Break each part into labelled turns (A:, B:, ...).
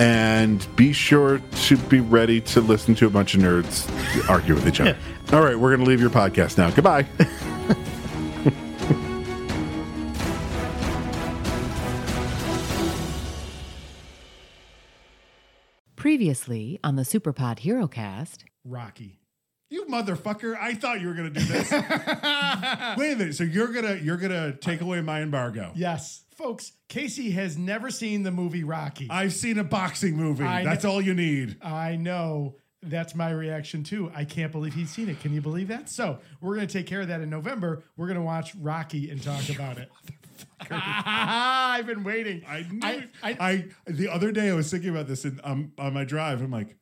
A: and be sure to be ready to listen to a bunch of nerds argue with each other. All right, we're going to leave your podcast now. Goodbye.
B: Previously on the Superpod HeroCast,
C: Rocky.
D: You motherfucker! I thought you were gonna do this. Wait a minute. So you're gonna you're gonna take away my embargo?
E: Yes. Folks, Casey has never seen the movie Rocky. I,
D: I've seen a boxing movie.
E: I
D: That's all you need.
E: know that's my reaction too. I can't believe he's seen it. Can you believe that? So, we're going to take care of that in November. We're going to watch Rocky and talk about it. I've been waiting.
D: I knew.
E: I,
D: I, the other day I was thinking about this and um, on my drive. I'm like,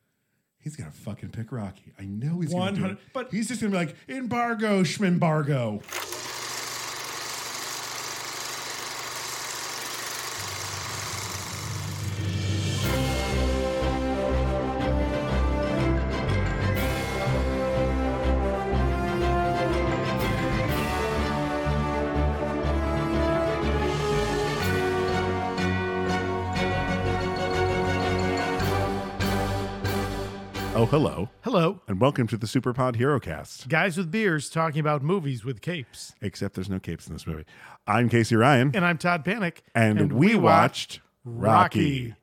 D: he's gonna fucking pick Rocky. I know he's gonna do it.
E: 100 but-
D: he's just gonna be like embargo, schmembargo.
A: Oh, hello.
C: Hello.
A: And welcome to the Superpod HeroCast.
C: Guys with beers talking about movies with capes.
A: Except there's no capes in this movie. I'm Casey Ryan
C: And I'm Todd Panic.
A: and, we, watched Rocky.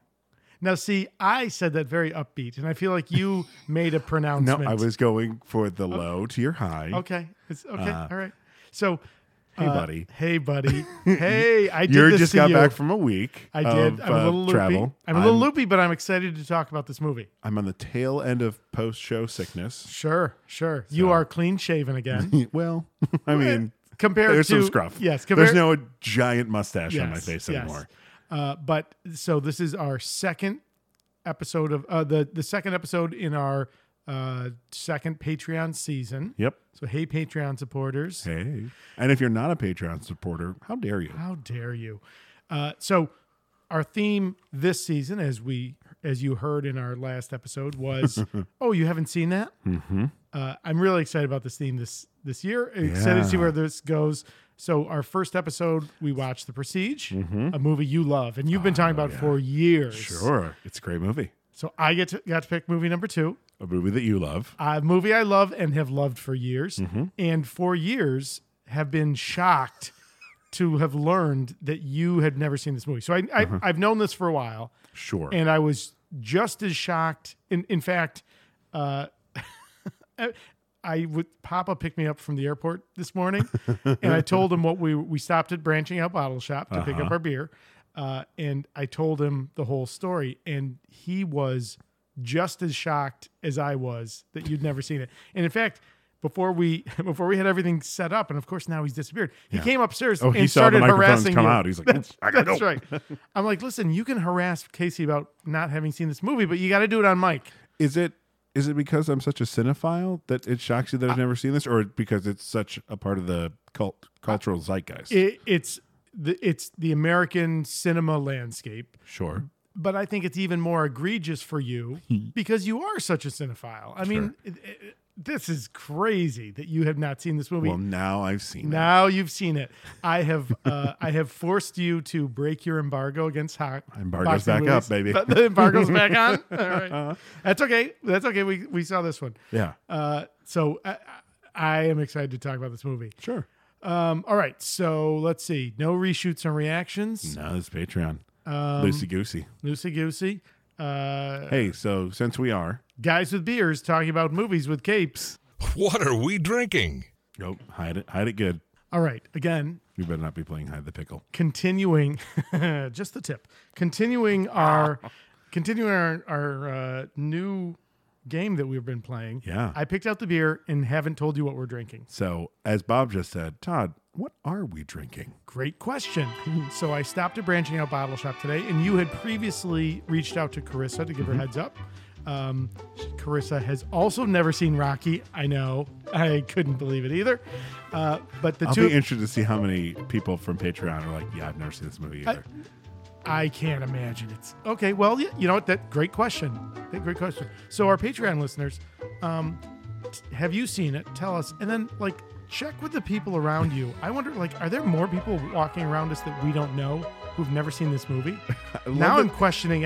C: Now, see, I said that very upbeat, and I feel like you made a
A: No,
C: pronouncement.
A: I was going for the low to your high.
C: okay. It's okay.
A: Uh.
C: all right. So,
A: Hey, buddy.
C: hey, buddy. hey, I did
A: You
C: this
A: just
C: to
A: got
C: you.
A: back from a week.
C: I did.
A: Of,
C: I'm a
A: uh,
C: little loopy.
A: travel.
C: I'm a little loopy, but I'm excited to talk about this movie.
A: I'm on the tail end of post show sickness.
C: Sure, sure. You are clean shaven again.
A: well, I mean,
C: Compared
A: there's
C: to
A: some scruff.
C: Yes,
A: there's no giant mustache on my
C: Yes,
A: face
C: yes.
A: anymore.
C: Uh, but so this is our second episode of uh, the the second episode in our uh, second Patreon season.
A: Yep.
C: So hey, Patreon supporters,
A: Hey, and if you're not a Patreon supporter, how dare you?
C: how dare you? Uh, so our theme this season, as we as you heard in our last episode, was oh you haven't seen that? Mm-hmm. Uh, I'm really excited about this theme this this year. Excited to see
A: Yeah.
C: where this goes. So our first episode, we watched The Prestige, a movie you love, and you've been talking about for years.
A: Mm-hmm. Ah, Sure, it's a great movie,
C: So I get to, got to pick movie number two,
A: a movie that you love.
C: a movie I love and have loved for years, and for years have been shocked to have learned that you had never seen this movie. So I, I I've known this for a while,
A: Sure.
C: and I was just as shocked. In in fact, uh, I- I would Papa picked me up from the airport this morning, and I told him what we we stopped at Branching Out Bottle Shop to pick up
A: Uh-huh.
C: our beer, uh, and I told him the whole story, and he was just as shocked as I was that you'd never seen it. And in fact, before we before we had everything set up, and of course now he's disappeared. He came upstairs
A: oh,
C: and
A: he saw the
C: started
A: microphones
C: harassing
A: come
C: you.
A: out. He's like, "Ooh, I gotta
C: That's
A: go."
C: right. I'm like, listen, you can harass Casey about not having seen this movie, but you got to do it on mic.
A: Is it? Is it because I'm such a cinephile that it shocks you that I've never seen this, or because it's such a part of the cult cultural zeitgeist?
C: It, it's the it's the American cinema landscape,
A: sure.
C: but I think it's even more egregious for you because you are such a cinephile. I mean, it, it- this is crazy that you have not seen this movie.
A: Well, now I've seen it.
C: now you've seen it. I have uh, I have forced you to break your embargo against hot
A: Embargo's
C: boxing
A: back up,
C: movies.
A: baby. Uh-huh.
C: The, the embargo's back on. All right, that's okay. That's okay. We we saw this one.
A: Yeah.
C: Uh, so I, I am excited to talk about this movie.
A: Sure.
C: Um, all right, so let's see. No reshoots and reactions.
A: No, it's Patreon.
C: Um,
A: Loosey goosey.
C: Loosey goosey. Uh,
A: Hey, so since we are,
C: guys with beers talking about movies with capes.
F: What are we drinking?
A: Nope. Hide it. Hide it good.
E: All right. Again,
A: You better not be playing hide the pickle.
E: continuing just the tip continuing our continuing our, our uh, new game that we've been playing
A: Yeah.
E: i picked out the beer and haven't told you what we're drinking
A: So, as Bob just said, Todd, what are we drinking?
E: great question so i stopped at branching out bottle shop today and you had previously reached out to carissa to give
A: Mm-hmm.
E: her heads up um, carissa has also never seen rocky i know i couldn't believe it either uh, but the
A: I'll
E: two
A: be interested to see how many people from Patreon are like, yeah, I've never seen this movie either.
E: I can't imagine it's okay. Well, y- you know what? That great question. That great question. So our Patreon listeners, um, t- have you seen it? Tell us, and then like check with the people around you. I wonder, like, are there more people walking around us that we don't know who've never seen this movie? now
A: that-
E: I'm questioning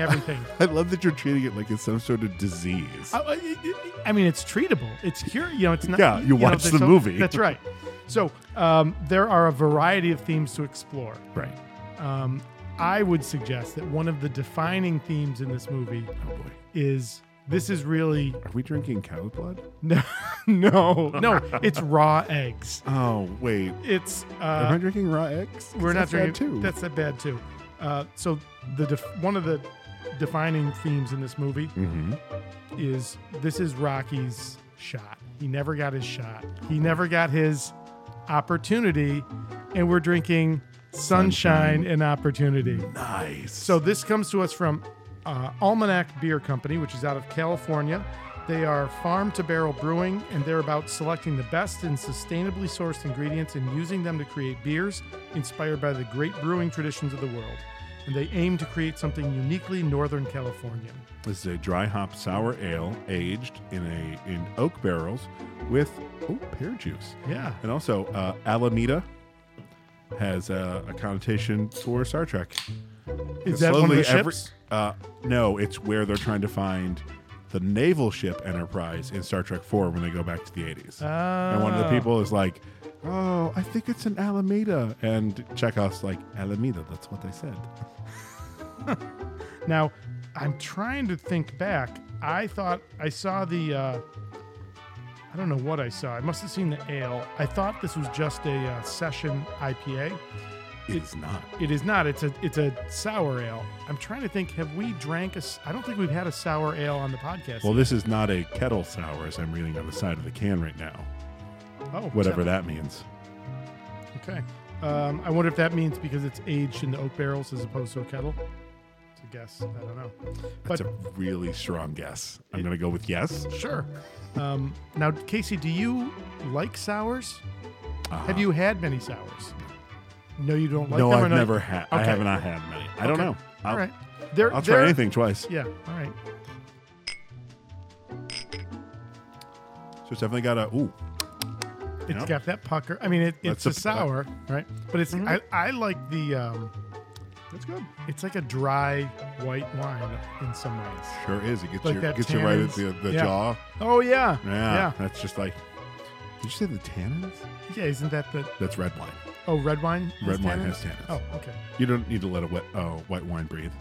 E: everything.
A: I
E: Uh,
A: love that you're treating it like it's some sort of disease.
E: I, I- I mean, it's treatable. It's cure. You know, it's not.
A: Yeah, you
E: know,
A: watch
E: there's
A: the
E: so-
A: movie.
E: That's right. So um, there are a variety of themes to explore.
A: right.
E: Um, I would suggest that one of the defining themes in this movie
A: Oh boy.
E: is this is really
A: Are we drinking cow blood?
E: no no no it's raw eggs
A: Oh wait.
E: it's
A: Am I
E: uh
A: drinking raw eggs? 'Cause
E: we're not
A: that's bad,
E: drinking that's that bad too uh so the def- one of the defining themes in this movie
A: Mhm.
E: is this is rocky's shot he never got his shot he never got his opportunity and we're drinking sunshine and opportunity
A: nice.
E: So this comes to us from uh, Almanac Beer Company, which is out of California. They are farm to barrel brewing, and they're about selecting the best and sustainably sourced ingredients and using them to create beers inspired by the great brewing traditions of the world. And they aim to create something uniquely Northern Californian.
A: This is a dry hop sour ale aged in a in oak barrels with oh pear juice.
E: Yeah.
A: And also uh, Alameda has a, a connotation for Star Trek.
E: Is that one of the
A: every-
E: ships?
A: uh, no, it's where they're trying to find the naval ship Enterprise in Star Trek Four when they go back to the eighties. And one of the
E: Ah.
A: people is like, "Oh, I think it's an Alameda," and Chekhov's like, "Alameda, that's what I said."
E: Now, I'm trying to think back. I thought I saw the. Uh, I don't know what I saw. I must have seen the ale. I thought this was just a uh, session IPA.
A: It's not.
E: It is not. It's a it's a sour ale. I'm trying to think. Have we drank a? s- I don't think we've had a sour ale on the podcast.
A: Well, this is not a kettle sour, as I'm reading on the side of the can right now.
E: oh,
A: Whatever
E: so-
A: that means.
E: Okay. Um, I wonder if that means because it's aged in the oak barrels as opposed to a kettle. It's a guess. I don't know.
A: That's
E: But-
A: a really strong guess. I'm going to go with yes.
E: Sure. Um, now, Casey, do you like sours?
A: Uh-huh.
E: Have you had many sours? No, you don't like
A: no,
E: them. or
A: I've
E: not?
A: never had. I
E: Okay.
A: have not had many. I don't
E: Okay.
A: know. I'll,
E: All right. They're-
A: I'll try
E: they're-
A: anything twice.
E: Yeah. All right.
A: So it's definitely got a. Ooh,
E: It's
A: Yeah.
E: got that pucker. I mean, it, it's
A: That's
E: a,
A: a- Mm-hmm.
E: sour, right? But it's I, I like the um,
A: that's good.
E: it's like a dry white wine in some ways.
A: Sure is. It gets
E: Like
A: you
E: that
A: gets you right at the,
E: tannins.
A: the
E: Yeah.
A: jaw.
E: Oh yeah.
A: Yeah,
E: Yeah.
A: That's just like. Did you say the tannins?
E: Yeah. Isn't that the
A: That's red wine.
E: oh red wine? has
A: Red wine
E: tannins?
A: has tannins.
E: Oh okay.
A: You don't need to let a wet, oh, white wine breathe.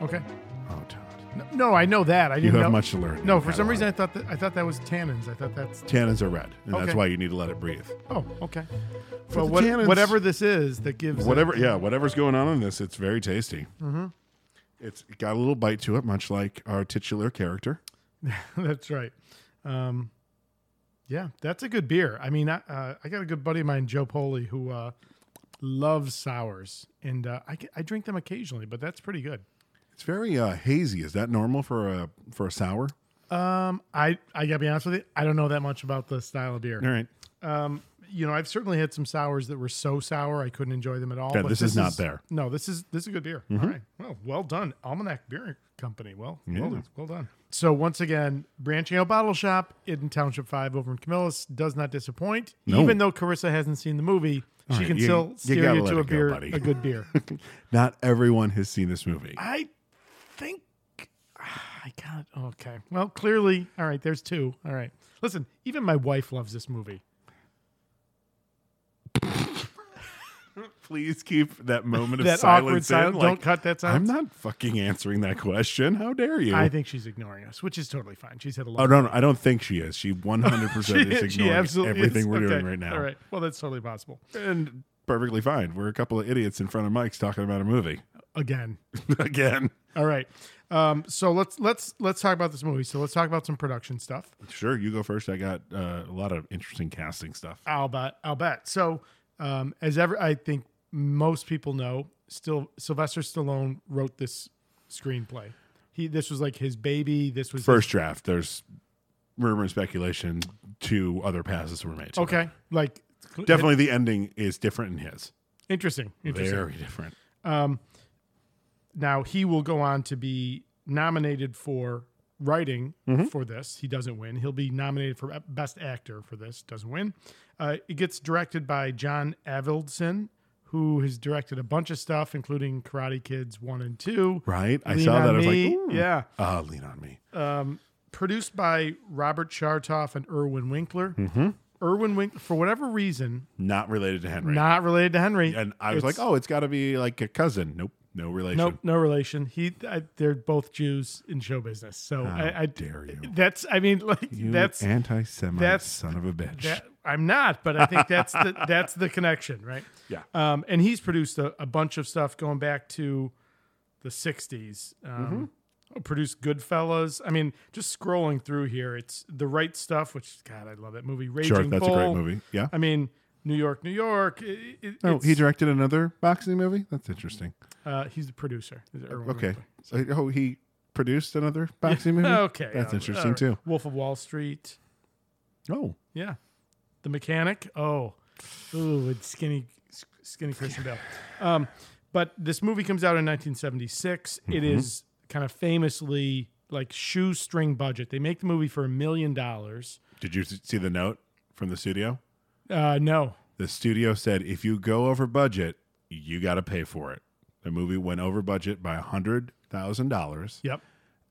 E: Okay.
A: Oh, Todd.
E: No, no, I know that. I
A: You
E: didn't
A: have
E: know.
A: much to learn.
E: no,
A: in
E: for some
A: catalog.
E: reason I thought that I thought that was tannins. I thought that's
A: tannins are red, and that's
E: Okay.
A: why you need to let it breathe.
E: oh okay.
A: For
E: Well,
A: the
E: what,
A: tannins.
E: whatever this is that gives it-
A: whatever yeah whatever's going on in this it's very tasty mm-hmm. it's got a little bite to it much like our titular character
E: That's right. Um, yeah, that's a good beer. I mean, I, uh, I got a good buddy of mine, Joe Poli, who uh, loves sours, and uh, I, ca- I drink them occasionally, but that's pretty good.
A: it's very uh, hazy is that normal for a for a sour
E: Um, I I gotta be honest with you, I don't know that much about the style of beer.
A: all right
E: Um, you know, I've certainly had some sours that were so sour I couldn't enjoy them at all.
A: Yeah,
E: but
A: this is not there. Mm-hmm.
E: No, this is this is a good beer. All right. Well, well done, Almanac Beer Company. Well, well, done. well done. So once again, branching out bottle shop in Township Five over in Camillus does not disappoint.
A: No.
E: Even though Carissa hasn't seen the movie, she
A: right,
E: can
A: you-
E: still
A: you
E: steer
A: gotta
E: you,
A: let
E: to a
A: it go,
E: beer,
A: buddy.
E: a good beer.
A: not everyone has seen this movie
E: I think ah, I got okay. Well, clearly, all right. There's two. All right. Listen, even my wife loves this movie.
A: Please keep that moment of
E: That awkward
A: silence in.
E: silence.
A: like,
E: Don't cut that
A: I'm
E: silence.
A: not fucking answering that question. How dare you?
E: I think she's ignoring us, which is totally fine. She's had a lot.
A: oh no, no, I don't think she is. She 100 percent is
E: She- she
A: ignoring
E: absolutely
A: everything
E: is.
A: we're doing
E: Okay.
A: right now,
E: All right. Well, that's totally possible.
A: and perfectly fine. We're a couple of idiots in front of mics talking about a movie
E: Again.
A: again.
E: All right. Um, so let's let's let's talk about this movie. So let's talk about some production stuff.
A: Sure, you go first. I got uh, a lot of interesting casting stuff.
E: I'll bet. I'll bet. So, um, as ever, I think most people know, still Sylvester Stallone wrote this screenplay. He this was like his baby. This was his-
A: First draft. There's rumor and speculation. Two other passes were made. to it.
E: okay, like
A: Definitely, the ending is different in his.
E: interesting. Interesting.
A: Very different.
E: Now he will go on to be nominated for writing
A: Mm-hmm.
E: for this. He doesn't win. He'll be nominated for best actor for this. Doesn't win. Uh, it gets directed by John Avildsen, who has directed a bunch of stuff, including Karate Kids one and two.
A: Right? I
E: Lean
A: saw that.
E: On
A: I was like,
E: Me.
A: ooh.
E: yeah.
A: Uh, lean on me.
E: produced by Robert Chartoff and Erwin Winkler.
A: Mm-hmm.
E: Erwin Winkler, for whatever reason,
A: Not related to Henry.
E: not related to Henry.
A: and I was like, oh, it's got to be like a cousin. Nope, no relation.
E: nope, no relation. He, I, they're both Jews in show business. So
A: How
E: I, I
A: dare you.
E: That's, I mean, like
A: You
E: that's
A: anti-Semite
E: that's-
A: son of a bitch.
E: that. I'm not, but I think that's the that's the connection, right?
A: Yeah.
E: Um, and he's produced a, a bunch of stuff going back to the '60s. Um,
A: Mm-hmm.
E: Produced Goodfellas. I mean, just scrolling through here, it's the right stuff. Which God, I love that movie. Raging
A: sure, that's a
E: Bull.
A: great movie. Yeah.
E: I mean, New York, New York. It, it,
A: Oh,
E: it's-
A: he directed another boxing movie. That's interesting.
E: uh, he's the producer. Is it Erwin
A: Okay.
E: Winkler?
A: So, oh, he produced another boxing movie.
E: Okay.
A: that's
E: uh,
A: interesting
E: all
A: too.
E: right. Wolf of Wall Street.
A: Oh,
E: Yeah. The Mechanic. Oh. Ooh, with skinny skinny Christian Bale. Um, but this movie comes out in 1976. It is kind of famously like shoestring budget. They make the movie for a million dollars.
A: did you s- see the note from the studio?
E: Uh, no.
A: The studio said, if you go over budget, you got to pay for it. The movie went over budget by a hundred thousand dollars.
E: Yep.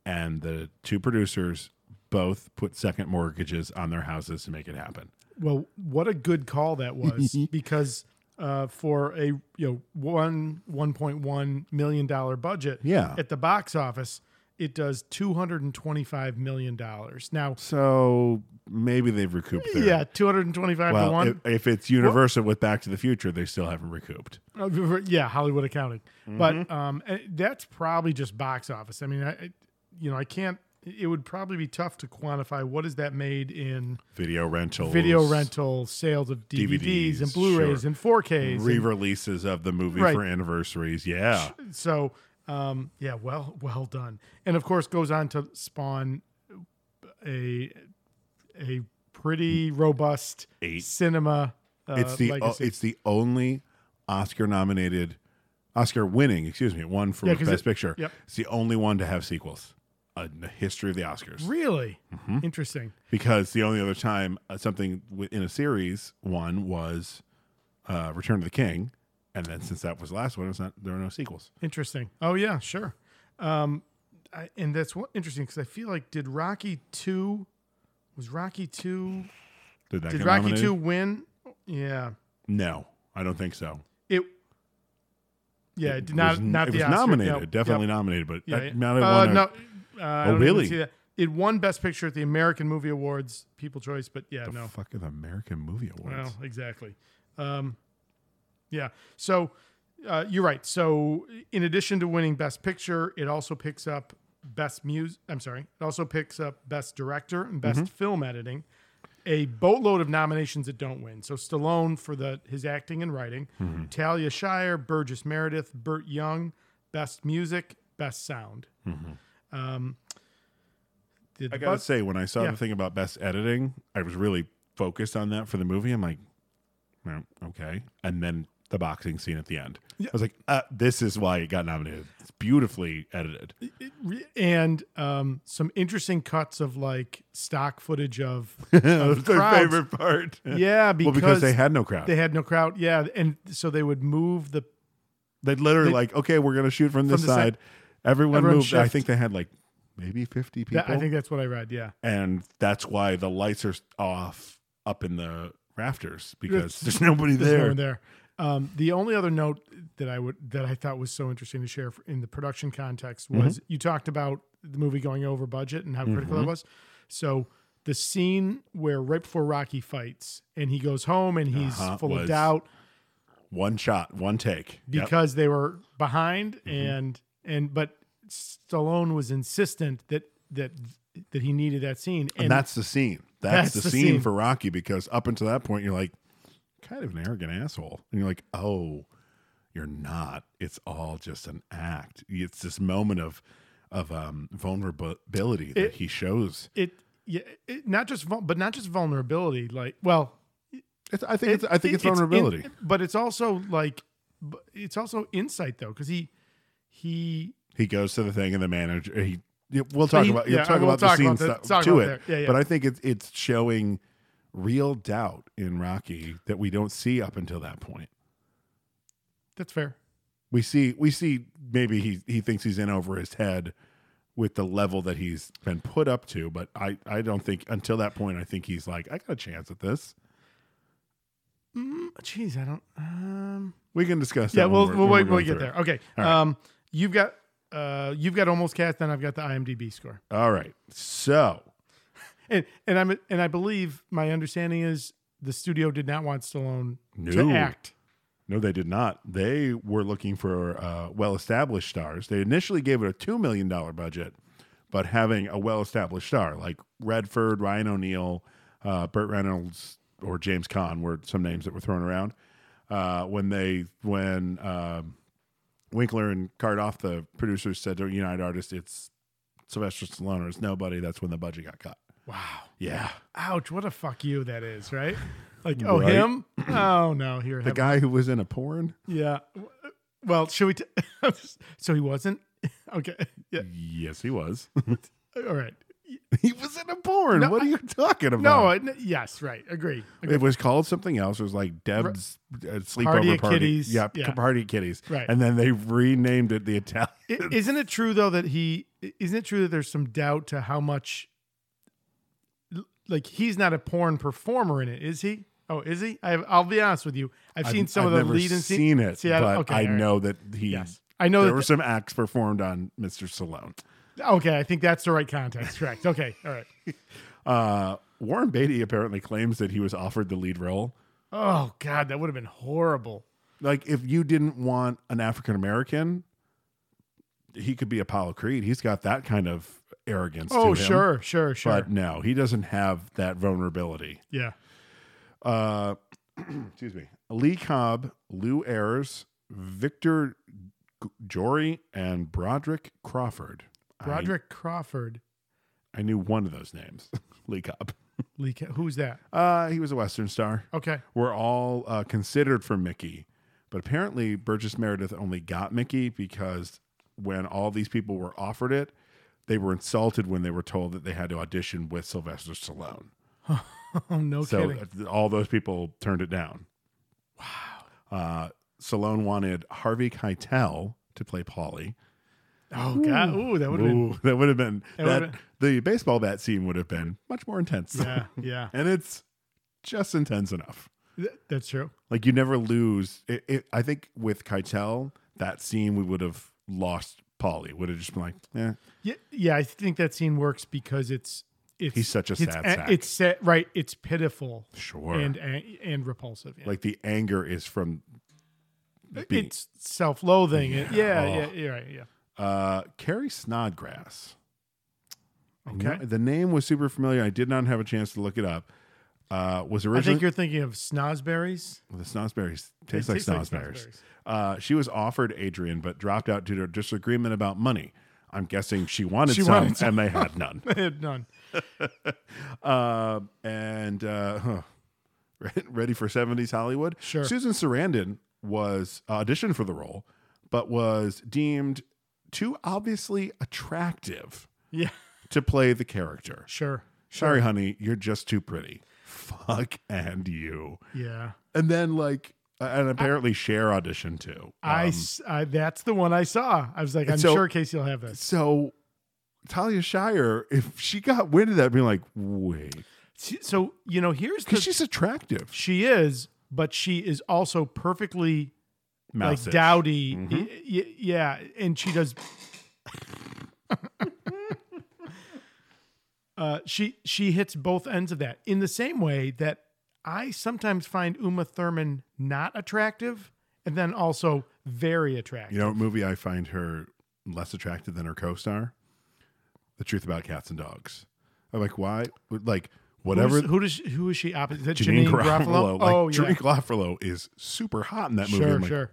A: and the two producers both put second mortgages on their houses to make it happen.
E: Well, what a good call that was because uh, for a you know one one point one million dollar budget,
A: Yeah.
E: at the box office it does two hundred and twenty five million dollars. Now,
A: So maybe they've recouped their
E: yeah, two hundred and twenty five to
A: Well,
E: one.
A: if, if it's Universal with Back to the Future, they still haven't recouped.
E: Uh, v- v- yeah, Hollywood accounting, but
A: Mm-hmm.
E: um, eh, that's probably just box office. I mean, I, I- you know, I can't. It would probably be tough to quantify what is that made in
A: Video rental,
E: video rental sales of DVDs, and
A: DVDs,
E: Blu-rays
A: sure.
E: and 4Ks, and-
A: re-releases of the movie
E: Right. uh,
A: for anniversaries. Yeah,
E: So, um, yeah, well, well done. And of course, goes on to spawn a a pretty robust
A: Eight.
E: cinema. Uh,
A: it's the o-
E: legacy.
A: it's the only Oscar-nominated, Oscar-winning, excuse me, one for
E: Yeah, 'cause
A: Best
E: it-
A: Picture.
E: yep.
A: It's the only one to have sequels uh, in the history of the Oscars.
E: really
A: Mm-hmm.
E: interesting.
A: because the only other time uh, something w- in a series one was uh, Return of the King, and then since that was the last one, it's not there are no sequels.
E: Interesting. Oh yeah, sure. Um, I, and that's what interesting because I feel like did Rocky two was Rocky two
A: Did that
E: did
A: get
E: Rocky
A: nominated?
E: two win? Yeah,
A: No, I don't think so.
E: it. Yeah, it did
A: was
E: not
A: n-
E: not
A: it
E: the
A: was
E: Oscar. No.
A: nominated,
E: Yep.
A: definitely nominated, but
E: Yeah,
A: that,
E: yeah.
A: not a
E: Uh,
A: one-
E: no, uh, I don't
A: really?
E: Even see that. It won Best Picture at the American Movie Awards, People Choice, but yeah,
A: the
E: no,
A: fuck are the American Movie Awards.
E: well, exactly. Um, yeah, so uh, you're right. So in addition to winning Best Picture, it also picks up Best Music. I'm sorry, it also picks up Best Director and Best Film Editing. A boatload of nominations that don't win. So Stallone for the his acting and writing, Talia Shire, Burgess Meredith, Burt Young, Best Music, Best Sound. Um, did
A: I
E: the
A: gotta
E: bus-
A: say, when I saw
E: yeah.
A: the thing about best editing, I was really focused on that for the movie. I'm like, "Mm, okay, and then the boxing scene at the end. I was like, uh, this is why it got nominated. It's beautifully edited.
E: Re- and um, some interesting cuts of like stock footage of
A: that was my
E: crowds.
A: favorite part.
E: yeah because,
A: well, because they had no crowd.
E: they
A: They
E: had no crowd yeah and so they would move the
A: would literally
E: they-
A: like, okay, we're gonna shoot from this
E: the
A: side.
E: side.
A: Everyone,
E: Everyone
A: moved. I
E: shift.
A: think they had like maybe fifty people,
E: that- I think that's what I read yeah
A: and that's why the lights are off up in the rafters because there's nobody
E: There's no
A: there.
E: one there Um, the only other note that I would that I thought was so interesting to share in the production context
A: Mm-hmm.
E: was you talked about the movie going over budget and how critical
A: Mm-hmm.
E: it was. So the scene where right before Rocky fights and he goes home and he's
A: Uh-huh,
E: full of
A: was-
E: doubt
A: One shot, one take. Yep. Mm-hmm.
E: because they were behind and and but Stallone was insistent that that that he needed that scene
A: And, that's the scene. That's,
E: that's
A: the,
E: the
A: scene,
E: scene.
A: for Rocky because up until that point, you're like, kind of an arrogant asshole. And you're like, oh, you're not. It's all just an act. It's this moment of of um, vulnerability that he shows.
E: it yeah it, not just vul- but not just vulnerability like well
A: It's, I think it's, I think
E: it-
A: it's, vulnerability.
E: in- but it's also like bu- it's also insight though because he he
A: he goes to the thing and the manager he yeah, we'll talk
E: He-
A: about you'll
E: yeah,
A: talk
E: we'll
A: about the
E: talk
A: scenes
E: about the-
A: that-
E: talk
A: to
E: about
A: it
E: that. Yeah, yeah.
A: but i think it's it's showing real doubt in rocky that we don't see up until that point
E: that's fair
A: we see we see maybe he he thinks he's in over his head with the level that he's been put up to but i i don't think until that point i think he's like i got a chance at this
E: Mm, jeez i don't um
A: we can discuss that
E: yeah
A: when
E: we'll
A: we're-
E: we'll
A: when
E: wait
A: we're
E: we'll
A: going
E: get
A: through
E: there okay
A: All right.
E: um you've got uh you've got almost cast then i've got the imdb score
A: it. all right so
E: and and i'm and i believe my understanding is the studio did not want stallone
A: No.
E: to act
A: No, they did not. They were looking for uh, well established stars. They initially gave it a $2 million budget, but having a well established star like Redford, Ryan O'Neal, uh, Burt Reynolds, or James Caan were some names that were thrown around. Uh, when they, when um Winkler and Cardoff, the producers, said to United Artists, it's Sylvester Stallone or it's nobody, that's when the budget got cut.
E: wow
A: Yeah.
E: ouch what a fuck you that is right like oh
A: Right.
E: him oh no here
A: The
E: have
A: guy who was in a porn?
E: Yeah. W- Well, should we? T- so he wasn't. Okay. Yeah.
A: Yes, he was.
E: All right.
A: he was in a porn.
E: No,
A: what are you talking about?
E: No. I- n- yes. Right. Agree. Agree.
A: It was called something else. It was like Deb's uh, sleepover
E: Party
A: party.
E: at Kitty's.
A: Yeah,
E: Yeah.
A: party at kitties.
E: Right.
A: And then they renamed it the Italian.
E: I- isn't it true though that he? i- Isn't it true that there's some doubt to how much? l- Like he's not a porn performer in it, is he? Oh, is he? I have, I'll be honest with you. I've seen some of the
A: never
E: lead and
A: seen, it,
E: See, I,
A: but
E: okay,
A: I
E: all right.
A: know that he.
E: Yes. I know
A: there
E: that
A: were some acts performed on Mr. Stallone.
E: Okay, I think that's the right context. Correct. Okay. All right.
A: Uh, Warren Beatty apparently claims that he was offered the lead role.
E: Oh God, that would have been horrible.
A: Like, if you didn't want an African American, he could be Apollo Creed. He's got that kind of arrogance. to
E: Oh
A: him.
E: sure, sure, sure.
A: But no, he doesn't have that vulnerability.
E: yeah.
A: uh, excuse me, Lee Cobb, Lou Ayres, Victor G- Jory, and Broderick Crawford. I-
E: Broderick Crawford.
A: I, knew one of those names, Lee Cobb.
E: Lee, Ca- who's that?
A: Uh, he was a Western star.
E: Okay.
A: Were all uh, considered for Mickey, but apparently Burgess Meredith only got Mickey because when all these people were offered it, they were insulted when they were told that they had to audition with Sylvester Stallone.
E: Oh no
A: So
E: kidding.
A: uh, all those people turned it down. Wow. Uh, Stallone wanted Harvey Keitel to play Polly.
E: Oh god. Ooh, that would have been
A: Ooh, that would have been
E: That
A: that.
E: would've
A: The baseball bat scene would have been much more intense.
E: Yeah, yeah.
A: and it's just intense enough.
E: Th- That's true.
A: Like you never lose. It, it, I think with Keitel, that scene we would have lost. Polly would have just been like, eh. "Yeah,
E: Yeah, yeah, I think that scene works because it's it's
A: He's such a
E: it's,
A: sad
E: a-
A: sack.
E: It's sa- right, it's pitiful
A: sure."
E: and and, and repulsive. yeah.
A: like the anger is from being-
E: it's self-loathing. Yeah, yeah,
A: Oh.
E: yeah, yeah, right, yeah.
A: Uh, Carrie Snodgrass.
E: Okay.
A: No- the name was super familiar. I did not have a chance to look it up. Uh, was
E: I
A: originally
E: think you're thinking of snozberries.
A: the Snosberries taste
E: They
A: like
E: taste like
A: Snosberries.
E: Snosberries.
A: uh, she was offered Adrian, but dropped out due to a disagreement about money. I'm guessing she wanted
E: She
A: some,
E: wanted some.
A: and they had none.
E: None.
A: uh, and uh, huh. Re- ready for 70s Hollywood.
E: Sure.
A: Susan Sarandon was auditioned for the role, but was deemed too obviously attractive
E: Yeah,
A: to play the character.
E: sure.
A: Sorry, honey, you're just too pretty. Fuck and you.
E: Yeah.
A: And then like, and apparently Cher auditioned too.
E: I,
A: Um,
E: s- I- that's the one I saw. I was like,
A: and
E: I'm
A: so-
E: sure Casey will have this.
A: so Talia Shire, if she got wind of that, being like, wait,
E: See, So, you know, here's the
A: because she's attractive.
E: she is, but she is also perfectly
A: Mouse
E: like
A: it.
E: dowdy.
A: Mm-hmm.
E: Y- y- yeah, and she does. uh, she she hits both ends of that in the same way that I sometimes find Uma Thurman not attractive, and then also very attractive.
A: You know what movie I find her less attractive than her co-star? The Truth About Cats and Dogs. I'm like, why? Like, whatever.
E: Who's, who does she- who is she opposite? Is that
A: Janine
E: Janine, Garofalo?
A: Like,
E: oh
A: Janine Garofalo is super hot in that
E: yeah,
A: movie.
E: sure,
A: I'm like,
E: sure.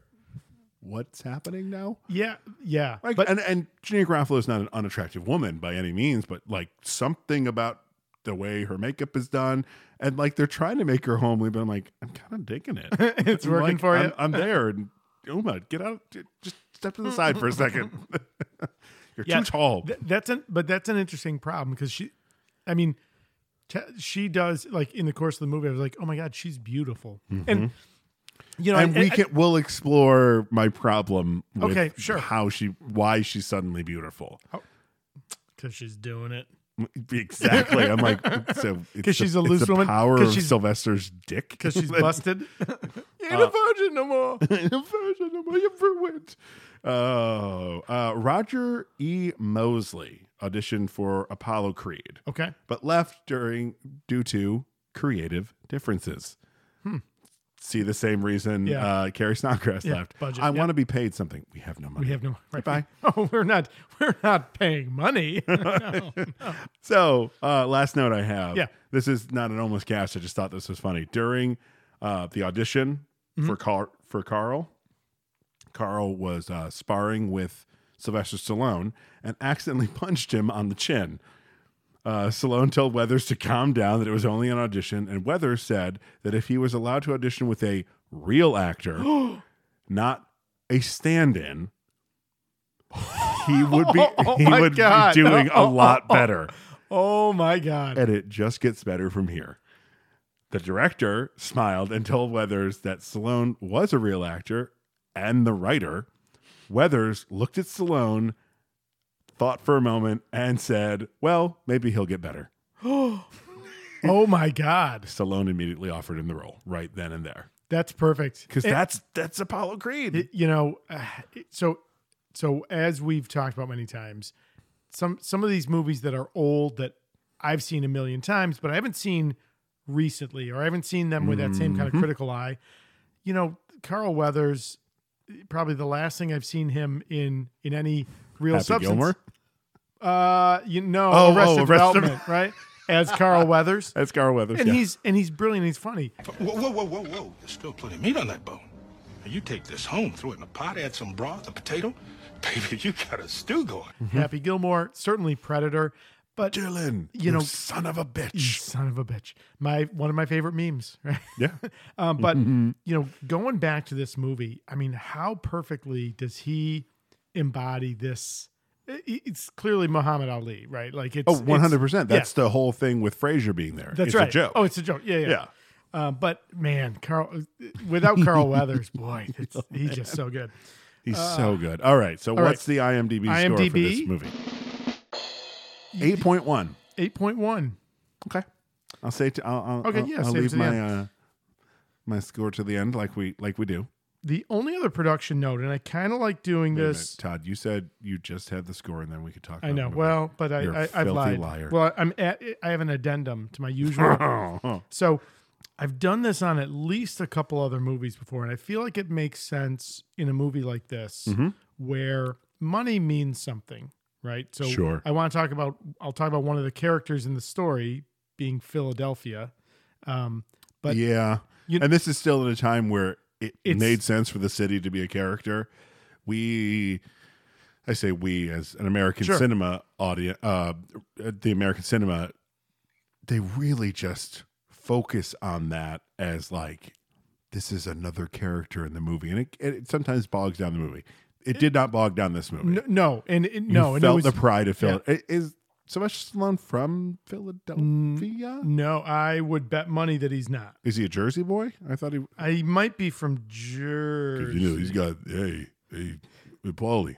A: what's happening now?
E: Yeah, yeah.
A: Like,
E: but
A: and and Janine Garofalo is not an unattractive woman by any means, but like something about the way her makeup is done, and like they're trying to make her homely, but I'm like, I'm kind of digging it.
E: it's
A: I'm
E: working
A: like,
E: for you.
A: I'm, I'm there. And Uma, get out. j- Just step to the side for a second. You're
E: Yeah.
A: too tall.
E: Th- that's an but that's an interesting problem because she, I mean, t- she does like in the course of the movie. I was like, oh my god, she's beautiful, and you
A: Mm-hmm.
E: know,
A: and
E: I-
A: we
E: I-
A: can we'll explore my problem with
E: Okay, sure.
A: how she why she's suddenly beautiful.
E: because she's doing it.
A: Exactly. I'm like so it's
E: 'Cause she's a
A: it's
E: loose
A: the
E: woman?
A: Power
E: 'Cause
A: of
E: she's-
A: Sylvester's dick.
E: Because she's busted. Uh,
A: Ain't a virgin no more. Ain't a virgin no more. You're ruined. Oh, uh, Roger E. Mosley auditioned for Apollo Creed,
E: Okay.
A: but left during due to creative differences. See the same reason
E: Hmm. Yeah.
A: uh, Carrie Snodgrass
E: Yeah,
A: left.
E: budget,
A: I
E: yeah.
A: want to be paid something. We have no money.
E: We have no right.
A: Goodbye.
E: Oh, we're not we're not paying money.
A: So, uh, last note I have.
E: Yeah.
A: This is not an almost cast. I just thought this was funny. During uh, the audition
E: Mm-hmm.
A: for Car- for Carl, Carl was uh, sparring with Sylvester Stallone and accidentally punched him on the chin. Uh, Stallone told Weathers to calm down, that it was only an audition, and Weathers said that if he was allowed to audition with a real actor, not a stand-in, he would be
E: Oh
A: he
E: my
A: would
E: God.
A: be doing a
E: Oh,
A: lot
E: oh, oh.
A: better
E: oh my god.
A: and it just gets better from here. The director smiled and told Weathers that Stallone was a real actor and the writer. Weathers looked at Stallone, thought for a moment, and said, Well, maybe he'll get better.
E: Oh my god.
A: Stallone immediately offered him the role right then and there.
E: That's perfect.
A: Because
E: And-
A: that's that's Apollo Creed.
E: it- you know uh, it- so so as we've talked about many times some some of these movies that are old that i've seen a million times but i haven't seen recently or i haven't seen them with that same kind
A: Mm-hmm.
E: of critical eye you know carl weathers probably the last thing i've seen him in in any real
A: Happy
E: substance
A: Gilmore.
E: uh you know
A: Oh, oh,
E: arrested,
A: Arrested
E: development right as carl weathers
A: That's Carl Weathers.
E: and
A: yeah.
E: he's and he's brilliant he's funny
G: Whoa, whoa, whoa, whoa, whoa. There's still plenty of meat on that bone. Now you take this home, throw it in a pot, add some broth, a potato. Baby, you got a stew going.
A: Mm-hmm.
E: happy gilmore certainly predator but
A: Dylan, you,
E: know-
A: son of a bitch.
E: son of a bitch my one of my favorite memes right
A: Yeah.
E: Um, but you know, going back to this movie, I mean, how perfectly does he embody this? i- i- It's clearly Muhammad Ali, right? Like it's
A: Oh,
E: it's-
A: 100%.
E: yeah,
A: That's the whole thing with Frasier being there.
E: that's
A: it's
E: right.
A: a joke.
E: Oh, it's a joke. Yeah, yeah.
A: yeah.
E: Uh, but man, Carl, uh, without Carl Weathers, boy, it's,
A: Oh,
E: he's just so good.
A: He's so good. All right. So
E: Uh, right.
A: what's the IMDb, score for
E: IMDb?
A: this movie? Eight point one.
E: Eight point one.
A: Okay. I'll say. To, I'll, I'll,
E: Okay,
A: I'll,
E: yeah,
A: I'll
E: save it
A: leave
E: to the
A: my uh, my score to the end, like we like we do.
E: The only other production note, and I kind of like doing
A: Wait a minute,
E: this.
A: Todd, you said you just had the score, and then we could talk.
E: I
A: about
E: know.
A: the movie.
E: Well, but I,
A: You're a
E: I I've
A: filthy
E: lied.
A: liar.
E: Well, I'm at, I have an addendum to my usual. So I've done this on at least a couple other movies before, and I feel like it makes sense in a movie like this
A: Mm-hmm.
E: where money means something, right? So
A: Sure.
E: I want to talk about I'll talk about one of the characters in the story being Philadelphia. Um, but
A: yeah.
E: You-
A: and this is still at a time where it
E: It's-
A: made sense for the city to be a character. We, I say we as an American
E: Sure.
A: cinema audience, uh, the American cinema, they really just focus on that as like this is another character in the movie, and it, it sometimes bogs down the movie. It did not bog down this movie.
E: n- no, and it,
A: You
E: no, and it
A: felt
E: was
A: the pride of Philadelphia. Is Sylvester Stallone from Philadelphia?
E: no. I would bet money that he's not.
A: Is he a Jersey boy? I thought he.
E: I might be from Jersey.
A: You know, he's got hey, hey, hey, Paulie.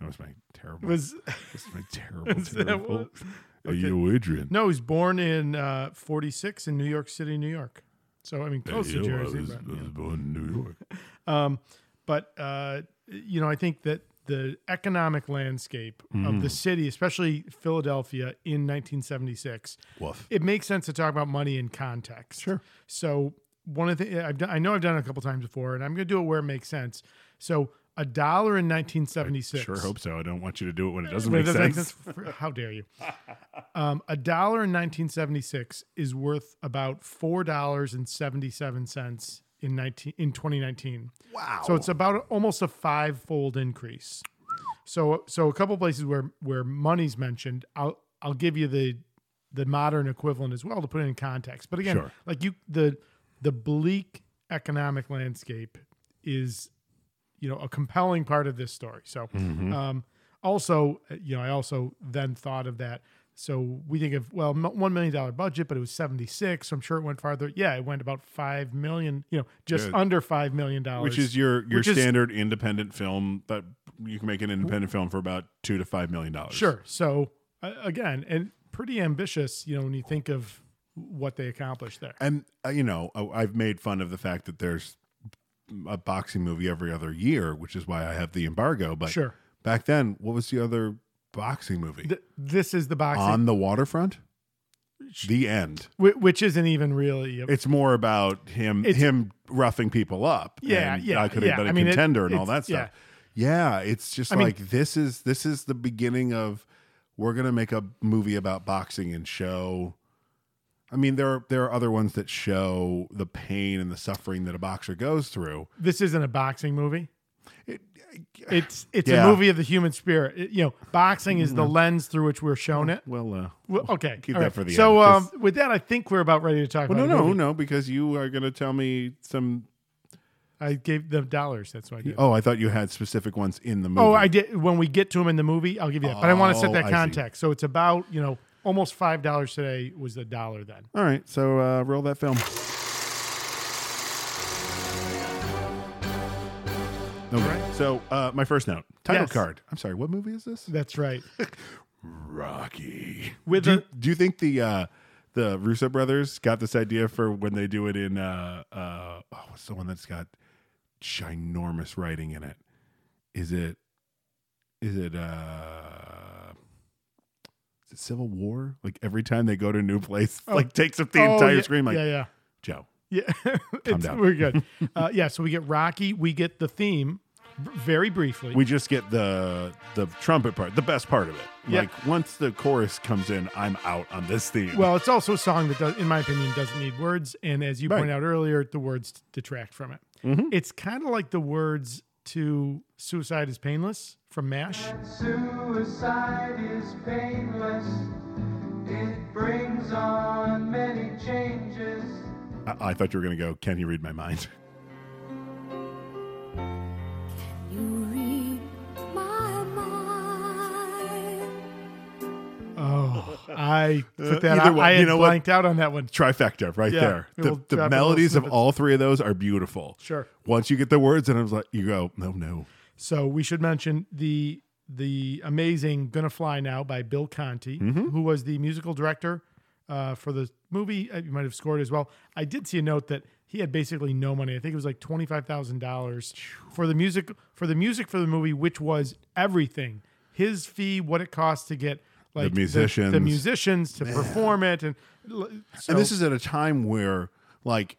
A: That was my terrible.
E: was
A: that's my terrible,
E: Is that
A: terrible.
E: what-
A: Are you Adrian?
E: no, he's born in uh, '46 in New York City, New York. So I mean, close to Jersey. but-
A: born in New York.
E: but uh, you know, I think that the economic landscape of
A: Mm.
E: the city, especially Philadelphia in 1976,
A: Woof.
E: it makes sense to talk about money in context. Sure. So one of the I've done, I know I've done it a couple times before, and I'm going to do it where it makes sense. So a dollar in 1976.
A: Sure hope so. I don't want you to do it when it doesn't
E: Wait,
A: make
E: does that
A: sense.
E: make sense? How dare you? Um, a dollar in 1976 is worth about four dollars and seventy-seven cents in 19 in 2019. Wow! So it's about almost a five-fold increase. So, so a couple places where where money's mentioned, I'll I'll give you the the modern equivalent as well to put it in context. But again,
A: Sure.
E: like you, the the bleak economic landscape is you know a compelling part of this story so
A: Mm-hmm.
E: um also uh, you know i also then thought of that so we think of well m- one million dollar budget but it was 76 so i'm sure it went farther yeah it went about five million you know just
A: Good.
E: under five million dollars
A: Which is your your
E: Which is-
A: standard independent film that you can make an independent film for about two to five million dollars.
E: sure so uh, again and pretty ambitious you know when you think of what they accomplished there
A: and uh, you know I- i've made fun of the fact that there's a boxing movie every other year which is why i have the embargo but
E: Sure.
A: back then what was the other boxing movie
E: Th- this is the boxing
A: on the waterfront the end
E: whi- which isn't even really a-
A: it's more about him
E: It's-
A: him roughing people up
E: Yeah,
A: and
E: yeah,
A: i could have
E: yeah.
A: been a
E: I mean, it-
A: contender and all that
E: it's-
A: stuff yeah, it's just
E: I mean-
A: like this is this is the beginning of we're gonna make a movie about boxing and show I mean, there are there are other ones that show the pain and the suffering that a boxer goes through.
E: this isn't a boxing movie it's it's
A: Yeah. Mm-hmm.
E: a movie of the human spirit. It- you know, boxing is the lens through which we're shown it.
A: Well, uh,
E: Well, okay,
A: keep
E: all
A: that
E: right.
A: for the
E: so,
A: end, 'cause-
E: um, with that, I think we're about ready to talk.
A: well, no,
E: about the
A: no,
E: movie.
A: no, because you are going to tell me some.
E: I gave them dollars. That's what I did. Oh,
A: Oh, I thought you had specific ones in the movie.
E: I did. When we get to him in the movie, I'll give you that. But I want to set
A: Oh, I
E: that
A: see.
E: context. So it's about you know almost five dollars today was the dollar then.
A: All right, so uh, roll that film. Okay. So uh, my first note, title
E: Yes.
A: card. I'm sorry, what movie is this?
E: That's right.
A: Rocky.
E: With
A: do,
E: a-
A: you, do you think the uh, the Russo brothers got this idea for when they do it in uh, uh, oh, what's the one that's got ginormous writing in it? Is it is it uh, is it Civil War? Like every time they go to a new place, like takes up the
E: Oh,
A: entire
E: yeah,
A: screen. Like
E: yeah, yeah,
A: Joe,
E: yeah. it's,
A: down.
E: We're good. uh, yeah. So we get Rocky. We get the theme b- very briefly.
A: we just get the the trumpet part, the best part of it.
E: Yeah.
A: Like once the chorus comes in, I'm out on this theme.
E: Well, it's also a song that, does, in my opinion, doesn't need words. And as you
A: Right. Mm-hmm.
E: point out earlier, the words detract from it. It's kind of like the words to Suicide is Painless from MASH.
H: Suicide is painless. It brings on many changes.
A: I, I thought you were gonna go. Can you read my mind?
I: You read my mind.
E: Oh, I put that
A: Uh, either
E: out.
A: way,
E: I had
A: you know what?
E: blanked out on that one.
A: trifecta right
E: Yeah,
A: there.
E: it
A: The,
E: will
A: the
E: drop a little
A: melodies of
E: snippets.
A: all three of those are beautiful.
E: Sure.
A: Once you get the words, and I was like, you go, no, no.
E: So we should mention the the amazing "Gonna Fly Now" by Bill Conti,
A: Mm-hmm.
E: who was the musical director uh, for the movie. Uh, You might have scored as well. I did see a note that he had basically no money. I think it was like twenty five thousand dollars for the music for the music for the movie, which was everything. His fee, what it costs to get like the,
A: musicians.
E: musicians to perform it, and l- so
A: and this is at a time where, like,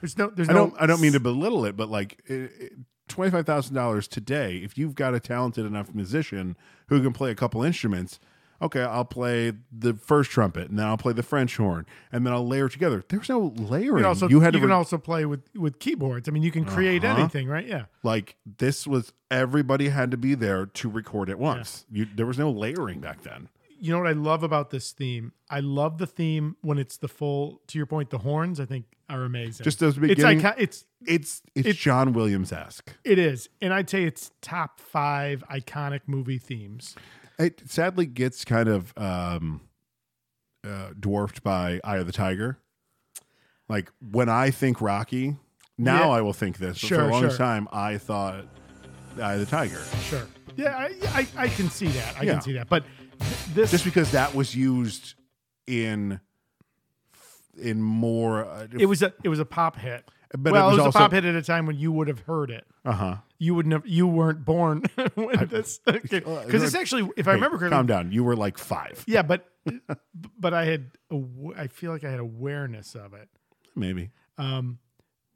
E: there's no there's
A: I
E: no
A: don't, I don't mean to belittle it, but like, it, it, twenty-five thousand dollars today, if you've got a talented enough musician who can play a couple instruments. Okay, I'll play the first trumpet, and then I'll play the French horn, and then I'll layer it together. There's no layering.
E: You, can also,
A: you had to
E: you can
A: re- Uh-huh.
E: also play with with keyboards. I mean, you can create anything, right? Yeah.
A: like this was everybody had to be there to record at once. You, there was no layering back then.
E: you know what I love about this theme? I love the theme when it's the full. To your point, the horns I think are amazing.
A: Just those
E: It's
A: beginning-
E: icon- it's
A: It's it's,
E: It's-
A: John Williams esque.
E: it is, and I'd say it's top five iconic movie themes.
A: It sadly gets kind of um, uh, dwarfed by Eye of the Tiger. Like when I think Rocky, now
E: Yeah.
A: I will think this. But for
E: Sure,
A: a long
E: sure.
A: time, I thought Eye of the Tiger,
E: Sure. Yeah, I I, I can see that. I
A: Yeah.
E: can see that. But th- this
A: just because that was used in in more. Uh,
E: It was a it was a pop hit.
A: But it
E: well, it
A: was
E: was,
A: also-
E: a pop hit at a time when you would have heard it.
A: Uh huh.
E: You would never. You weren't born when this because it's actually, if I remember correctly,
A: Calm down. You were like five,
E: yeah. But but I had aw- I feel like I had awareness of it.
A: maybe.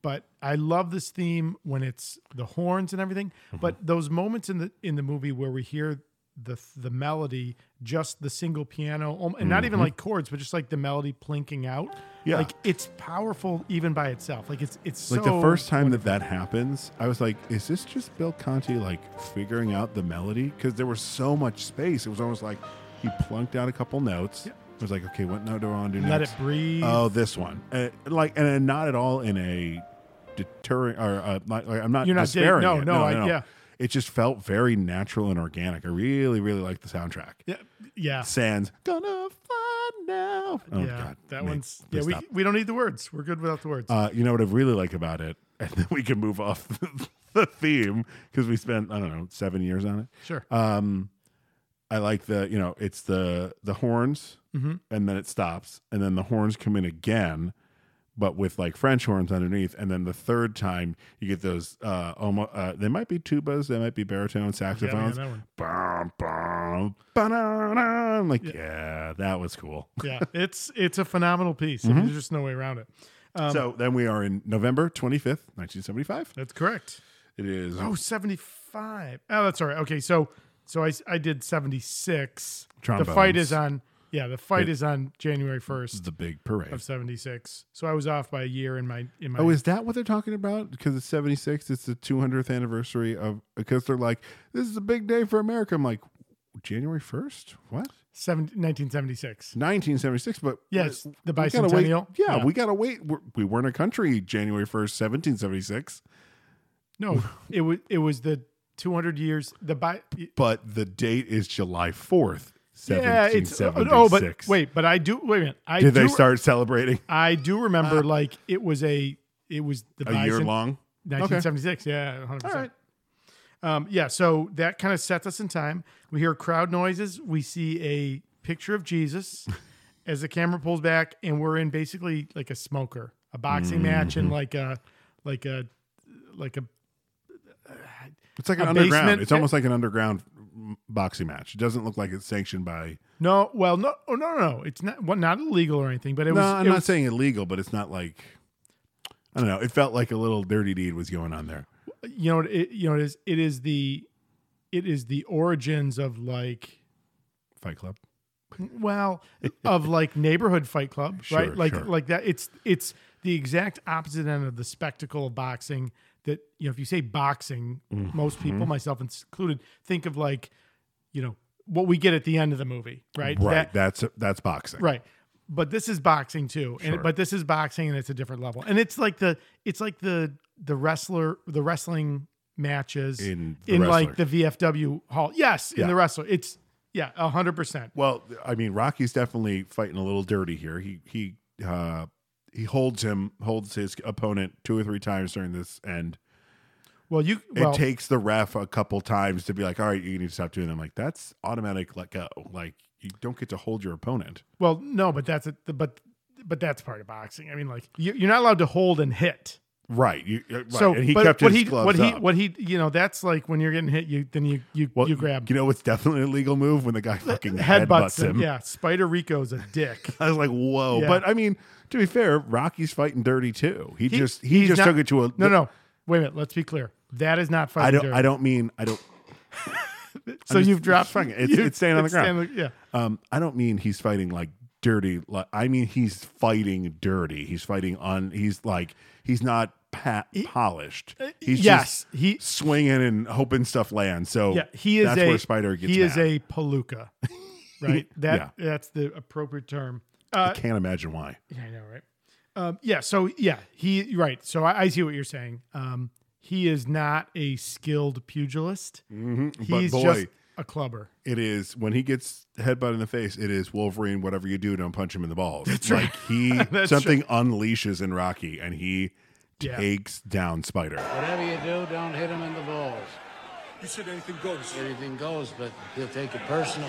E: but I love this theme when it's the horns and everything.
A: Mm-hmm.
E: But those moments in the in the movie where we hear the the melody, just the single piano, um, and not even like chords, but just like the melody plinking out.
A: Mm-hmm. Yeah.
E: like it's powerful even by itself. Like it's it's
A: Like
E: so-
A: the first time that that happens, I was like, "Is this just Bill Conti like figuring out the melody?" Because there was so much space. It was almost like he plunked out a couple notes. It was like, "Okay, what note do I want to do
E: Let
A: next?"
E: It Breathe.
A: Oh, this one. Uh, like, and, and not at all in a deterring or uh, not, like, I'm not.
E: You're not dig-
A: despairing.
E: no,
A: it.
E: no, I- yeah.
A: It just felt very natural and organic. I really, really like the soundtrack.
E: yeah, yeah.
A: Sans gonna fly now. Oh
E: yeah,
A: God,
E: that
A: Nate,
E: one's yeah.
A: please
E: We,
A: stop.
E: we don't need the words. We're good without the words.
A: Uh, you know what I really like about it, and then we can move off the theme because we spent I don't know seven years on it.
E: sure.
A: Um, I like the you know it's the the horns
E: Mm-hmm.
A: and then it stops and then the horns come in again, but with like French horns underneath and then the third time you get those uh almost uh, they might be tubas they might be baritone saxophones.
E: that one.
A: Bum, bum, ba-da-da. I'm like yeah. that was cool.
E: yeah, it's it's a phenomenal piece.
A: Mm-hmm.
E: There's just no way around it.
A: so then we are in November twenty fifth, nineteen seventy five.
E: That's correct.
A: It is
E: Oh, 75. Oh, that's all right. Okay, so so I I did 76. The fight
A: Trombones.
E: is on Yeah, the fight is on January 1st
A: the big parade.
E: of 76. So I was off by a year in my in my
A: Oh, is that what they're talking about? Because it's 76, it's the 200th anniversary of, because they're like, this is a big day for America. I'm like, January 1st? What?
E: 70 1976.
A: 1976, but.
E: Yeah, it's
A: we-
E: the
A: we gotta wait-
E: bicentennial.
A: Yeah,
E: Yeah.
A: we got to wait. We're, we weren't a country January 1st, 1776,
E: No, it was it was the 200 years the by
A: but the date is July 4th, 1776.
E: Yeah, it's oh, but wait, but I do wait a minute. I
A: Did they
E: do-
A: start celebrating
E: I do remember like it was a it was the
A: a year
E: bicent-
A: long?
E: 1976. Yeah, 100%.
A: All right.
E: Um, yeah, so that kind of sets us in time. We hear crowd noises. We see a picture of Jesus as the camera pulls back, and we're in basically like a smoker, a boxing match,
A: Mm-hmm.
E: and like a like a like a
A: It's like
E: A
A: an underground.
E: basement-
A: It's almost like an underground boxing match. It doesn't look like it's sanctioned by
E: no. Well, no, oh, no, no, no. It's not well, not illegal or anything, but it
A: no,
E: was.
A: I'm
E: it
A: not
E: was-
A: saying illegal, but it's not like I don't know. It felt like a little dirty deed was going on there.
E: you know it, you know it is it is the it is the origins of like
A: Fight Club.
E: well of like neighborhood fight club
A: Sure,
E: right like
A: sure.
E: like that it's it's the exact opposite end of the spectacle of boxing that you know if you say boxing
A: Mm-hmm.
E: most people myself included think of like you know what we get at the end of the movie right
A: Right.
E: That-
A: that's that's boxing.
E: right but this is boxing too and but this is boxing and it's a different level and it's like the it's like the the wrestler the wrestling matches
A: In The
E: like
A: Wrestler.
E: the VFW hall yes
A: Yeah.
E: in the wrestler it's yeah 100%
A: Well, I mean, Rocky's definitely fighting a little dirty here. He he uh he holds him holds his opponent two or three times during this and
E: well you
A: it
E: well,
A: takes the ref a couple times to be like, all right, you need to stop doing that. I'm like, that's automatic let go. Like you don't get to hold your opponent.
E: Well, no, but that's a, but but that's part of boxing. I mean, like you, you're not allowed to hold and hit.
A: Right. You, uh, right.
E: So,
A: and he
E: but
A: kept
E: what
A: his
E: he
A: gloves
E: what he
A: up.
E: what he you know that's like when you're getting hit, you then you you
A: Well,
E: you grab
A: You know what's definitely an illegal move when the guy fucking
E: headbutts
A: headbutts him.
E: him. Yeah, Spider Rico's a dick.
A: I was like, whoa.
E: Yeah.
A: But I mean, to be fair, Rocky's fighting dirty too. He,
E: He-
A: just he
E: he's
A: just
E: not-
A: took it to a
E: no, no. Wait a minute. Let's be clear. That is not
A: I
E: fighting.
A: don't I don't mean I don't
E: So
A: just-
E: you've dropped.
A: fuck it. It's-
E: you-
A: it's staying on the ground.
E: yeah.
A: um I don't mean he's fighting like dirty like I mean he's fighting dirty. He's fighting on he's like he's not pat polished. He's
E: uh, yes,
A: just
E: he-
A: swinging and hoping stuff lands. So
E: Yeah, he is
A: that's
E: a
A: where Spider gets
E: He is
A: mad.
E: a palooka, right? That
A: Yeah.
E: that's the appropriate term. Uh,
A: I can't imagine why.
E: Yeah, I know, right? Um, yeah, so yeah, he right. So I, I see what you're saying. Um, he is not a skilled pugilist. He's
A: Mm-hmm. boy-
E: just a clubber.
A: it is when he gets headbutt in the face, it is Wolverine, whatever you do, don't punch him in the balls. like he something unleashes in Rocky and he
E: Yeah.
A: takes down Spider.
J: Whatever you do, don't hit him in the balls. You said anything goes. Anything goes, but he'll take it personal.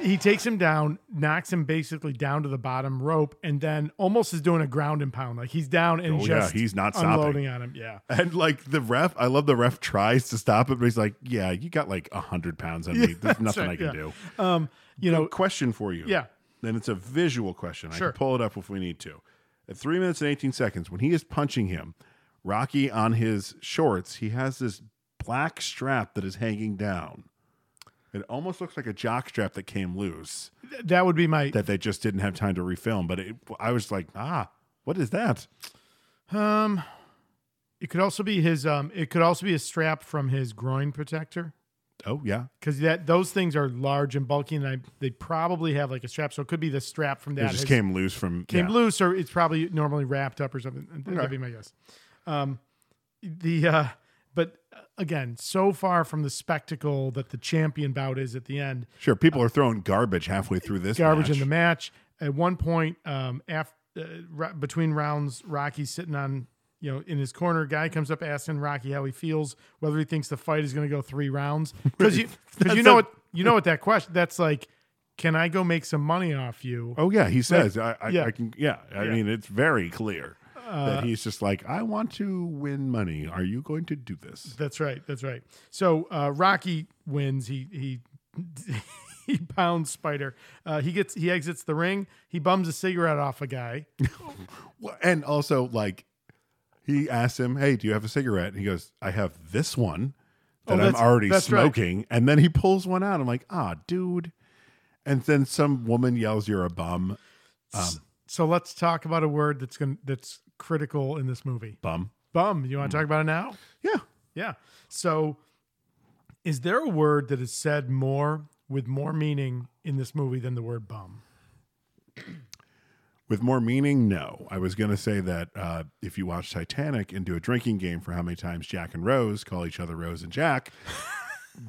E: he takes him down, knocks him basically down to the bottom rope, and then almost is doing a ground and pound. Like he's down and
A: Oh, yeah,
E: just
A: he's not stopping.
E: unloading on him. Yeah.
A: And like the ref, I love the ref tries to stop it, but he's like, "Yeah, you got like a hundred pounds on me. There's nothing I
E: right,
A: can
E: yeah.
A: do."
E: Um, you
A: Good
E: know,
A: question for you.
E: Yeah.
A: And it's a visual question. I
E: Sure.
A: can pull it up if we need to. At three minutes and 18 seconds, when he is punching him, Rocky on his shorts, he has this black strap that is hanging down. It almost looks like a jock strap that came loose
E: th- that would be my
A: that they just didn't have time to refilm. But it, I was like, ah, what is that?
E: um it could also be his um it could also be a strap from his groin protector.
A: Oh, yeah.
E: Because that those things are large and bulky, and I, they probably have like a strap, so it could be the strap from that
A: it just
E: has-
A: came loose from.
E: came
A: yeah.
E: loose, or it's probably normally wrapped up or something. That'd be my guess. Um, the uh, but uh, again, so far from the spectacle that the champion bout is at the end,
A: Sure. People are throwing garbage halfway through this.
E: garbage
A: match.
E: in the match. At one point, um, after uh, ro- between rounds, Rocky's sitting on you know in his corner. Guy comes up asking Rocky how he feels, whether he thinks the fight is going to go three rounds, because you because you know what you know what that question that's like. Can I go make some money off you?
A: Oh yeah, he says. I, I,
E: yeah. Uh,
A: I can. Yeah, I mean, it's very clear that he's just like, I want to win money. Are you going to do this?
E: That's right. That's right. So uh, Rocky wins. He he he pounds Spider. Uh, he gets he exits the ring. He bums a cigarette off a guy.
A: Well, and also, like, he asks him, "Hey, do you have a cigarette?" And he goes, "I have this one that I'm
E: Oh, that's-
A: already
E: that's right.
A: smoking." And then he pulls one out. I'm like, "Ah, dude." And then some woman yells, "You're a bum,
E: So let's talk about a word that's going that's critical in this movie.
A: bum."
E: Bum. You want to talk about it now?
A: Yeah,
E: Yeah. So is there a word that is said more with more meaning in this movie than the word bum?
A: With more meaning, no. I was going to say that uh, if you watch Titanic and do a drinking game for how many times Jack and Rose call each other Rose and Jack,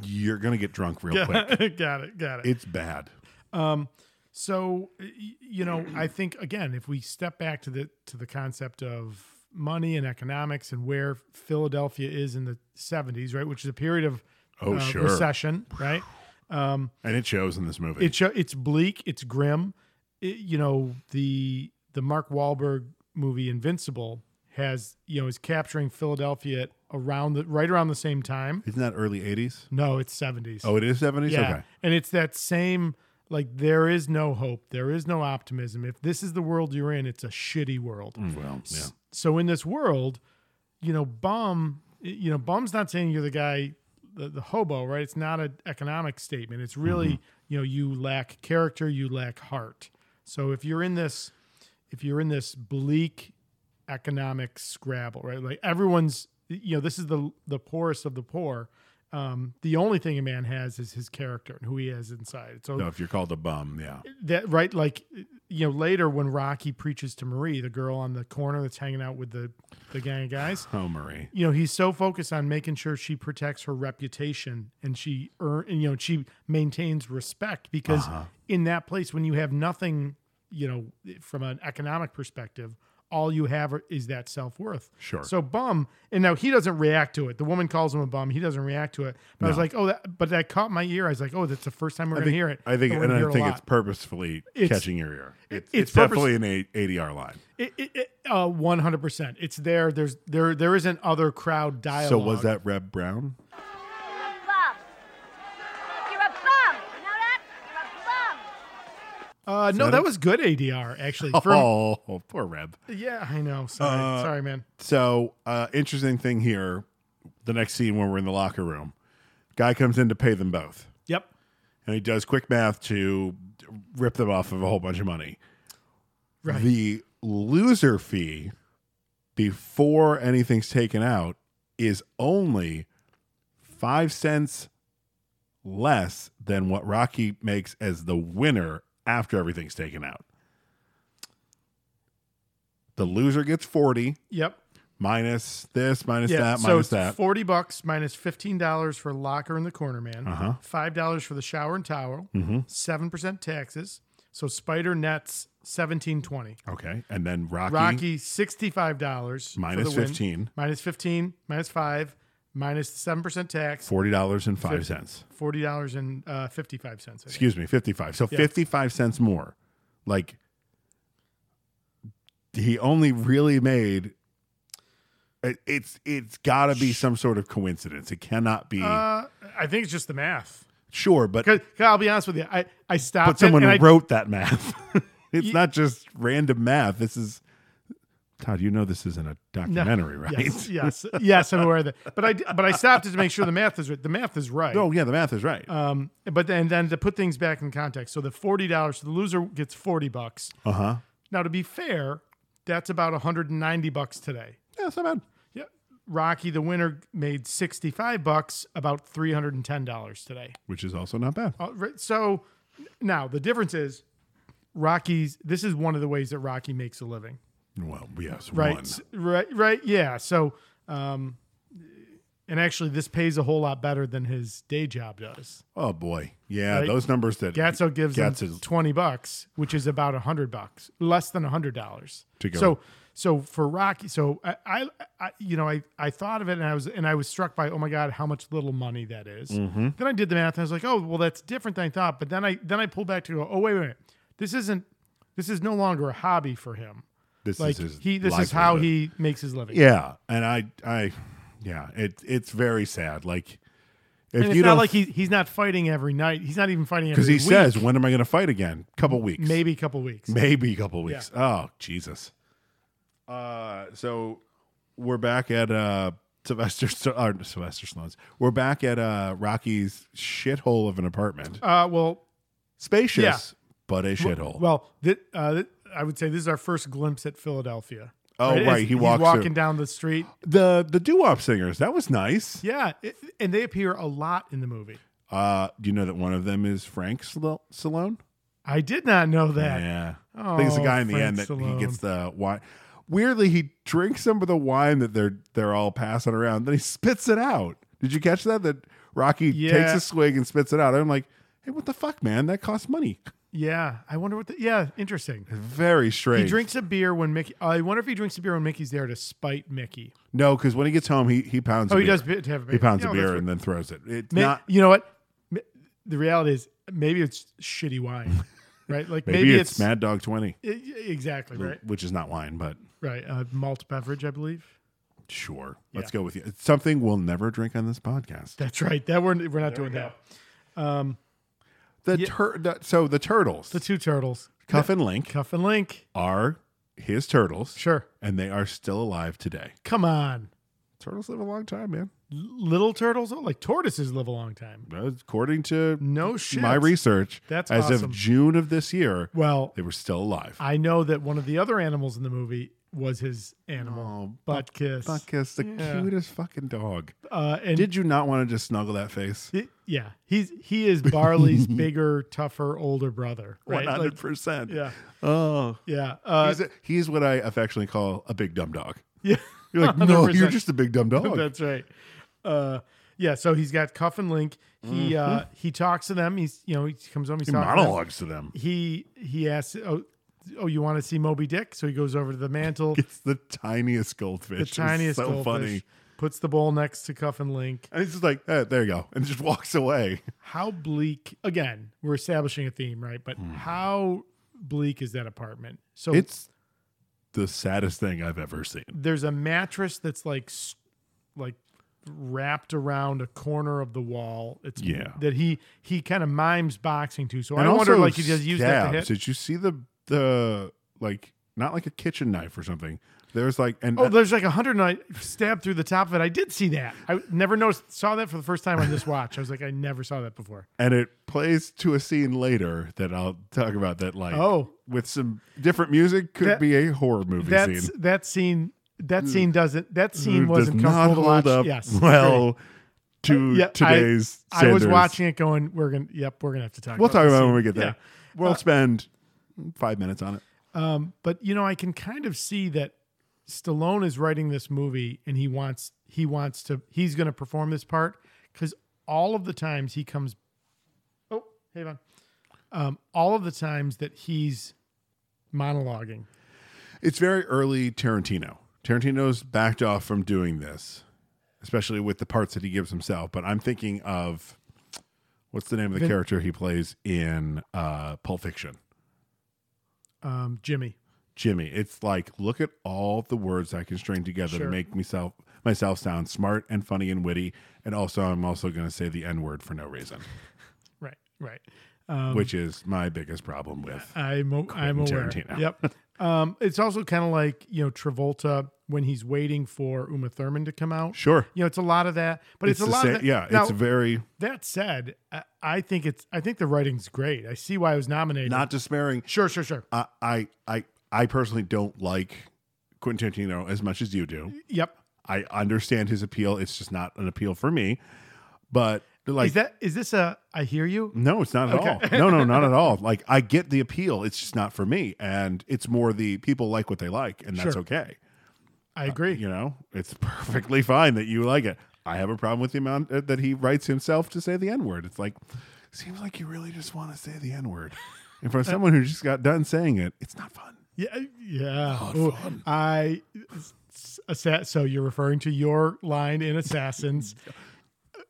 A: you're going to get drunk real quick.
E: got it. Got it.
A: It's bad.
E: So y- you know, I think again, if we step back to the to the concept of money and economics and where Philadelphia is in the '70s, right, which is a period of uh,
A: Oh, sure.
E: recession, right?
A: And it shows in this movie.
E: It show, it's bleak, it's grim. It- you know, the the Mark Wahlberg movie Invincible has you know is capturing Philadelphia at around the right around the same time.
A: Isn't that early 80s?
E: No, it's '70s.
A: Oh, it is 70s?
E: Yeah.
A: Okay.
E: And it's that same like there is no hope, there is no optimism. If this is the world you're in, it's a shitty world.
A: Mm. Well, yeah.
E: So in this world, you know, bum, you know, bum's not saying you're the guy the, the hobo, right? It's not an economic statement. It's really,
A: Mm-hmm.
E: you know, you lack character, you lack heart. So if you're in this if you're in this bleak economic scrabble, right? Like everyone's, you know, this is the the poorest of the poor. Um, the only thing a man has is his character and who he is inside. So
A: So if you're called a bum, yeah.
E: that right, like you know, later when Rocky preaches to Marie, the girl on the corner that's hanging out with the the gang of guys,
A: Oh, Marie.
E: you know, he's so focused on making sure she protects her reputation and she earn, and, you know, she maintains respect because
A: Uh-huh.
E: in that place when you have nothing, you know, from an economic perspective, all you have are- is that self worth.
A: Sure.
E: So bum, and now he doesn't react to it. The woman calls him a bum. He doesn't react to it. But I was like, oh, that, but that caught my ear. I was like, oh, that's the first time we're
A: I
E: gonna
A: think,
E: hear it.
A: I think,
E: But we're
A: and
E: gonna
A: I
E: hear it a
A: think
E: lot.
A: it's purposefully
E: It's-
A: catching your ear. It's,
E: it's
A: it's,
E: purpose-
A: definitely an A- ADR line.
E: It- it- it- uh, 100%. It's there. There's there there isn't other crowd dialogue.
A: So was that Reb Brown?
I: Bum. You're a bum. You know that? You're a bum.
E: Uh, no, that was good ADR actually. For,
A: Oh, poor Reb.
E: Yeah, I know. Sorry,
A: Uh,
E: sorry, man.
A: So, uh, interesting thing here. The next scene when we're in the locker room, guy comes in to pay them both,
E: Yep.
A: and he does quick math to rip them off of a whole bunch of money.
E: Right.
A: The loser fee before anything's taken out is only five cents less than what Rocky makes as the winner after everything's taken out. The loser gets 40
E: Yep.
A: minus this, minus
E: Yeah.
A: that,
E: so
A: minus
E: it's
A: that.
E: forty bucks minus fifteen dollars for locker in the corner man.
A: Uh-huh. Mm-hmm.
E: Five dollars for the shower and towel. 7 percent taxes. So spider nets seventeen twenty.
A: okay, and then Rocky,
E: Rocky sixty five dollars
A: Minus 15.
E: Minus fifteen. Minus five. minus the seven percent tax,
A: Forty dollars and five cents.
E: forty dollars and uh, fifty five cents.
A: Excuse me, fifty-five. So fifty-five cents more. Like he only really made. it- It's it's got to be some sort of coincidence. It cannot be
E: Uh, I think it's just the math.
A: sure, but
E: Because I'll be honest with you, I I stopped.
A: but someone
E: it and I-
A: wrote that math. it's
E: Ye-
A: not just random math. This is Todd. You know this isn't a documentary, right?
E: Yes, yes, yes, I'm aware of that. But I but I stopped it to make sure the math is right. The math is right.
A: Oh yeah, the math is right.
E: Um, but then, then to put things back in context, so the forty dollars, the loser gets forty bucks.
A: Uh huh.
E: Now, to be fair, that's about hundred and ninety bucks today.
A: Yeah, it's not bad.
E: Yeah, Rocky, the winner, made sixty five bucks, about three hundred and ten dollars today.
A: Which is also not bad.
E: Uh, right, so now the difference is, Rocky's. This is one of the ways that Rocky makes a living.
A: Well, yes,
E: right
A: one.
E: s- right right yeah so um and actually this pays a whole lot better than his day job does
A: Oh boy, yeah,
E: Right.
A: those numbers that
E: gatso gives him
A: Gatso's-
E: 20 bucks which is about 100 bucks less than 100 dollars
A: To go.
E: so so for rocky so I, I i you know i i thought of it and i was and i was struck by oh my god how much little money that is.
A: Mm-hmm.
E: then i did the math and i was like oh well that's different than i thought but then i then i pulled back to go oh wait wait, wait. this isn't this is no longer a hobby for him
A: this
E: like
A: is his
E: he this is how
A: livelihood.
E: he makes his living
A: Yeah, and I, I, yeah, it it's very sad. Like if
E: And
A: you
E: it's not
A: don't,
E: like he, he's not fighting every night. He's not even fighting every
A: because he
E: week.
A: says, when am I going to fight again? Couple weeks,
E: maybe a couple weeks.
A: maybe a couple weeks. Oh Jesus. Uh, so we're back at uh Sylvester or Sylvester Stallone's. We're back at uh Rocky's shithole of an apartment,
E: Uh, well,
A: spacious
E: yeah.
A: but a shithole.
E: well, th- uh, th- I would say this is our first glimpse at Philadelphia.
A: Oh,
E: As
A: right, he walks
E: he's walking
A: through.
E: down the street.
A: the the doo wop singers that was nice.
E: Yeah, it- and they appear a lot in the movie.
A: Uh, do you know that one of them is Frank Slo- Stallone?
E: I did not know that.
A: Yeah. I think it's the
E: Oh,
A: guy in the
E: Frank
A: end that
E: Stallone.
A: he gets the wine. Weirdly, he drinks some of the wine that they're they're all passing around. Then he spits it out. Did you catch that? That Rocky
E: Yeah.
A: takes a swig and spits it out. I'm like, hey, what the fuck, man? That costs money.
E: Yeah, I wonder what. The, yeah, interesting.
A: Very strange.
E: He drinks a beer when Mickey. uh, I wonder if he drinks a beer when Mickey's there to spite Mickey.
A: no because when he gets home, he he pounds.
E: Oh,
A: a
E: he
A: beer.
E: does be- to have a
A: He
E: beer.
A: pounds
E: Yeah,
A: a
E: that's
A: beer
E: right.
A: and then throws it. It's
E: Ma-
A: not.
E: you know what? Ma- The reality is maybe it's shitty wine, right? Like
A: Maybe,
E: maybe,
A: it's, Mad Dog Twenty,
E: I- I- E, exactly right.
A: which is not wine, but
E: Right, uh, malt beverage, I believe.
A: sure. Let's go with you. It's something we'll never drink on this podcast.
E: That's right. That we're we're not doing that.
A: The, tur- the so the turtles,
E: The two turtles,
A: Cuff and Link,
E: Cuff and Link.
A: are his turtles.
E: Sure,
A: and they are still alive today.
E: come on,
A: Turtles live a long time, man.
E: little turtles. Oh, like tortoises live a long time.
A: According to
E: No shit.
A: my research,
E: That's
A: as
E: awesome.
A: of June of this year,
E: Well,
A: they were still alive.
E: I know that one of the other animals in the movie was his animal,
A: Oh,
E: butt kiss.
A: Buckus, the
E: Yeah.
A: cutest fucking dog.
E: Uh, and
A: Did you not want to just snuggle that face?
E: It- yeah, he's he is Barley's bigger, tougher, older brother. Right?
A: One
E: Like,
A: hundred percent.
E: yeah,
A: Oh,
E: yeah, uh,
A: he's, a- he's what I affectionately call a big dumb dog.
E: yeah.
A: You're like, no, you are
E: 100%.
A: just a big dumb dog.
E: That's right. Uh, yeah, so he's got Cuff and Link. He uh, he talks to them. He's you know he comes home. He's
A: Mm-hmm. he
E: talking to them.
A: monologues to them.
E: He he asks, oh, oh, you want to see Moby Dick? So he goes over to the mantle.
A: It's the tiniest goldfish.
E: the
A: It's
E: tiniest
A: so
E: goldfish
A: funny.
E: puts the bowl next to Cuff and Link.
A: And he's just like, eh, there you go, and just walks away.
E: How bleak? Again, we're establishing a theme, right? But how bleak is that apartment? So
A: Hmm. It's the saddest thing I've ever seen.
E: there's a mattress that's like s- like wrapped around a corner of the wall. It's
A: Yeah.
E: that he he kind of mimes boxing to. So I wonder like he does use that to
A: stabs.
E: hit.
A: Did you see the the like not like a kitchen knife or something? There's like and
E: Oh, there's like a hundred and I stabbed through the top of it. I did see that. I never noticed saw that for the first time on this watch. I was like, I never saw that before.
A: and it plays to a scene later that I'll talk about that like
E: Oh.
A: with some different music could
E: That-
A: be a horror movie
E: That's
A: scene.
E: that scene that scene doesn't that
A: It
E: scene
A: does
E: wasn't comfortable to watch. Yes.
A: well to
E: great. Uh, Yeah, I-
A: today's
E: I, was
A: standards.
E: watching it going, we're gonna yep, we're gonna have to talk
A: We'll
E: about
A: talk
E: this
A: about it when
E: scene.
A: we get there.
E: Yeah. Uh,
A: We'll spend five minutes on it.
E: Um, but you know, I can kind of see that Stallone is writing this movie and he wants he wants to he's going to perform this part because all of the times he comes, oh, hey on, um, all of the times that he's monologuing,
A: It's very early Tarantino. Tarantino's backed off from doing this. especially with the parts that he gives himself. But I'm thinking of what's the name of the character he plays in uh, Pulp Fiction?
E: Um, Jimmy.
A: Jimmy. It's like look at all the words I can string together to make myself myself sound smart and funny and witty, and also I'm also going to say the N word for no reason,
E: Right, right. Um,
A: which is my biggest problem with.
E: I'm o- I'm aware.
A: Tarantino.
E: Yep. Um, it's also kind of like you know Travolta when he's waiting for Uma Thurman to come out.
A: Sure.
E: You know, it's a lot of that, but it's,
A: the
E: a lot.
A: same,
E: of that.
A: yeah,
E: Now,
A: it's very
E: that said, I, I think it's I think the writing's great. I see why I was nominated.
A: not despairing.
E: sure, sure, sure.
A: I I I, I personally don't like Quentin Tarantino as much as you do.
E: Yep.
A: I understand his appeal. It's just not an appeal for me. But like
E: is that is this a I hear you?
A: No, it's not at all. No, no, not at all. Like I get the appeal. It's just not for me. And it's more the people like what they like, and that's
E: Sure.
A: okay.
E: I agree.
A: You know, it's perfectly fine that you like it. I have a problem with the amount uh, that he writes himself to say the N word. It's like, seems like you really just want to say the N word. And for someone who just got done saying it, it's not fun.
E: Yeah, yeah.
A: Oh,
E: Ooh, I s- assa- so you're referring to your line in Assassins.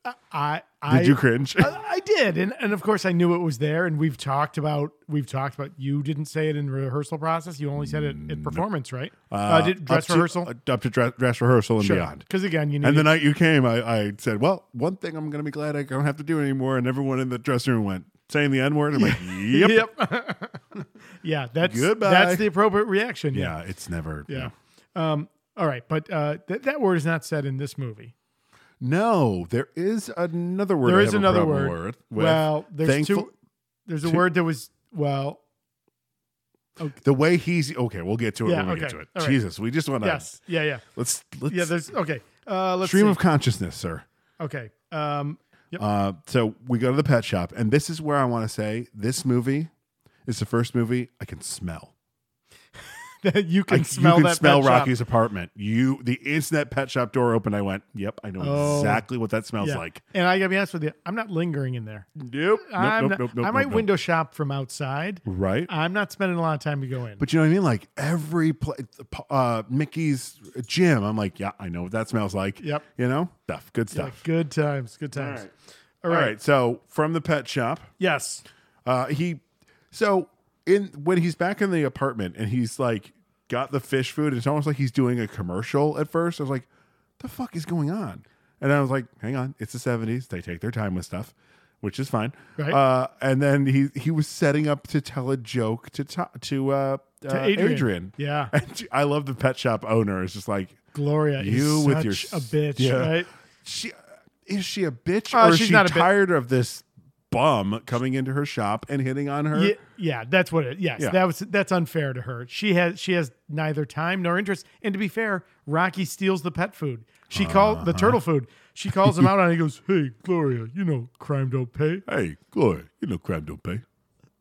E: Uh, I, I
A: Did you cringe?
E: I, I did, and and of course I knew it was there. And we've talked about we've talked about you didn't say it in rehearsal process. You only said it in performance, right? Uh, did dress
A: Mm, up to-
E: rehearsal
A: uh, up to dress, dress rehearsal and beyond.
E: Because again, you need
A: And the night you came, I, I said, "Well, one thing I'm going to be glad I don't have to do anymore." And everyone in the dressing room went saying the N word. I'm like, "Yep,
E: yeah. That's
A: Goodbye.
E: That's the appropriate reaction.
A: yeah, it's never."
E: yeah. Um. All right, but uh, th- that word is not said in this movie.
A: No, there is another word.
E: There
A: I
E: is
A: have a
E: another
A: problem
E: word.
A: with.
E: Well, there's
A: Thankful-
E: two. There's a word that was well.
A: The way he's okay, we'll get to it
E: Yeah,
A: when we get
E: okay.
A: to it.
E: All right.
A: Jesus, we just want to
E: Yes. Yeah. Yeah.
A: let's let's
E: Yeah. There's okay. Uh, let's
A: stream
E: see.
A: of consciousness, sir.
E: okay. Um. Yep.
A: Uh, so we go to the pet shop, and this is where I want to say this movie is the first movie I can smell.
E: you
A: I,
E: can smell
A: you can
E: that.
A: smell
E: pet shop.
A: Rocky's apartment. You the instant that pet shop door opened, I went, "Yep, I know
E: Oh.
A: exactly what that smells
E: Yeah.
A: like."
E: And I gotta be honest with you, I'm not lingering in there.
A: Nope,
E: I'm
A: nope,
E: not-
A: nope, nope,
E: I
A: nope,
E: might
A: nope.
E: window shop from outside.
A: Right,
E: I'm not spending a lot of time to go in.
A: but you know what I mean. Like every pla uh, Mickey's gym, I'm like, "Yeah, I know what that smells like."
E: Yep.
A: you know stuff, good
E: Yeah,
A: stuff.
E: good times, good times. All right.
A: All right, so from the pet shop,
E: Yes.
A: Uh, he so in when he's back in the apartment and he's like got the fish food. It's almost like he's doing a commercial at first. I was like, the fuck is going on? And I was like, hang on, it's the seventies. They take their time with stuff, which is fine.
E: Right.
A: Uh, and then he he was setting up to tell a joke to to, to, uh, uh,
E: Adrian. Yeah.
A: Yeah. And I love the pet shop owner. It's just like
E: Gloria
A: You
E: is
A: with
E: such
A: your
E: a
A: s-
E: bitch,
A: yeah.
E: right?
A: she is she a bitch
E: Uh,
A: or is
E: she's
A: she
E: not a bi-
A: tired of this bum coming into her shop and hitting on her?
E: Yeah, yeah, that's what it. Yes,
A: Yeah.
E: that was that's unfair to her. She has she has neither time nor interest. And to be fair, Rocky steals the pet food. She called
A: Uh-huh.
E: the turtle food. She calls him out on. it. He goes, "Hey, Gloria, you know crime don't pay."
A: Hey, Gloria, you know crab don't pay.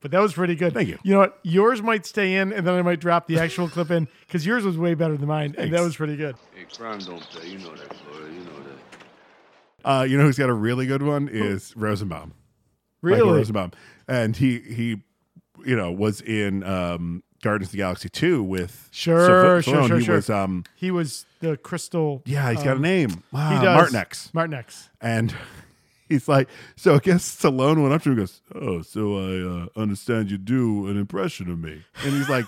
E: But that was pretty good.
A: Thank you.
E: You know what? Yours might stay in, and then I might drop the actual clip in because yours was way better than mine, and that was pretty good.
J: Hey, crime don't pay. You know that, Gloria. You know that.
A: Uh, you know who's got a really good one is Rosenbaum. Michael
E: Really?
A: Rosenbaum. And he he you know was in um Guardians of the Galaxy 2 with
E: Sure,
A: Sylve-
E: sure,
A: Stallone.
E: sure,
A: He
E: sure.
A: was um
E: He was the crystal.
A: yeah, he's got a
E: um,
A: name.
E: He
A: Wow,
E: does.
A: Martinex.
E: Martinex.
A: And he's like, so I guess Stallone went up to him and goes, Oh, so I uh, understand you do an impression of me. And he's like,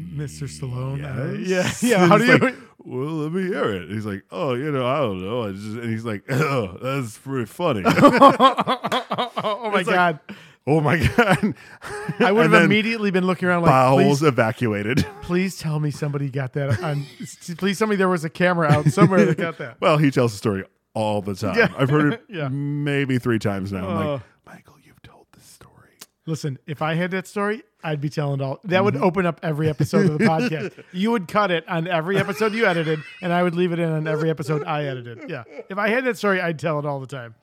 E: Mr. Stallone. uh,
A: Yes.
E: Yeah. Yeah.
A: And
E: How do
A: he's
E: you?
A: like, well, let me hear it. And he's like, oh, you know, I don't know. I just, and he's like, oh, that's pretty funny.
E: oh my God.
A: oh my god!
E: I would
A: And
E: have
A: then
E: immediately been looking around like,
A: bowels
E: please,
A: evacuated.
E: please tell me somebody got that on. please tell me there was a camera out somewhere that got that.
A: Well, he tells the story all the time.
E: Yeah.
A: I've heard it
E: Yeah.
A: maybe three times now. I'm like,
E: Oh.
A: Michael, you've told this story.
E: Listen, if I had that story, I'd be telling all. That
A: Mm-hmm.
E: would open up every episode of the podcast. You would cut it on every episode you edited, and I would leave it in on every episode I edited. Yeah. If I had that story, I'd tell it all the time.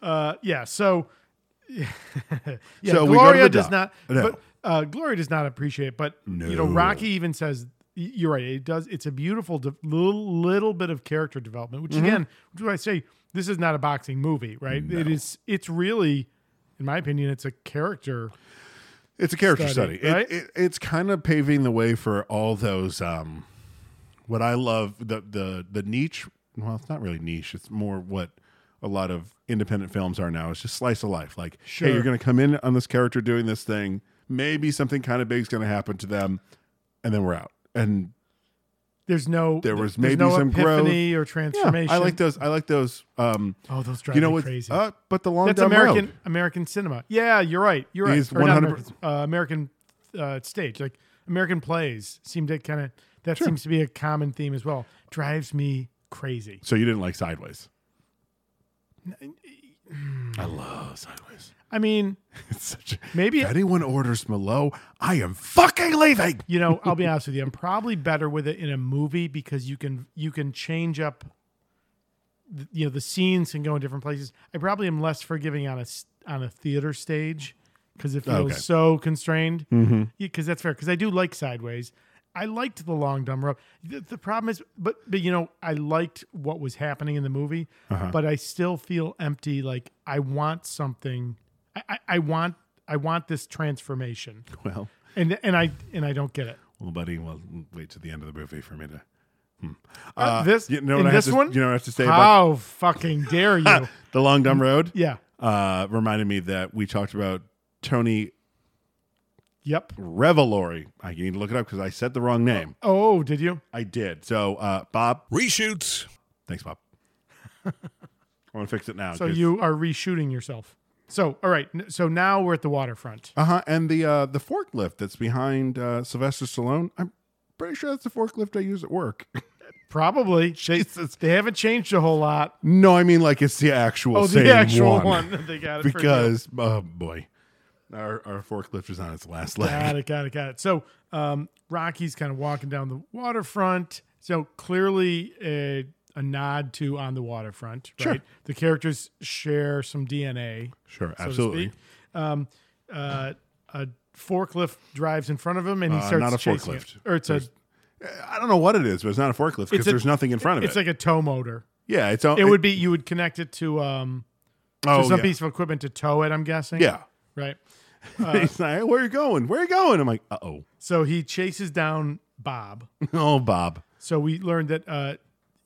E: Uh, yeah. So, yeah.
A: Mm-hmm. So we go to
E: Gloria
A: the
E: does
A: doc.
E: not.
A: No.
E: But uh, Gloria does not appreciate it. But you know,
A: No.
E: Rocky even says. y- You're right. It does. It's a beautiful de- little, little bit of character development, which
A: Mm-hmm.
E: again, which is why I say this is not a boxing movie, right? It is. It's really in my opinion, it's a character.
A: It's a character
E: Study,
A: study.
E: right?
A: It, it, it's kind of paving the way for all those. Um, what I love the the the niche well, it's not really niche. It's more what a lot of independent films are now. It's just slice of life. Like, hey, you're going to come in on this character doing this thing. Maybe something kind of big's going to happen to them, and then we're out. And
E: There's no
A: there was
E: there's
A: maybe
E: no
A: some
E: epiphany
A: growth
E: or transformation.
A: Yeah, I like those. I like those. Um,
E: Oh, those drive
A: you know
E: me
A: what?
E: crazy.
A: Uh, but the long
E: That's
A: dumb
E: American
A: road.
E: American cinema. Yeah, you're right. You're
A: These
E: right. Or not
A: 100%
E: American, uh, American uh, stage, like American plays, seem to kind of that seems to be a common theme as well. Drives me crazy.
A: So you didn't like Sideways.
E: mm.
A: I love Sideways.
E: I mean,
A: It's such a,
E: maybe
A: if anyone orders Malo, I am fucking leaving.
E: you know i'll be honest with you i'm probably better with it in a movie because you can you can change up th- you know the scenes can go in different places i probably am less forgiving on a s- on a theater stage because it feels
A: Okay.
E: so constrained because that's fair because i do like sideways i liked the long dumb road the, the problem is but but you know i liked what was happening in the movie but i still feel empty like i want something I, I, I want i want this transformation
A: Well,
E: and and i and i don't get it
A: well, buddy, well, wait to the end of the movie for me to. hmm.
E: Uh, this
A: you know what
E: in
A: I have
E: this
A: to-
E: one.
A: you know what I have to say about-
E: How fucking dare you?
A: the long dumb road.
E: yeah.
A: Uh, reminded me that we talked about Tony
E: Yep.
A: Revelori. I need to look it up because I said the wrong name.
E: Oh, did you?
A: I did. So, uh, Bob,
F: Reshoots.
A: thanks, Bob. I want to fix it now.
E: So you are reshooting yourself. So all right. n- So now we're at the waterfront.
A: Uh huh. And the uh, the forklift that's behind uh, Sylvester Stallone. I'm pretty sure that's the forklift I use at work.
E: Probably. They, they haven't changed a whole lot.
A: no, I mean like it's the actual.
E: Oh,
A: same
E: the actual one. they got it for you.
A: because oh boy, our our forklift is on its last leg.
E: Got it, got it, got it. So um, Rocky's kind of walking down the waterfront. So clearly a, a nod to on the waterfront, right?
A: Sure.
E: The characters share some DNA.
A: Sure,
E: so to
A: absolutely.
E: speak. Um, uh, a forklift drives in front of him, and he
A: Uh,
E: starts
A: not a
E: chasing it.
A: forklift.
E: Or it's a
A: I don't know what it is, but it's not a forklift because
E: It's a-
A: there's nothing in front of
E: it's
A: it.
E: like a tow motor.
A: yeah, it's all,
E: It would be you would connect it to um to
A: oh,
E: some
A: yeah.
E: piece of equipment to tow it. I'm guessing.
A: Yeah.
E: Right. Uh,
A: He's like, "Hey, where you going? Where you going? I'm like, uh oh,
E: So he chases down Bob.
A: oh Bob,
E: So we learned that uh,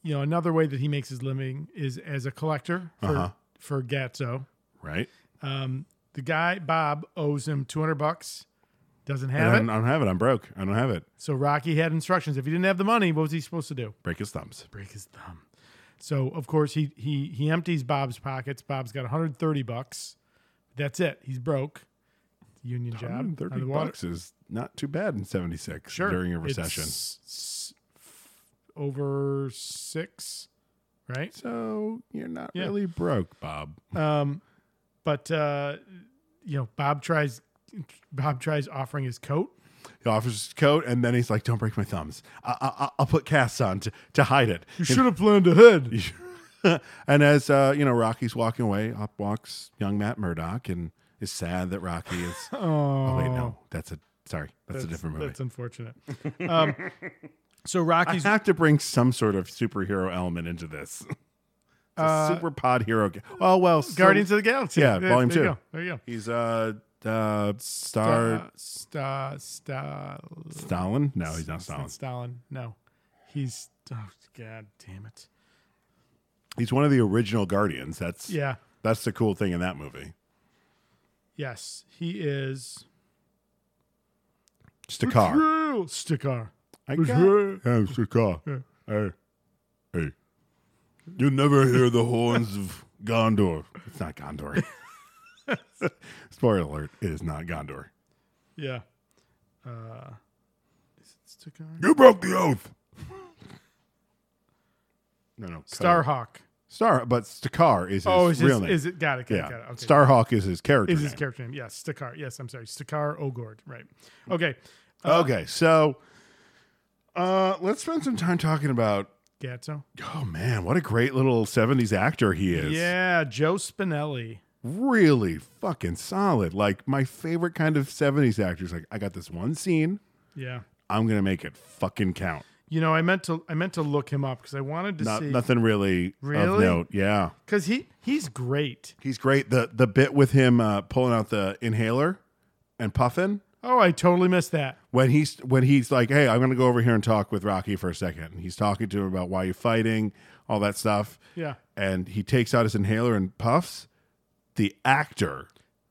E: you know another way that he makes his living is as a collector for
A: Uh-huh.
E: for Gatso.
A: right?
E: Um, the guy Bob owes him two hundred bucks. Doesn't
A: And
E: have
A: I
E: it.
A: don't, I don't have it. I'm broke. I don't have it.
E: So Rocky had instructions. If he didn't have the money, what was he supposed to do?
A: Break his thumbs.
E: Break his thumb. So of course he he he empties Bob's pockets. Bob's got 130 bucks. That's it. He's broke. Union job. on
A: 130
E: the water-
A: bucks is not too bad in 76
E: Sure.
A: during a recession.
E: It's s- over six, right?
A: So you're not
E: Yeah.
A: really broke, Bob.
E: Um, but uh, you know, Bob tries. Bob tries offering his coat.
A: He offers his coat and then he's like, don't break my thumbs. I, I, I- I'll put casts on to, to hide it.
E: You should have planned ahead.
A: and as uh, you know, Rocky's walking away, up walks young Matt Murdock and is sad that Rocky is. oh wait, no, that's a sorry, that's, a different movie.
E: That's unfortunate. Um, so Rocky's
A: I have to bring some sort of superhero element into this. It's a
E: Uh,
A: super pod hero. Ga- oh well, so-
E: Guardians of the Galaxy.
A: Yeah, volume
E: there you
A: two.
E: go. There you go.
A: He's uh, uh Star
E: Star, Star,
A: Stalin. No, Oh, he's not Stalin.
E: Stalin. No, he's. Oh, God damn it.
A: He's one of the original Guardians. That's
E: Yeah.
A: That's the cool thing in that movie.
E: Yes, he is.
A: Just a car.
E: Real Stickar.
A: I got, Yeah, it's a car. Hey, hey, you never hear the horns of Gondor. It's not Gondor. Spoiler alert: It is not Gondor.
E: Yeah. Uh, is it Stickar?
A: You broke the oath. No, no. Star
E: Starhawk.
A: Star, but Stakar is his
E: Oh, is,
A: Oh. real
E: his,
A: name.
E: is it? Got it. Got
A: yeah.
E: it. Got it. Okay.
A: Starhawk is his character.
E: is his
A: name.
E: character name? Yes, Stakar. Yes, I'm sorry, Stakar Ogord. Right. Okay. Oh.
A: okay, so uh, let's spend some time talking about.
E: Gatto.
A: Oh man, what a great little '70s actor he is.
E: Yeah, Joe Spinelli.
A: really fucking solid. Like my favorite kind of '70s actors. Like I got this one scene.
E: Yeah.
A: I'm gonna make it fucking count.
E: You know, I meant to I meant to look him up because I wanted to
A: Not
E: see
A: nothing really, of
E: Really?
A: note. Yeah,
E: because he he's great.
A: he's great. The the bit with him uh, pulling out the inhaler and puffing.
E: Oh, I totally missed that.
A: when he's when he's like, "Hey, I'm gonna go over here and talk with Rocky for a second. And he's talking to him about why you're fighting, all that stuff.
E: Yeah.
A: and he takes out his inhaler and puffs. The actor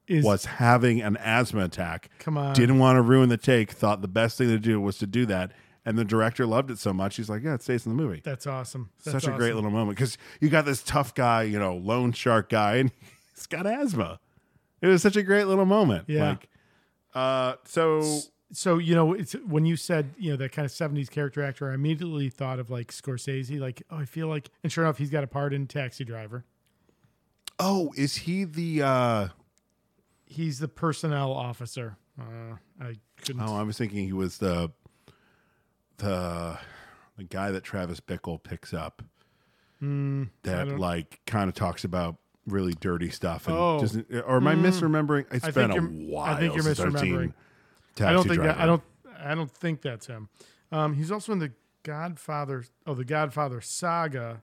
E: Is-
A: was having an asthma attack.
E: Come on.
A: didn't want to ruin the take. Thought the best thing to do was to do that. And the director loved it so much, he's like, "Yeah, it stays in the movie."
E: That's awesome. That's
A: Such a
E: awesome.
A: great little moment because you got this tough guy, you know, loan shark guy, and he's got asthma. It was such a great little moment.
E: Yeah.
A: Like, uh, so
E: so you know it's when you said you know that kind of 70s character actor i immediately thought of like scorsese like oh i feel like and sure enough he's got a part in taxi driver
A: Oh, is he the? uh
E: he's the personnel officer uh, i couldn't
A: Oh, I was thinking he was the the the guy that Travis Bickle picks up that
E: Hmm, don't-
A: like kind of talks about really dirty stuff and
E: Oh.
A: doesn't or am I misremembering? It's
E: I
A: been
E: think
A: a
E: you're-
A: while.
E: I think you're
A: since I've seen
E: misremembering.
A: Taxi
E: i don't think that
A: Driver.
E: i don't i don't think that's him um, he's also in the godfather oh the godfather saga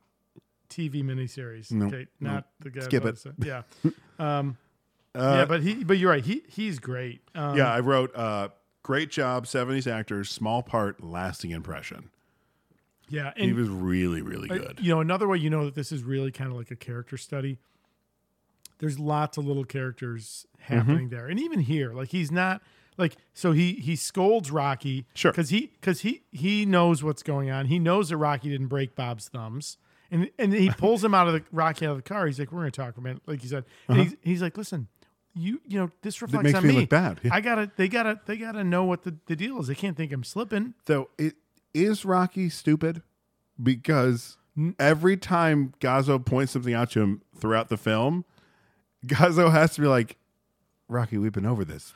E: tv miniseries
A: Nope,
E: okay not the godfather
A: Skip it. Uh,
E: Sa- yeah um, yeah but he but you're right he he's great um,
A: yeah, I wrote uh great job, seventies actors, small part, lasting impression.
E: yeah
A: he
E: and-
A: was really, really
E: Uh,
A: good.
E: You know, another way you know that this is really kind of like a character study. There's lots of little characters
A: Mm-hmm.
E: happening there, and even here, like he's not like so he he scolds Rocky,
A: Sure.
E: because he because he he knows what's going on. He knows that Rocky didn't break Bob's thumbs, and and he pulls him out of the Rocky out of the car. He's like, "We're gonna talk for a minute," like you said. And he's, he's like, "Listen." You you know this reflects
A: Uh-huh. makes
E: on
A: me look bad. Yeah.
E: I gotta they gotta they gotta know what the, the deal is. They can't think I'm slipping.
A: Though it is Rocky stupid because every time Gazzo points something out to him throughout the film, Gazzo has to be like, "Rocky, we've been over this.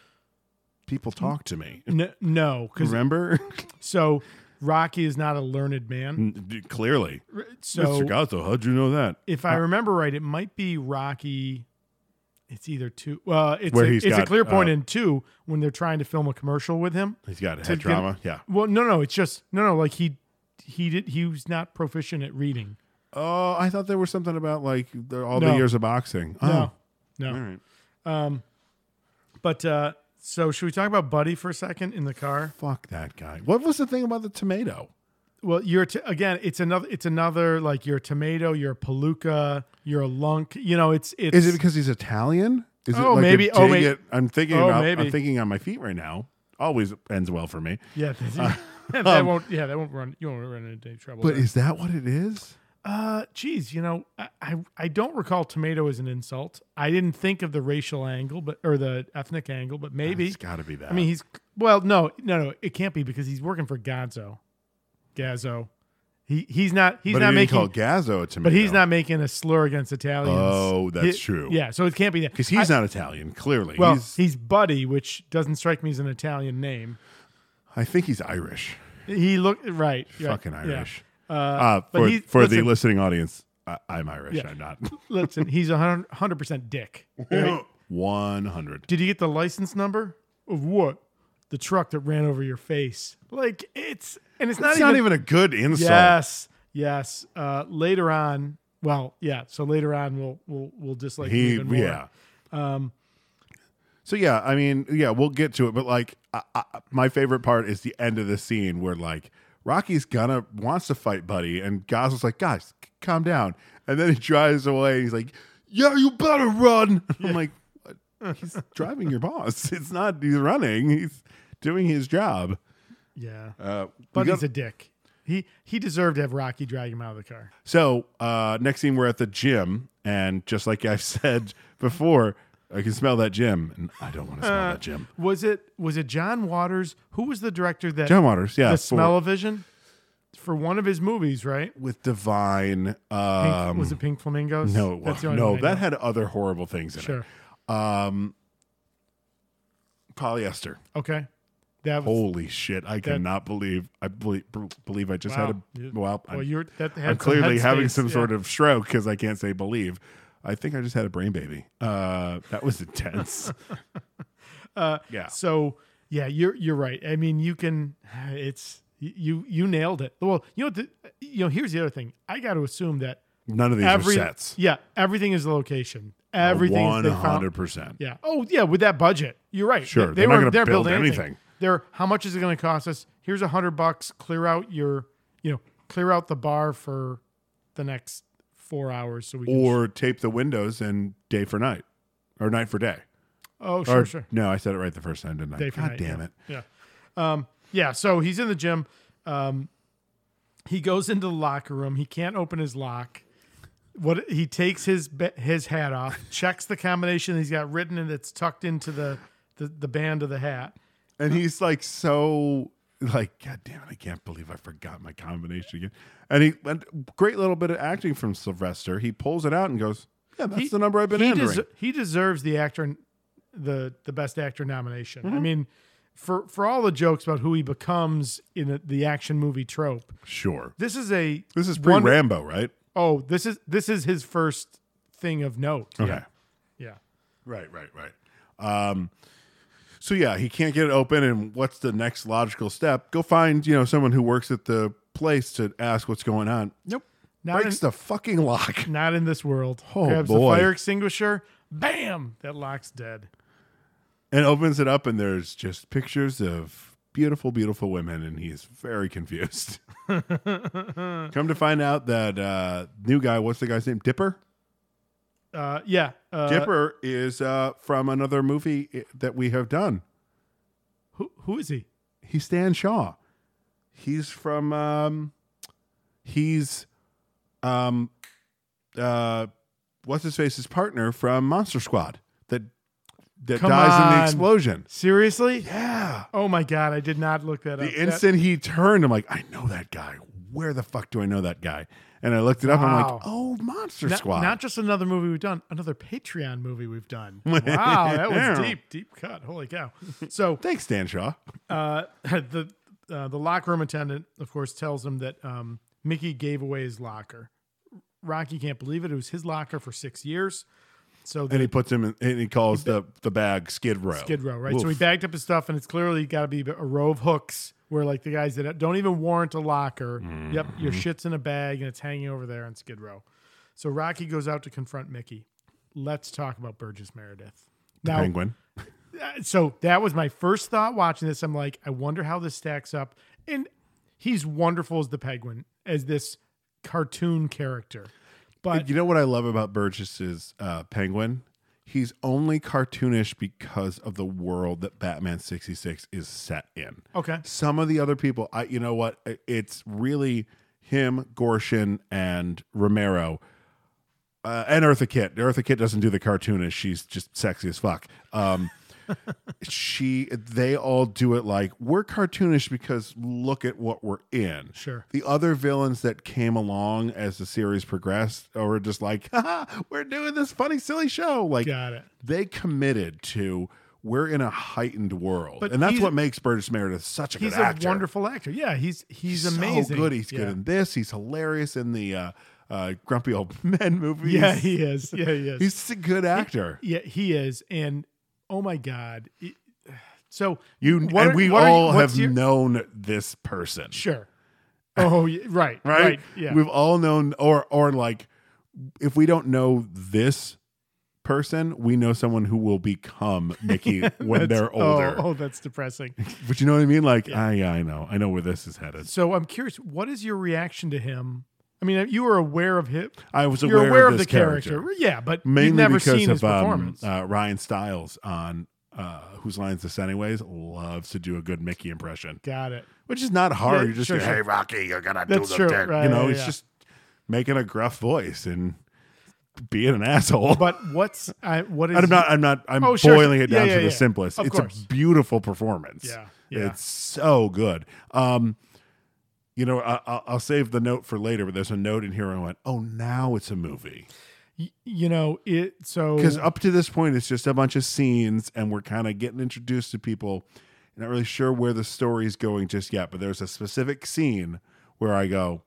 A: People talk to me.
E: No, no, because
A: Remember?
E: So Rocky is not a learned man.
A: Clearly,
E: So
A: Mr. Gazzo, how'd you know that?
E: if I remember right, it might be Rocky. It's either two. Uh, it's
A: Where
E: a,
A: he's
E: it's a
A: got,
E: clear point
A: uh,
E: in two when they're trying to film a commercial with him.
A: He's got a
E: to
A: head
E: get-
A: trauma. Yeah.
E: Well, no, no, it's just no, no. Like he he did he was not proficient at reading.
A: Oh, I thought there was something about like the, all the
E: No.
A: years of boxing. Oh,
E: No, no.
A: all right.
E: But uh, so should we talk about Buddy for a second in the car?
A: Fuck that guy. What was the thing about the tomato?
E: Well, you're t- again. It's another. It's another like you're a tomato. You're a palooka. You're a lunk. You know. It's it's.
A: Is it because he's Italian? Is
E: Oh,
A: it a
E: maybe. Oh,
A: dig
E: wait.
A: at- I'm thinking
E: Oh,
A: about.
E: maybe.
A: I'm thinking on my feet right now. Always ends well for me.
E: yeah. that- that won't. Yeah, that won't run. You won't run into any trouble.
A: Uh, um, But
E: there.
A: is that what it is?
E: Uh, geez, you know, I, I I don't recall tomato as an insult. I didn't think of the racial angle, but or the ethnic angle, but maybe
A: It's got to be that.
E: I mean, he's well, no, no, no, it can't be because he's working for Gazzo. Gazzo, he he's not he's
A: but
E: not
A: he didn't
E: making,
A: call Gazzo a tomato.
E: but he's not making a slur against Italians.
A: Oh, that's
E: He-
A: true.
E: Yeah, so it can't be that
A: because he's
E: I-
A: not Italian. Clearly,
E: Well,
A: he's,
E: he's Buddy, which doesn't strike me as an Italian name.
A: I think he's Irish.
E: He look right, right,
A: Fucking
E: yeah.
A: Irish.
E: Uh,
A: Uh,
E: but
A: for
E: he-
A: for the
E: listen-
A: listening audience, I, I'm Irish.
E: Yeah.
A: I'm not.
E: Listen, he's a hundred percent dick.
A: One hundred.
E: Did you get the license number of what? The truck that ran over your face. Like it's and it's not
A: That's
E: even,
A: not even a good insult.
E: yes, yes. Uh, later on, well, yeah. So later on, we'll we'll we'll dislike him
A: he
E: even more.
A: yeah Um, so yeah i mean yeah we'll get to it but like I, I, my favorite part is the end of the scene where like rocky's gonna wants to fight buddy and Goslin's like guys c- calm down and then he drives away and he's like yeah you better run i'm like "What? he's driving your boss it's not he's running he's doing his job
E: yeah.
A: uh, we
E: but
A: got-
E: he's a dick. He he deserved to have Rocky drag him out of the car.
A: So uh, next scene, we're at the gym, and just like I've said before, I can smell that gym, and I don't want to smell that gym.
E: Was it was it John Waters? Who was the director that
A: John Waters, yeah,
E: the
A: for-
E: smell of vision for one of his movies? Right?
A: with Divine.
E: Pink,
A: Um,
E: was it Pink Flamingos?
A: no,
E: That's the only
A: no,
E: one I
A: that
E: know.
A: had other horrible things in
E: sure.
A: it. Um, polyester.
E: Okay, that was
A: Holy shit! I cannot believe I believe, believe I just
E: Wow.
A: had
E: You-
A: a well.
E: well,
A: I'm,
E: you're that had
A: I'm
E: some
A: clearly having
E: headspace,
A: some
E: yeah.
A: sort of stroke because I can't say believe. I think I just had a brain baby. Uh, that was intense. uh, yeah.
E: So yeah, you're you're right. I mean, you can. It's you you nailed it. Well, you know what the, you know. Here's the other thing. I got to assume that
A: None of these
E: every
A: are sets.
E: yeah everything is the location. Everything is
A: One
E: they found-
A: hundred percent.
E: Yeah. Oh yeah, with that budget, you're right.
A: Sure,
E: They,
A: they're
E: were
A: not gonna
E: they're
A: build
E: building
A: anything.
E: There, how much is it going to cost us? Here's a hundred bucks. Clear out your, you know, clear out the bar for the next four hours so we can.
A: or tape the windows and day for night or night for day.
E: oh, sure,
A: Or-
E: sure.
A: No, I said it right the first time, didn't I?
E: Day for
A: God
E: night,
A: damn
E: yeah.
A: it.
E: Yeah. Um, yeah. So he's in the gym. Um, he goes into the locker room. He can't open his lock. What he takes his ba- his hat off, checks the combination he's got written, and it's tucked into the the, the band of the hat.
A: And he's like so like, God damn it, I can't believe I forgot my combination again. And he and great little bit of acting from Sylvester. He pulls it out and goes, Yeah, that's
E: He-
A: the number I've been
E: he,
A: entering.
E: des- he deserves the actor, the the best actor nomination.
A: Mm-hmm.
E: I mean, for for all the jokes about who he becomes in a, the action movie trope,
A: sure.
E: this is a
A: This is pre
E: one-
A: Rambo, right?
E: Oh, this is this is his first thing of note.
A: Okay.
E: Yeah. Yeah.
A: Right, right, right. Um, so yeah, he can't get it open, and what's the next logical step? Go find you know someone who works at the place to ask what's going on. Nope,
E: Not
A: breaks
E: in,
A: the fucking lock.
E: not in this world.
A: Oh,
E: Grabs
A: boy.
E: the fire extinguisher. Bam! That lock's dead.
A: and opens it up and there's just pictures of beautiful beautiful women and he's very confused come to find out that uh new guy what's the guy's name dipper
E: Uh, yeah. Uh,
A: dipper is uh from another movie i- that we have done
E: Who, who is he?
A: he's stan shaw he's from um he's um uh what's his face's partner from monster squad that that
E: Come
A: dies in the
E: on.
A: explosion
E: Seriously?
A: yeah
E: Oh my god! I did not look that up.
A: The
E: That-
A: instant he turned, I'm like, I know that guy. Where the fuck do I know that guy? And I looked it up. I'm
E: Wow.
A: like, oh, Monster
E: not,
A: Squad.
E: not just another movie we've done, another Patreon movie we've done. Wow, that was
A: Yeah.
E: deep, deep cut. Holy cow! So
A: Thanks, Dan Shaw.
E: uh, the uh, the locker room attendant, of course, tells him that um, Mickey gave away his locker. Rocky can't believe it. It was his locker for six years. So
A: And he puts him in, and he calls the, the bag Skid Row.
E: Skid Row, right? So
A: Oh. Oof.
E: he bagged up his stuff, and it's clearly got to be a row of hooks where, like, the guys that don't even warrant a locker. Yep, your
A: Mm-hmm.
E: shit's in a bag and it's hanging over there on Skid Row. So Rocky goes out to confront Mickey. Let's talk about Burgess Meredith.
A: The
E: Now,
A: Penguin.
E: so that was my first thought watching this. I'm like, I wonder how this stacks up. And he's wonderful as the Penguin, as this cartoon character. But
A: you know what I love about Burgess's uh, Penguin? He's only cartoonish because of the world that Batman 66 is set in.
E: okay,
A: Some of the other people, I you know what? I- It's really him, Gorshin, and Romero, uh, and Eartha Kitt. Eartha Kitt doesn't do the cartoonish; she's just sexy as fuck. Um, she, they all do it like we're cartoonish because look at what we're in.
E: Sure.
A: The other villains that came along as the series progressed were just like, "Haha, we're doing this funny, silly show. Like,
E: got it.
A: they committed to we're in a heightened world,
E: But
A: and that's
E: he's-
A: what makes Burgess Meredith such a
E: He's
A: good
E: a
A: actor.
E: wonderful actor. Yeah, he's he's,
A: so
E: amazing.
A: good. He's good
E: Yeah.
A: in this. He's hilarious in the uh, uh, Grumpy Old Men movies.
E: Yeah, he is. Yeah, he is.
A: he's a good actor.
E: yeah, he is. And oh my god. It- so
A: you
E: what
A: and
E: are-
A: we
E: what are-
A: all
E: what's
A: have
E: your-
A: known this person,
E: sure. Oh, yeah, right,
A: right?
E: right, Yeah.
A: we've all known, or or like, if we don't know this person, we know someone who will become Mickey when
E: That's-
A: they're older.
E: Oh, oh, that's depressing.
A: But you know what I mean? Like, ah, yeah, I know, I know where this is headed.
E: So I'm curious, what is your reaction to him? I mean, you were aware of him.
A: I was
E: You're
A: aware,
E: aware
A: of,
E: of, the
A: this
E: character. yeah, but
A: mainly
E: you've never
A: because
E: seen
A: of
E: his
A: um,
E: performance.
A: uh, Ryan Stiles on uh, Whose Lines This Anyways loves to do a good Mickey impression,
E: Got it.
A: which is not hard.
E: Yeah,
A: you just
E: sure,
A: go,
E: sure.
A: hey Rocky, you're gonna
E: That's
A: do the
E: true,
A: thing."
E: right,
A: you know,
E: yeah,
A: he's
E: yeah.
A: just making a gruff voice and being an asshole.
E: But what's I, what is?
A: I'm not. I'm not. I'm
E: Oh, sure,
A: boiling
E: sure.
A: it down
E: Yeah,
A: to
E: yeah,
A: the
E: yeah.
A: simplest.
E: Of
A: it's
E: course.
A: a beautiful performance.
E: Yeah, yeah.
A: it's so good. Um, you know, I, I'll, I'll save the note for later. But there's a note in here. Where I went, oh, now it's a movie
E: y- you know it. So
A: because up to this point, it's just a bunch of scenes, and we're kind of getting introduced to people. Not really sure where the story's going just yet, but there's a specific scene where I go,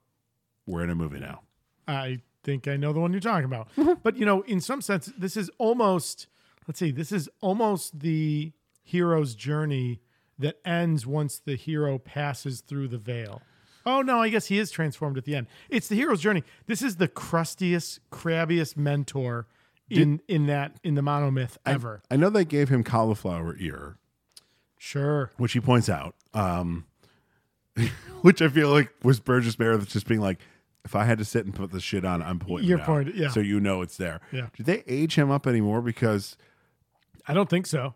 A: we're in a movie now.
E: I think I know the one you're talking about. But you know, in some sense, this is almost let's see, this is almost the hero's journey that ends once the hero passes through the veil. Oh no, I guess he is transformed at the end. It's the hero's journey. This is the crustiest, crabbiest mentor in in that in the monomyth ever.
A: I know they gave him cauliflower ear,
E: Sure.
A: which he points out, um, which I feel like was Burgess Meredith just being like, if I had to sit and put this shit on, I'm pointing.
E: You're
A: it out.
E: pointing- yeah.
A: So you know it's there.
E: Yeah.
A: Did they age him up anymore? Because
E: I don't think so.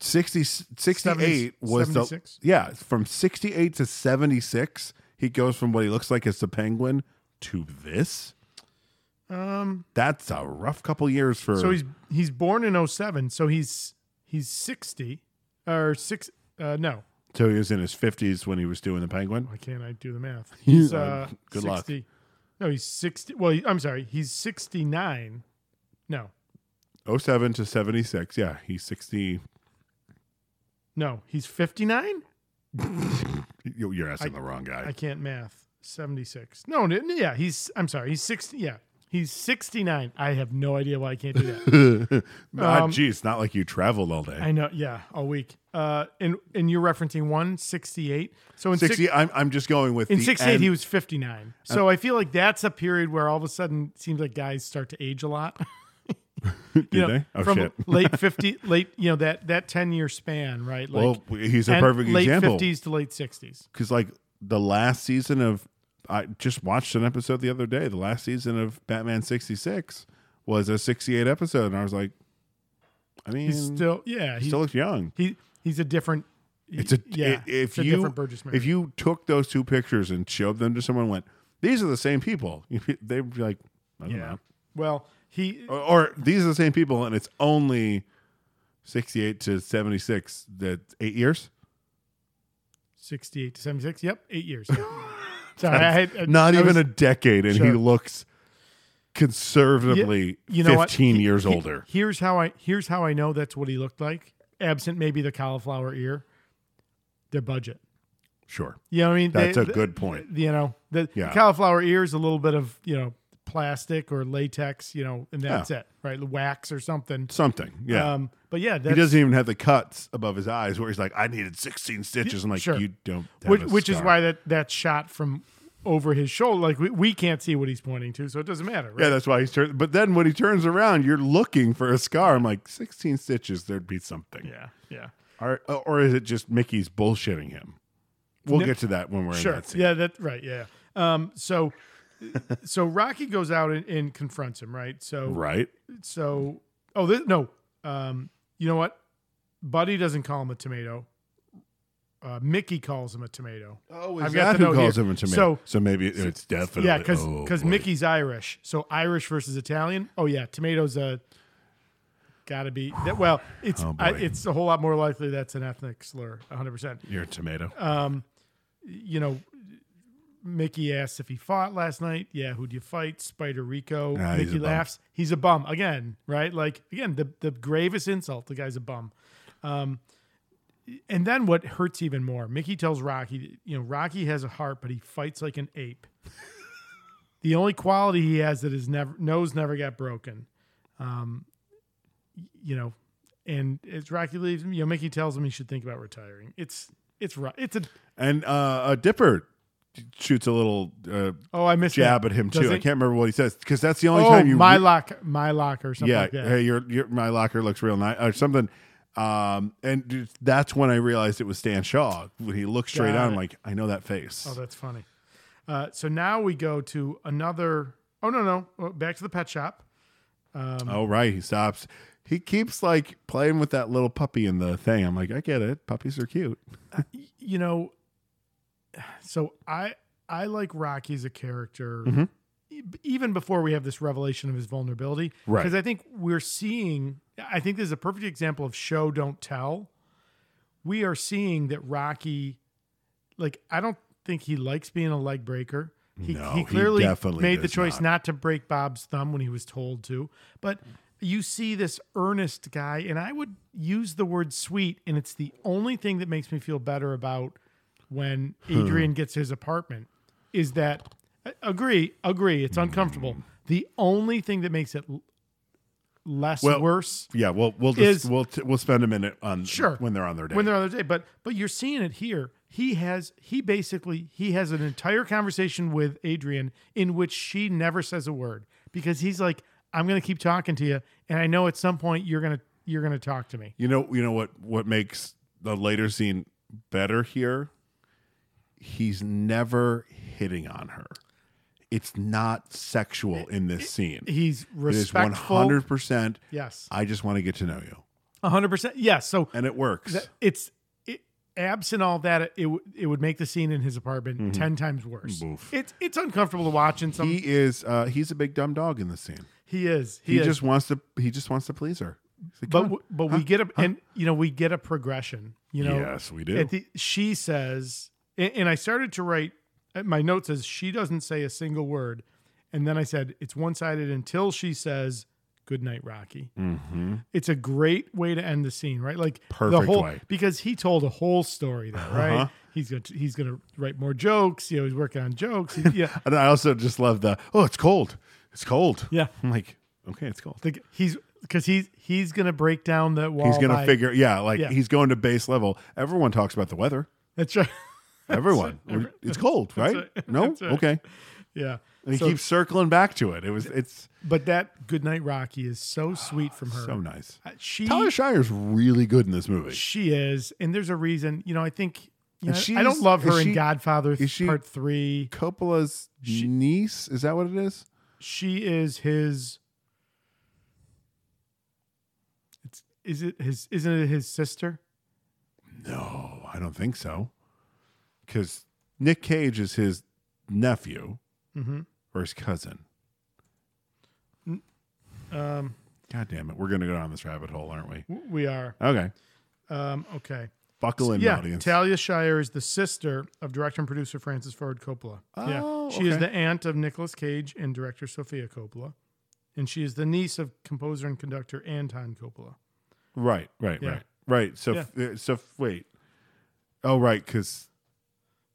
A: 60, 68 was
E: 76?
A: the yeah from sixty eight to seventy six. He goes from what he looks like as the Penguin to this.
E: Um.
A: That's a rough couple years for.
E: So he's he's born in 07, so he's he's 60 or six. Uh, no,
A: so he was in his fifties when he was doing the Penguin.
E: why can't I do the math? He's uh,
A: Good luck.
E: 60. No, he's 60. Well, he- I'm sorry, he's 69. No,
A: 07 to seventy six. Yeah, he's sixty.
E: no, he's 59.
A: you- You're asking the wrong guy.
E: I can't math. 76. No, n- n- yeah, he's. I'm sorry, he's 60. Yeah, he's 69. I have no idea why I can't do that.
A: Ah, gee, it's not like you traveled all day.
E: um, I know. Yeah, all week. Uh, and and you're referencing 168. So in six-
A: 60, I'm, I'm just going with
E: In
A: the
E: 68,
A: end- Uh,
E: he was 59. So I feel like that's a period where all of a sudden it seems like guys start to age a lot.
A: Did
E: You know,
A: they? Oh,
E: from
A: shit.
E: late 50, late, you know, that, that 10 year span, right?
A: Well, he's a
E: and
A: perfect
E: late
A: example.
E: 50s to late 60s.
A: Because, like, the last season of. I just watched an episode the other day. The last season of Batman 66 was a 68 episode. And I was like, I mean,
E: He's still, yeah,
A: he
E: he's,
A: still looks young.
E: he, he's a different, he-
A: It's a
E: yeah,
A: i- if
E: it's a
A: you
E: different Burgess Meredith.
A: if you took those two pictures and showed them to someone, and went these are the same people. They'd be like, I don't know.
E: well, he,
A: or, or these are the same people, and it's only sixty-eight to seventy-six. That eight years.
E: 68 to 76. Yep. Eight years. Yeah. Sorry. I, had- I,
A: Not
E: Uh, I
A: even
E: was-
A: a decade, and he
E: Sure.
A: looks conservatively
E: you know what?
A: fifteen
E: He-
A: years
E: he-
A: older.
E: Here's how I here's how I know that's what he looked like. Absent maybe the cauliflower ear. Their budget.
A: Sure,
E: You know what I mean?
A: that's
E: They-
A: a
E: the-
A: good point.
E: You know, the, the
A: Yeah.
E: cauliflower ear is a little bit of, you know, plastic or latex, you know, and that's
A: Yeah.
E: it, right? Wax or something.
A: Something, yeah.
E: Um, but yeah,
A: he
E: that's,
A: doesn't even have the cuts above his eyes where he's like, "I needed sixteen stitches." I'm like,
E: Sure.
A: "You don't," have
E: which,
A: a
E: which is
A: scar."
E: why that that shot from over his shoulder, like we, we can't see what he's pointing to, so it doesn't matter, right?
A: Yeah, that's why he's turned. But then when he turns around, you're looking for a scar. I'm like, 16 stitches, there'd be something.
E: yeah, yeah.
A: Or, or is it just Mickey's bullshitting him? We'll
E: No-
A: get to that when we're
E: Sure.
A: in that scene.
E: yeah, that right. Yeah. Um. So, so Rocky goes out and, and confronts him. Right. So.
A: Right?
E: So. Oh, this, no. Um. You know what? Buddy doesn't call him a tomato. Uh, Mickey calls him a tomato.
A: Oh,
E: is I've got
A: that
E: the
A: who
E: note
A: calls
E: here.
A: him a tomato? So,
E: So-
A: maybe it's definitely.
E: yeah, because
A: oh, boy.
E: Mickey's Irish. So Irish versus Italian. Oh yeah, tomatoes. Uh. Gotta be that. Well, it's
A: Oh,
E: I,
A: boy.
E: it's a whole lot more likely that's an ethnic slur. 100. percent
A: You're a tomato.
E: you know, Mickey asks if he fought last night. Yeah, who do you fight? Spider Rico.
A: Ah, he's
E: Mickey
A: a bum.
E: laughs. He's a bum again, right? Like again, the the gravest insult. The guy's a bum. Um, and then what hurts even more? Mickey tells Rocky, you know, Rocky has a heart, but he fights like an ape. the only quality he has that his never nose never got broken. Um, you know, and as Rocky leaves him, you know, Mickey tells him he should think about retiring. It's it's ru- it's a
A: and uh, a Dipper shoots a little uh,
E: Oh, I missed
A: jab
E: that.
A: at him,
E: Does
A: too. I
E: it?
A: can't remember what he says because that's the only
E: oh,
A: time you.
E: my
A: re-
E: lock, my lock, or something.
A: yeah,
E: like that.
A: hey, your your my locker looks real nice or something. Um, and dude, that's when I realized it was Stan Shaw when he looked straight
E: Got
A: on.
E: it.
A: Like I know that face.
E: Oh, that's funny. Uh, so now we go to another. Oh no, no, oh, back to the pet shop.
A: oh right, he stops. He keeps like playing with that little puppy in the thing. I'm like, I get it. Puppies are cute.
E: You know, so I I like Rocky as a character.
A: Mm-hmm.
E: e- Even before we have this revelation of his vulnerability,
A: Right.
E: Because I think we're seeing. I think this is a perfect example of show don't tell. We are seeing that Rocky, like I don't think he likes being a leg breaker. He,
A: No, he
E: he clearly
A: definitely
E: made the
A: does
E: choice
A: not.
E: not. to break Bob's thumb when he was told to. But you see this earnest guy, and I would use the word sweet, and it's the only thing that makes me feel better about when
A: Hmm.
E: Adrian gets his apartment is that I- agree, agree, it's uncomfortable.
A: Hmm.
E: The only thing that makes it l- less
A: Well,
E: worse
A: Yeah, we'll we'll just
E: Is-
A: we'll t- we'll spend a minute on
E: sure
A: when they're on their day.
E: when they're on their day but but you're seeing it here he has he basically he has an entire conversation with adrian in which she never says a word because he's like i'm gonna keep talking to you and i know at some point you're gonna you're gonna talk to me
A: you know you know what what makes the later scene better here. He's never hitting on her. It's not sexual in this scene.
E: He's
A: It is one
E: respectful.
A: hundred Uh, percent.
E: Yes.
A: I just want to get to know you,
E: hundred percent. Yes. So
A: and it works.
E: th- it's it, absent all that, it w- it would make the scene in his apartment ten times worse.
A: Oof.
E: It's it's uncomfortable to watch. And some he,
A: Mm-hmm. he is. Uh, he's a big dumb dog in this scene.
E: is he,
A: He,
E: is.
A: just wants to. He just wants to please her. He's like,
E: but
A: "Come on."
E: w- but we get a and you know we get a progression. You know.
A: yes, we do.
E: At the, she says, and, and I started to write. uh, My note says she doesn't say a single word, and then I said it's one sided until she says, "Good night, Rocky."
A: hmm
E: It's a great way to end the scene, right? Like the
A: Perfect
E: whole
A: way.
E: because he told a whole story there,
A: Uh-huh.
E: right? He's gonna he's gonna write more jokes. You know, he's working on jokes. He- yeah,
A: And I also just love the. Oh, it's cold. It's cold.
E: yeah.
A: I'm like, okay, it's cold.
E: Like he's because he's he's gonna break down that wall.
A: He's gonna
E: by-
A: figure. Yeah, like
E: Oh Yeah.
A: he's going to base level. Everyone talks about the weather.
E: That's right.
A: Everyone, it's cold, right?
E: right.
A: No,
E: That's right.
A: okay.
E: yeah.
A: And he
E: So-
A: keeps circling back to it. It was. It's
E: but that "Good Night, Rocky" is so sweet from her.
A: Ah, so nice.
E: Uh, She
A: Tyler Shire's really good in this movie.
E: She is, and there's a reason. You know, I think.
A: And
E: You know, I
A: she's-
E: don't love
A: is
E: her in
A: she-
E: Godfather
A: is she-
E: Part Three.
A: Coppola's niece is that what it is?
E: She is his. It's is it his? Isn't it his sister?
A: No, I don't think so. Because Nick Cage is his nephew
E: Mhm.
A: or his cousin.
E: Um,
A: God damn it, we're gonna go down this rabbit hole, aren't we?
E: w- we are.
A: Okay,
E: Um, okay.
A: buckle in,
E: yeah,
A: audience.
E: Talia Shire is the sister of director and producer Francis Ford Coppola.
A: Oh,
E: yeah, she is
A: okay.
E: the aunt of Nicolas Cage and director Sofia Coppola, and she is the niece of composer and conductor Anton Coppola.
A: Right, right,
E: Yeah.
A: right, right. So, uh, so wait. Oh, right, because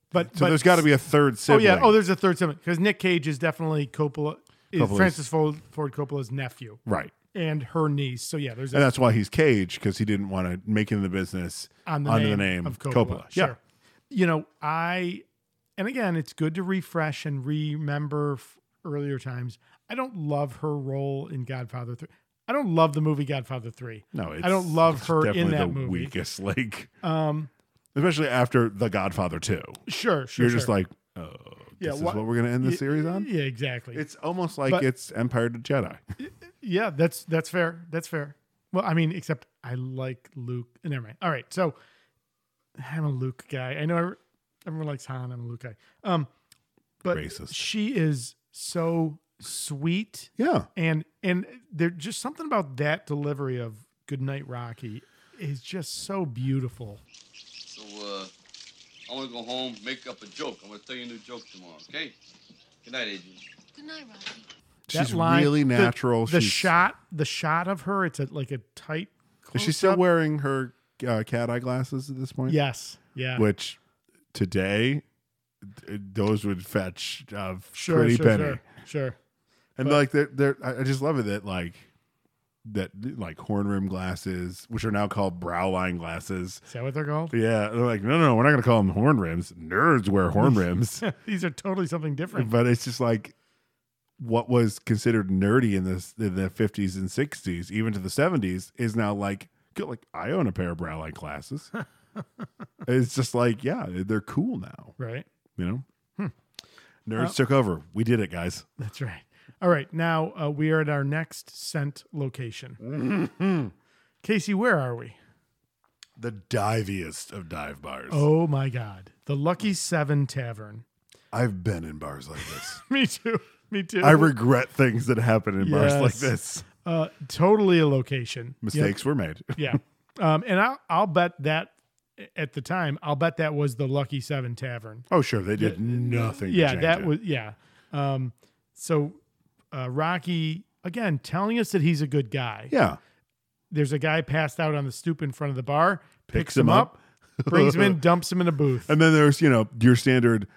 E: But
A: so
E: but
A: there's got to be a third sibling.
E: Oh yeah. Oh, there's a third sibling because Nick Cage is definitely Coppola, is
A: Coppola's-
E: Francis Ford, Ford Coppola's nephew
A: right,
E: and her niece. So yeah, there's a,
A: and that's why he's Cage because he didn't want to make it in the business
E: on the
A: under
E: name
A: the name
E: of Coppola.
A: Coppola.
E: Sure.
A: Yeah,
E: You know, I and again, it's good to refresh and remember f- earlier times. I don't love her role in Godfather Three. I don't love the movie Godfather Three.
A: no, it's,
E: I don't love
A: it's
E: her in
A: definitely
E: that
A: the
E: movie.
A: Weakest, like
E: Um,
A: especially after The Godfather Two,
E: sure, sure.
A: you're just
E: sure.
A: like, oh,
E: Yeah,
A: this is
E: wha-
A: what we're gonna end the
E: Y-
A: series on.
E: Yeah, exactly.
A: It's almost like
E: But-
A: it's Empire to Jedi.
E: Yeah, that's that's fair. That's fair. Well, I mean, except I like Luke. Never mind. All right, so I'm a Luke guy. I know every- everyone likes Han. I'm a Luke guy. Um, but
A: Racist.
E: she is so sweet,
A: Yeah,
E: and and there's just something about that delivery of "Goodnight, Rocky" is just so beautiful.
J: So, uh, I want to go home, make up a joke. I'm going to tell you a new joke tomorrow, okay? Good night, Adrian.
I: Good night, Rocky.
E: That
A: she's
E: line-
A: really
E: the-
A: natural.
E: The,
A: she's,
E: shot, the shot of her. It's a, like a tight.
A: Is she still
E: close-up.
A: wearing her uh, cat eye glasses at this point?
E: Yes. Yeah.
A: which today th- those would fetch a
E: sure.
A: pretty
E: sure,
A: penny.
E: Sure. Sure.
A: And like they're, they're, I I just love it that like that like horn rim glasses, which are now called brow line glasses.
E: Is that what they're called?
A: Yeah, they're like no, no, no, we're not gonna call them horn rims. Nerds wear horn rims,
E: These are totally something different.
A: but it's just like what was considered nerdy in this in the fifties and sixties, even to the seventies, is now like good, like I own a pair of brow line glasses. it's just like yeah, they're cool now.
E: Right.
A: you know nerds took over we did it guys
E: That's right. All right. Now uh, we are at our next scent location. Mm-hmm. Casey, where are we?
A: the diviest of dive bars
E: Oh my God. The Lucky Seven Tavern.
A: i've been in bars like this
E: Me too. Me too.
A: i regret things that happen in bars like
E: Yes.
A: this
E: uh, totally a location.
A: mistakes were made
E: Yeah. yeah. Um, and I'll, I'll bet that at the time, I'll bet that was the Lucky Seven Tavern.
A: oh sure they did nothing to
E: Yeah.
A: change
E: That
A: it.
E: was, yeah. Um, so uh, Rocky, again, telling us that he's a good guy.
A: yeah
E: there's a guy passed out on the stoop in front of the bar, picks,
A: Picks
E: him
A: him
E: up, brings him in, dumps him in a booth.
A: and then there's you know your standard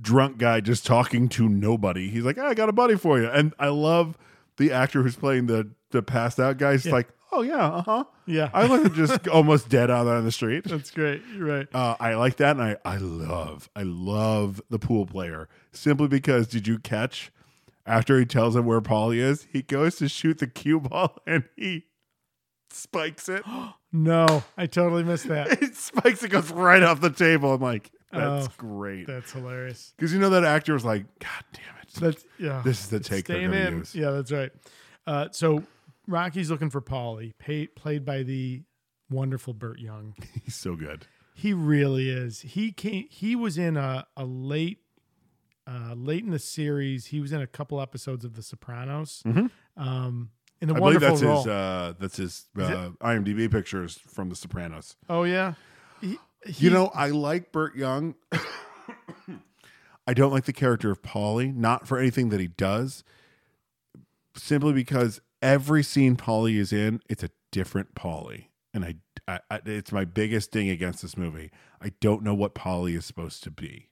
A: drunk guy just talking to nobody he's like "Ah, i got a buddy for you and i love the actor who's playing the the passed out guy he's like oh yeah uh-huh
E: Yeah.
A: i wasn't just almost dead out on the street
E: That's great. You're right.
A: Uh, I like that, and I, I love I love the pool player simply because did you catch after he tells him where Polly is, he goes to shoot the cue ball and he spikes it.
E: No, I totally missed that.
A: it spikes. It goes right off the table. I'm like, that's
E: Oh,
A: great.
E: That's hilarious.
A: Because you know that actor was like, God damn it.
E: That's yeah.
A: This is the take they're
E: Staying
A: gonna
E: in.
A: use.
E: Yeah, that's right. Uh, so Rocky's looking for Polly, pay, played by the wonderful Burt Young.
A: He's so good.
E: He really is. He came. He was in a, a late, uh, late in the series. He was in a couple episodes of The Sopranos. Um, in the
A: Mm-hmm. I believe
E: wonderful
A: that's
E: role.
A: his. Uh, that's his uh, IMDb pictures from The Sopranos.
E: oh yeah. He- he-
A: you know, I like Burt Young. I don't like the character of Polly, not for anything that he does, simply because every scene Polly is in, it's a different Polly, and I, I, I it's my biggest ding against this movie. I don't know what Polly is supposed to be.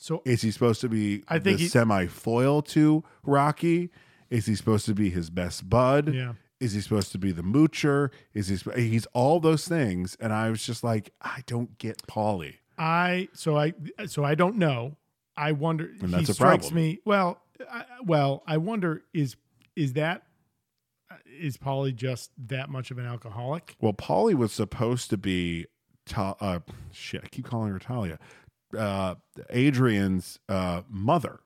E: So
A: Is he supposed to be
E: I think
A: the
E: he-
A: semi foil to Rocky? Is he supposed to be his best bud?
E: Yeah.
A: Is he supposed to be the moocher? Is he? sp- He's all those things, and I was just like, I don't get Polly.
E: I so I so I don't know. I wonder.
A: And that's
E: he
A: a
E: strikes
A: problem.
E: me. Well, I, well, I wonder is is that is Polly just that much of an alcoholic?
A: Well, Polly was supposed to be, Ta- uh, shit, I keep calling her Talia, uh, Adrian's uh, mother.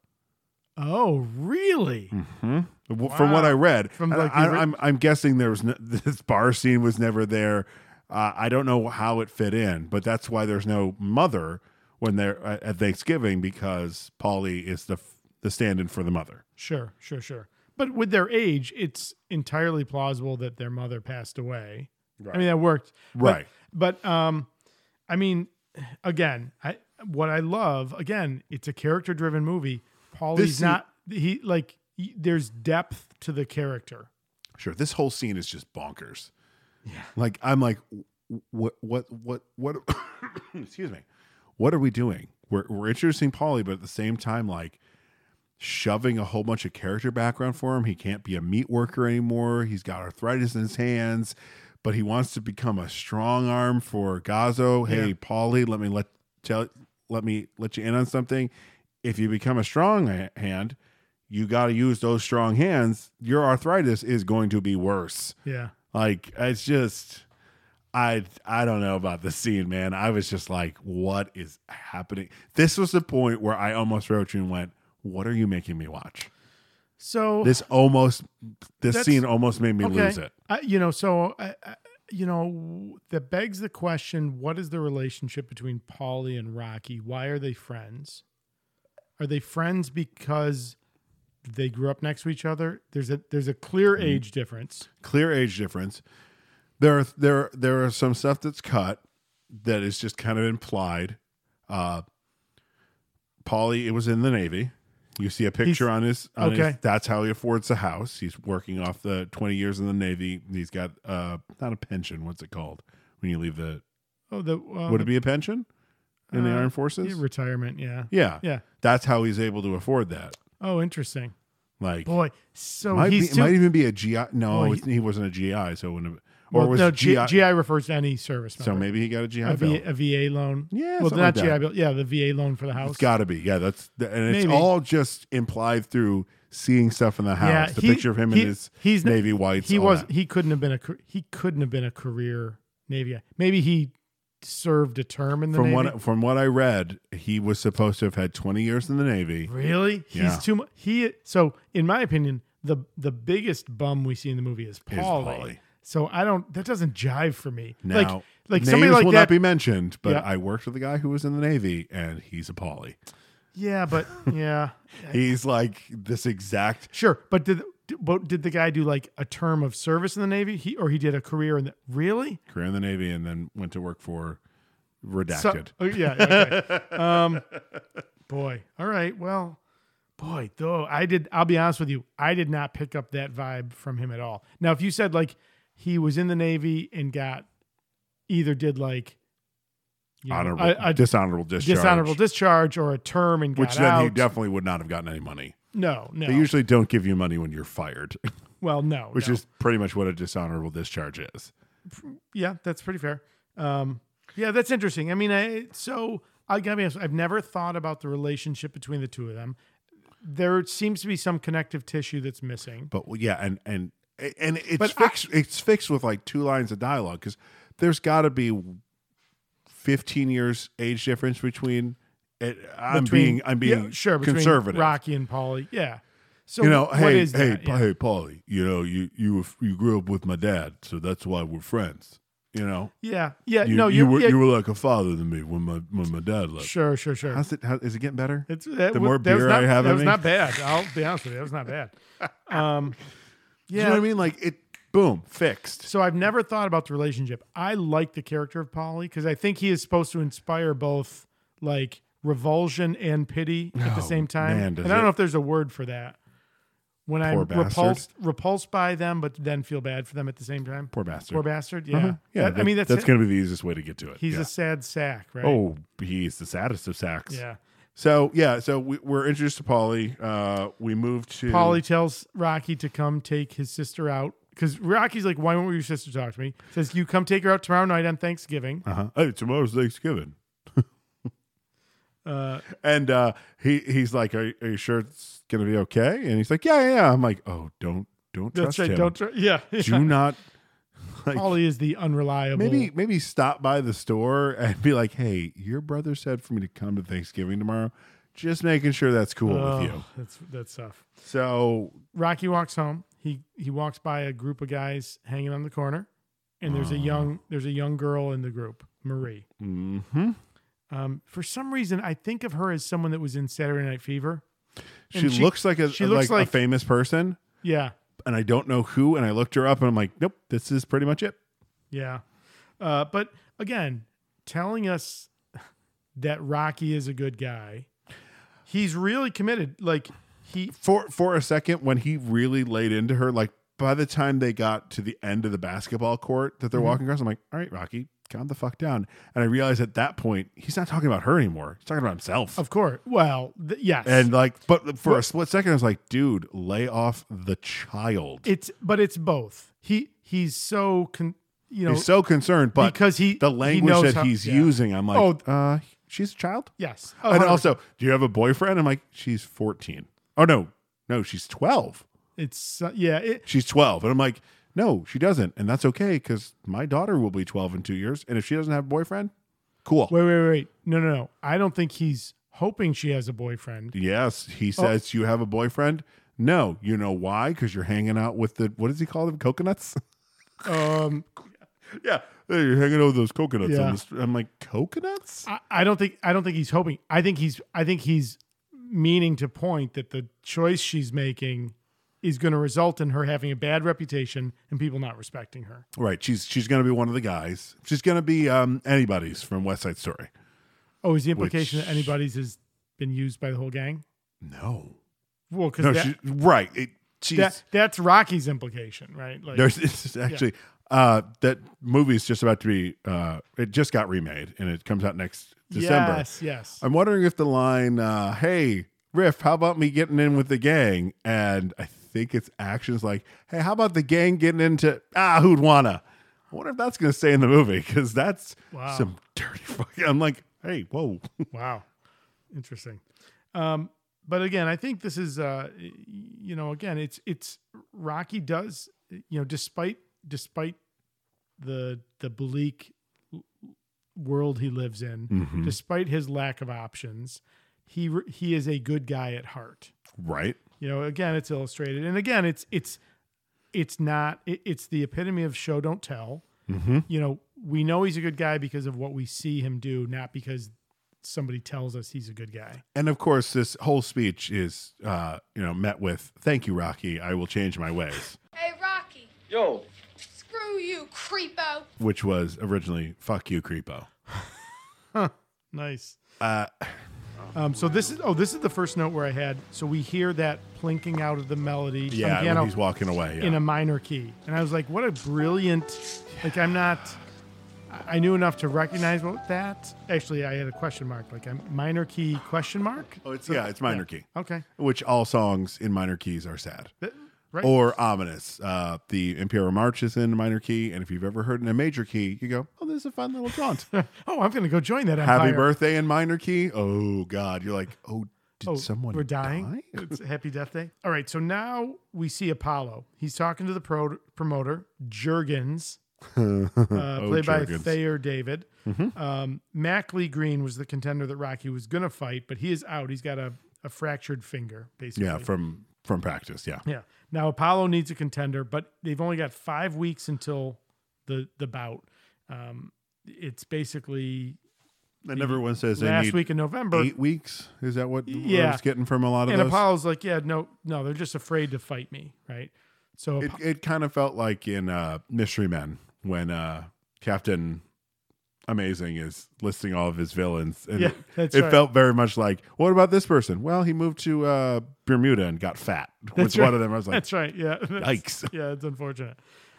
E: Oh, really?
A: W From what I read,
E: From,
A: from
E: like, the
A: I,
E: ori-
A: am I'm guessing there was no, this bar scene was never there. Uh, I don't know how it fit in, but that's why there's no mother when they're uh, at at Thanksgiving because Polly is the f- the stand-in for the mother.
E: Sure, sure, sure. But with their age, it's entirely plausible that their mother passed away. I mean, that worked. But-
A: Right.
E: But, um, I mean, again, I what I love again, it's a character driven movie. Paulie's
A: scene-
E: not he like y- there's depth to the character.
A: Sure, this whole scene is just bonkers. Yeah. Like I'm like, "Wh- what, what, what, what? excuse me. What are we doing? We're we're introducing Polly, but at the same time, like shoving a whole bunch of character background for him. He can't be a meat worker anymore. He's got arthritis in his hands, but he wants to become a strong arm for Gazo. Hey, Polly, let me let tell let me let you in on something. If you become a strong ha- hand, you got to use those strong hands. Your arthritis is going to be worse.
E: Yeah.
A: Like it's just I I don't know about the scene, man. I was just like, what is happening? This was the point where I almost wrote you and went, What are you making me watch?
E: So
A: This almost this
E: That's-
A: scene almost made me lose it.
E: I, you know, so I, I, you know that begs the question: What is the relationship between Polly and Rocky? Why are they friends? Are they friends because they grew up next to each other? There's a there's a clear
A: Mm-hmm.
E: age difference.
A: Clear age difference. There are there there are some stuff that's cut that is just kind of implied. Uh Polly, it was in the Navy. You see a picture on his on his-
E: okay.
A: that's how he affords a house. He's working off the 20 years in the Navy. He's got uh not a pension, what's it called? When you leave the
E: Oh, the uh,
A: would it be a pension in the
E: Uh,
A: armed forces?
E: yeah, retirement? Yeah.
A: yeah.
E: Yeah.
A: That's how he's able to afford that.
E: Oh, interesting.
A: Like
E: Boy, so
A: might, be,
E: he's
A: it
E: too,
A: might even be a GI. No,
E: Well, he-
A: it's- he, wasn't a GI, so it wouldn't have, or
E: well,
A: was
E: no, G-
A: GI,
E: GI refers to any service member.
A: So maybe he got a GI
E: a,
A: bill.
E: v, a VA loan.
A: Yeah,
E: Well,
A: something
E: not
A: like that.
E: GI bill. Yeah, the VA loan for the house.
A: It's got to be. Yeah, that's the- and it's
E: Maybe.
A: all just implied through seeing stuff in the house. the
E: he-
A: picture of him
E: he-
A: in his
E: he's n-
A: navy whites.
E: He
A: all
E: was
A: that.
E: he couldn't have been a ca- he couldn't have been a career navy guy. Maybe he served a term in the
A: from
E: navy.
A: what from what I read, he was supposed to have had 20 years in the navy.
E: really? He's
A: Yeah.
E: too much. He so in my opinion, the the biggest bum we see in the movie is Paulie.
A: Pauly.
E: So I don't that doesn't jive for me.
A: Now,
E: like like
A: names
E: somebody like
A: will
E: that.
A: not be mentioned, but
E: Yeah.
A: I worked with a guy who was in the navy, and he's a Polly.
E: yeah, but yeah,
A: He's like this exact
E: sure. But did but did the guy do like a term of service in the navy? He or he did a career in the really?
A: career in the navy, and then went to work for redacted.
E: So- oh, yeah. Okay. um, boy. All right. Well, boy, though, I did, I'll be honest with you, I did not pick up that vibe from him at all. Now, if you said like he was in the Navy and got either did like you know,
A: honorable,
E: a, a
A: dishonorable discharge,
E: dishonorable discharge or a term and got
A: which then
E: out.
A: he definitely would not have gotten any money.
E: no, no.
A: They usually don't give you money when you're fired,
E: well, no.
A: which
E: no.
A: is pretty much what a dishonorable discharge is.
E: yeah, that's pretty fair. Um, yeah, that's interesting. I mean, I so I gotta be honest, I've never thought about the relationship between the two of them. There seems to be some connective tissue that's missing.
A: But well, yeah, and and A- and it's
E: But I-
A: fixed. it's fixed with like two lines of dialogue because there's got to be fifteen years age difference between. It, I'm
E: Between-
A: being I'm being
E: yeah, sure between
A: conservative.
E: Rocky and Polly. Yeah. So
A: you know,
E: what
A: hey,
E: is
A: hey,
E: that?
A: Pa-
E: Yeah.
A: hey, Polly. You know, you you you grew up with my dad, so that's why we're friends. You know,
E: yeah, yeah,
A: you,
E: Uh, no,
A: you
E: you're,
A: were
E: yeah,
A: you were like a father to me when my when my dad left.
E: sure, sure, sure.
A: How's it? How, is it getting better?
E: It's that,
A: the
E: wa-
A: more
E: that was
A: beer
E: not,
A: I have
E: that
A: in
E: was
A: me?
E: not bad. I'll be honest with you, that was not bad. Um,
A: You
E: yeah,
A: know what I mean? Like it. Boom, fixed.
E: So I've never thought about the relationship. I like the character of Polly because I think he is supposed to inspire both like revulsion and pity at the
A: Oh,
E: same time.
A: man, does
E: and I don't know
A: it-
E: if there's a word for that. When
A: Poor
E: I'm
A: bastard.
E: repulsed repulsed by them, but then feel bad for them at the same time.
A: Poor bastard.
E: Poor bastard. Yeah.
A: Uh-huh. Yeah.
E: That- I mean, that's,
A: that's
E: it.
A: going to be the easiest way to get to it.
E: He's
A: Yeah.
E: a sad sack, right?
A: Oh, he's the saddest of sacks.
E: Yeah.
A: So yeah, so we, we're introduced to Polly. Uh, we move to
E: Polly tells Rocky to come take his sister out because Rocky's like, "Why won't your sister talk to me?" Says, "You come take her out tomorrow night on Thanksgiving."
A: Uh-huh. Hey, tomorrow's Thanksgiving,
E: Uh,
A: and uh, he he's like, are, "Are you sure it's gonna be okay?" And he's like, "Yeah, yeah." yeah." I'm like, "Oh, don't don't
E: that's
A: trust
E: right.
A: him.
E: Don't tr- yeah.
A: Do not." Like,
E: Polly is the unreliable.
A: maybe maybe stop by the store and be like, "Hey, your brother said for me to come to Thanksgiving tomorrow. Just making sure that's cool
E: Oh,
A: with you."
E: That's that's tough.
A: So
E: Rocky walks home. He he walks by a group of guys hanging on the corner, and there's a
A: Mm.
E: young there's a young girl in the group, Marie.
A: mhm.
E: Um, for some reason, I think of her as someone that was in Saturday Night Fever.
A: she,
E: And she-
A: looks like a
E: she looks
A: like a
E: like-
A: famous person.
E: Yeah,
A: and I don't know who. And I looked her up and I'm like, nope, this is pretty much it.
E: yeah. Uh, but again, telling us that Rocky is a good guy, he's really committed. Like he
A: For for a second, when he really laid into her, like by the time they got to the end of the basketball court that they're
E: Mm-hmm.
A: walking across, I'm like, all right, Rocky, calm the fuck down. And I realized at that point, he's not talking about her anymore. He's talking about himself.
E: Of course. Well, th- yes.
A: and like, but for a split second, I was like, dude, lay off the child.
E: it's but it's both. He he's so con, you know
A: he's so concerned, but
E: because he
A: the
E: he
A: language
E: knows
A: that
E: how-
A: he's
E: yeah.
A: using, I'm like,
E: Oh.
A: uh, she's a child.
E: Yes.
A: and
E: 100%.
A: also, do you have a boyfriend? I'm like, she's 14. Oh no, no, she's 12.
E: it's uh, yeah. It,
A: She's 12, and I'm like, no, she doesn't, and that's okay because my daughter will be 12 in two years, and if she doesn't have a boyfriend, cool.
E: wait, wait, wait. No, no, no. I don't think he's hoping she has a boyfriend.
A: Yes, he
E: Oh.
A: says you have a boyfriend. No, you know why? Because you're hanging out with the what does he call them? Coconuts.
E: Um,
A: yeah, hey, you're hanging out with those coconuts.
E: Yeah.
A: On the str- I'm like coconuts.
E: I, I don't think I don't think he's hoping. I think he's I think he's meaning to point that the choice she's making is going to result in her having a bad reputation and people not respecting her.
A: Right. She's she's gonna be one of the guys. She's gonna be um anybody's from West Side Story.
E: Oh, is the implication
A: Which-
E: that anybody's has been used by the whole gang?
A: No.
E: Well, because
A: No.
E: that,
A: she, right. It, she's
E: that, that's Rocky's implication, right? Like,
A: There's it's actually uh, that movie is just about to be. Uh, it just got remade and it comes out next December.
E: Yes, yes.
A: I'm wondering if the line, uh, "Hey Riff, how about me getting in with the gang?" and I think it's actions like, "Hey, how about the gang getting into ah who'd wanna?" I wonder if that's gonna stay in the movie because that's
E: Wow.
A: some dirty fucking. I'm like, hey, whoa,
E: Wow, interesting. Um, but again, I think this is, uh, y- you know, again, it's it's Rocky does, you know, despite despite the the bleak world he lives in, despite his lack of options, he re- he is a good guy at heart.
A: right?
E: You know, again, it's illustrated, and again, it's it's it's not it, it's the epitome of show don't tell.
A: Mm-hmm.
E: You know, we know he's a good guy because of what we see him do, not because somebody tells us he's a good guy.
A: And of course, this whole speech is, uh, you know, met with "Thank you, Rocky. I will change my ways."
K: Hey, Rocky,
J: Yo,
K: screw you, creepo.
A: which was originally "Fuck you, creepo."
E: Nice.
A: Uh,
E: Um, so this is oh, this is the first note where I had. So we hear that plinking out of the melody from
A: yeah,
E: piano
A: when he's walking away. Yeah.
E: in a minor key, and I was like, what a brilliant! Like I'm not. I- I knew enough to recognize what that. Actually, I had a question mark, like a minor key question mark.
A: oh, it's yeah, it's minor key.
E: Okay,
A: Which all songs in minor keys are sad
E: Th- right.
A: or ominous. Uh, the Imperial March is in a minor key, and if you've ever heard in a major key, you go, "Oh, this is a fun little jaunt."
E: oh, I'm gonna go join that.
A: Happy
E: empire.
A: birthday in minor key. Oh God, you're like, oh Did someone
E: we're dying?
A: die?
E: it's happy death day. All right, so now we see Apollo. He's talking to the pro- promoter, Jurgens, uh,
A: Oh,
E: played by
A: Jurgens.
E: Thayer David.
A: Mhm.
E: Um, Mac Lee Green was the contender that Rocky was going to fight, but he is out. He's got a, a fractured finger, basically.
A: Yeah, from from practice. Yeah.
E: Yeah. Now Apollo needs a contender, but they've only got five weeks until the the bout. Um, it's basically
A: And everyone says they
E: last
A: need
E: week in November.
A: Eight weeks is that what
E: yeah,
A: I was getting from a lot of
E: and
A: those?
E: Apollo's like, yeah, no, no, they're just afraid to fight me, right? So
A: it, it kind of felt like in uh, Mystery Men when uh, Captain Amazing is listing all of his villains, and
E: Yeah,
A: it,
E: that's
A: it
E: right.
A: felt very much like, "What about this person? Well, he moved to uh, Bermuda and got fat."
E: That's
A: was one of them. I was like,
E: that's right. Yeah. That's-
A: yikes."
E: Yeah, it's unfortunate.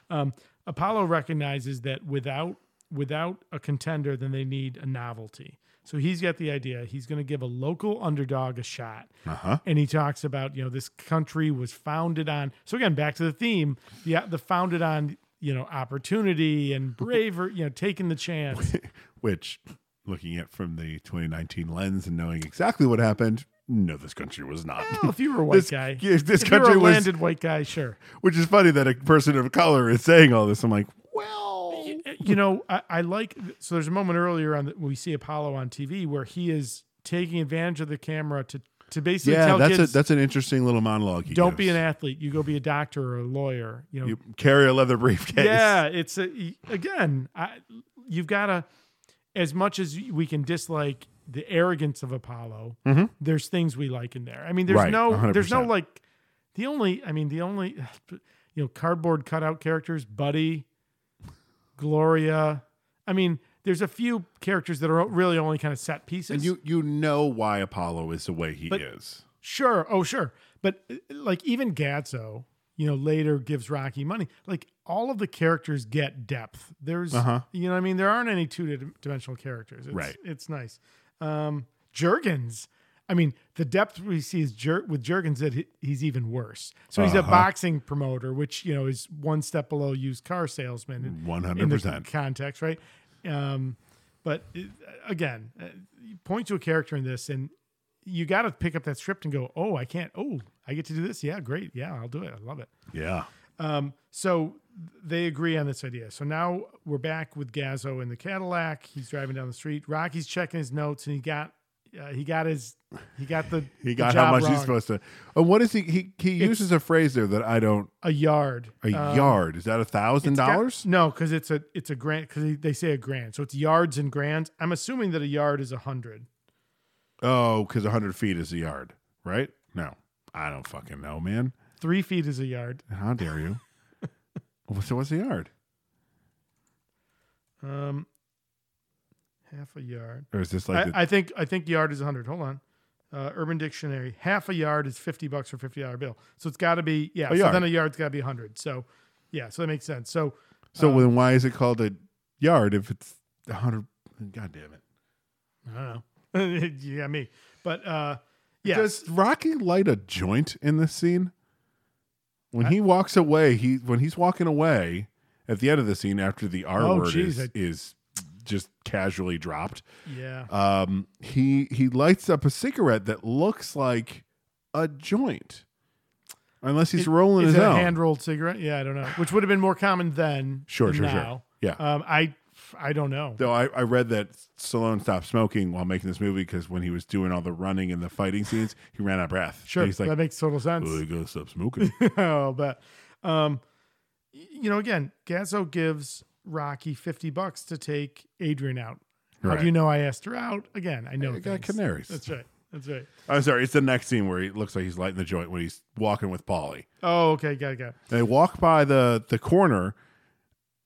E: Um, Apollo recognizes that without without a contender, then they need a novelty. So he's got the idea. He's going to give a local underdog a shot.
A: Uh-huh.
E: And he talks about you know this country was founded on. So again, back to the theme. Yeah, the founded on you know opportunity and bravery. You know, taking the chance.
A: Which, looking at from the 2019 lens and knowing exactly what happened, no, this country was not.
E: Well, if you were a Eh, white
A: This-
E: guy,
A: yeah, this
E: if
A: country
E: you were a
A: was-
E: landed white guy, sure.
A: Which is funny that a person of color is saying all this. I'm like,
E: you, Eh, you know, I, I like. So there's a moment earlier on that we see Apollo on TV where he is taking advantage of the camera to to basically
A: yeah,
E: tell
A: that's
E: kids,
A: a, that's an interesting little monologue. he
E: don't
A: gives.
E: be an athlete. You go be a doctor or a lawyer. You know,
A: You carry a leather briefcase.
E: yeah, it's a, again, I, you've got to, as much as we can dislike the arrogance of Apollo,
A: Mhm.
E: there's things we like in there. I mean, there's
A: Right,
E: no, there's no
A: 100%.
E: like, the only, I mean, the only, you know, cardboard cutout characters, Buddy, Gloria. I mean, there's a few characters that are really only kind of set pieces.
A: And you you know why Apollo is the way he
E: But-
A: is.
E: Sure. Oh, sure. But uh, like even Gatso, you know, later gives Rocky money. Like all of the characters get depth. There's,
A: Uh-huh.
E: you know, what I mean, there aren't any two dimensional characters. It's,
A: Right.
E: It's nice. Um, Jurgens. I mean, the depth we see is Jer- with Jurgens that he- he's even worse. So he's a
A: Uh-huh.
E: boxing promoter, which you know is one step below used car salesman. in- in the
A: 100%.
E: context, right? Um, but uh, again, uh, you point to a character in this, and you got to pick up that script and go, oh, I can't. Oh, I get to do this. Yeah, great. Yeah, I'll do it. I love it.
A: Yeah.
E: Um, so they agree on this idea. So now we're back with Gazzo in the Cadillac. He's driving down the street. Rocky's checking his notes, and he got uh, he got his he got the
A: He
E: the
A: got how
E: job
A: much
E: wrong.
A: he's supposed to. And what is he? He, he
E: It's-
A: uses a phrase there that I don't.
E: a yard
A: A
E: Um,
A: yard is that a thousand
E: It's got-
A: dollars?
E: No, because it's a it's a grand because they say a grand, so it's yards and grands. I'm assuming that a yard is a hundred.
A: Oh, because hundred feet is a yard, right? No, I don't fucking know, man.
E: Three feet is a yard.
A: How dare you? so what's a yard?
E: Um, half a yard.
A: Or is this like
E: I,
A: the-
E: I think I think yard is hundred. Hold on. Uh, Urban Dictionary: half a yard is fifty bucks or fifty dollar bill. So it's got to be yeah.
A: A
E: so
A: yard.
E: then a yard's got to be hundred. So yeah, so that makes sense. So
A: So
E: um,
A: then why is it called a yard if it's a hundred? God damn it!
E: I don't know. you got me, but uh, yeah.
A: Does Rocky light a joint in this scene? When he walks away, he when he's walking away at the end of the scene after the R
E: Oh,
A: word
E: geez,
A: is,
E: I-
A: is just casually dropped.
E: Yeah.
A: Um he he lights up a cigarette that looks like a joint. Unless he's
E: It-
A: rolling
E: is
A: his
E: it
A: own.
E: a hand rolled cigarette. Yeah, I don't know. Which would have been more common then.
A: Sure,
E: than
A: sure, sure.
E: now.
A: Yeah.
E: Um, I I don't know.
A: Though I, I read that Stallone stopped smoking while making this movie because when he was doing all the running and the fighting scenes, he ran out of breath. And
E: Sure,
A: he's like,
E: that makes total sense.
A: "Well, you gotta stop smoking."
E: oh, but um, y- you know, again, Gazzo gives Rocky fifty bucks to take Adrian out. How
A: Right.
E: do you know I asked her out? Again, I know.
A: I got
E: things.
A: "Ah, canaries.
E: That's right. That's right.
A: I'm sorry. It's the next scene where he looks like he's lighting the joint when he's walking with Polly.
E: Oh, okay, got it, got it.
A: And they walk by the the corner,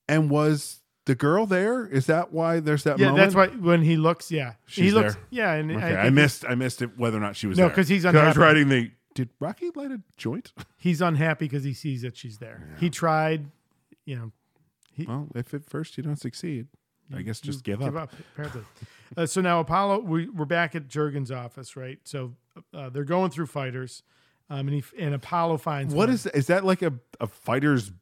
A: and was the girl there? Is that why there's that?
E: yeah,
A: moment?
E: that's why when he looks, yeah, he
A: She's
E: looks,
A: there.
E: yeah, and
A: Okay,
E: think
A: I,
E: he-
A: missed I missed it whether or not she was
E: No,
A: there
E: 'cause he's
A: I was
E: unhappy.
A: writing the. Did Rocky light a joint?
E: He's unhappy because he sees that she's there. He tried, you know,
A: well, if at first you don't succeed, I guess just give,
E: give
A: up.
E: up apparently. uh, so now Apollo, we, we're back at Jurgen's office, right? So uh, they're going through fighters, um, and he and Apollo finds
A: What
E: one.
A: is is that like a a fighter's?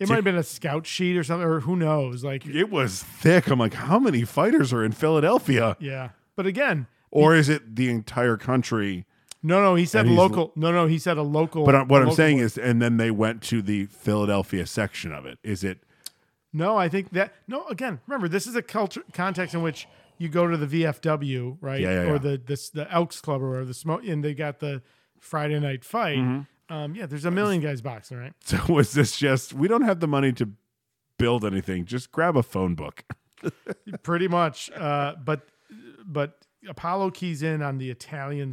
E: It might have been a scout sheet or something, or who knows? Like,
A: It was thick. I'm like, how many fighters are in Philadelphia?
E: yeah. But again,
A: Or is it the entire country?
E: No, no, he said
A: And he's-
E: local. No, no, he said a local.
A: But uh, what
E: a
A: I'm
E: local
A: saying
E: one.
A: is, and then they went to the Philadelphia section of it. Is it
E: no. I think that no. Again, remember this is a culture context in which you go to the VFW, right?
A: Yeah, yeah,
E: or
A: yeah.
E: the this the Elks Club or whatever, the smoke, and they got the Friday night fight.
A: Mhm.
E: Um, yeah, there's a million guys boxing, right?
A: So was this just we don't have the money to build anything? Just grab a phone book.
E: Pretty much. Uh, but but Apollo keys in on the Italian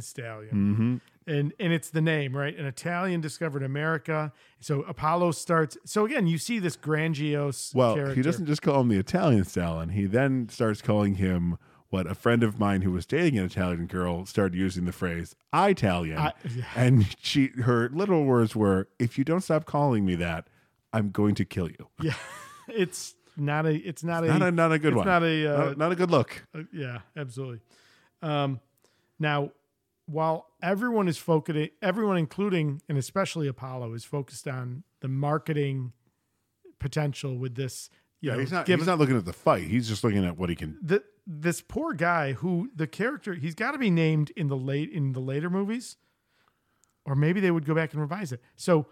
A: Mhm.
E: stallion. and and it's the name right an italian discovered america so apollo starts so again you see this grandiose
A: Well,
E: character.
A: he doesn't just call him the Italian Stalin. He then starts calling him what a friend of mine who was dating an Italian girl started using the phrase "Italian,"
E: I- yeah.
A: and she her literal words were, "If you don't stop calling me that, I'm going to kill you."
E: yeah it's not a it's not a
A: not a not a good
E: it's
A: one.
E: not a uh,
A: not, not a good look.
E: Uh, yeah, absolutely. Um, now, while everyone is focusing, everyone, including and especially Apollo, is focused on the marketing potential with this. You
A: Yeah,
E: know,
A: he's not.
E: given-
A: he's not looking at the fight. He's just looking at what he can.
E: the this poor guy who the character he's got to be named in the late in the later movies, or maybe they would go back and revise it. So,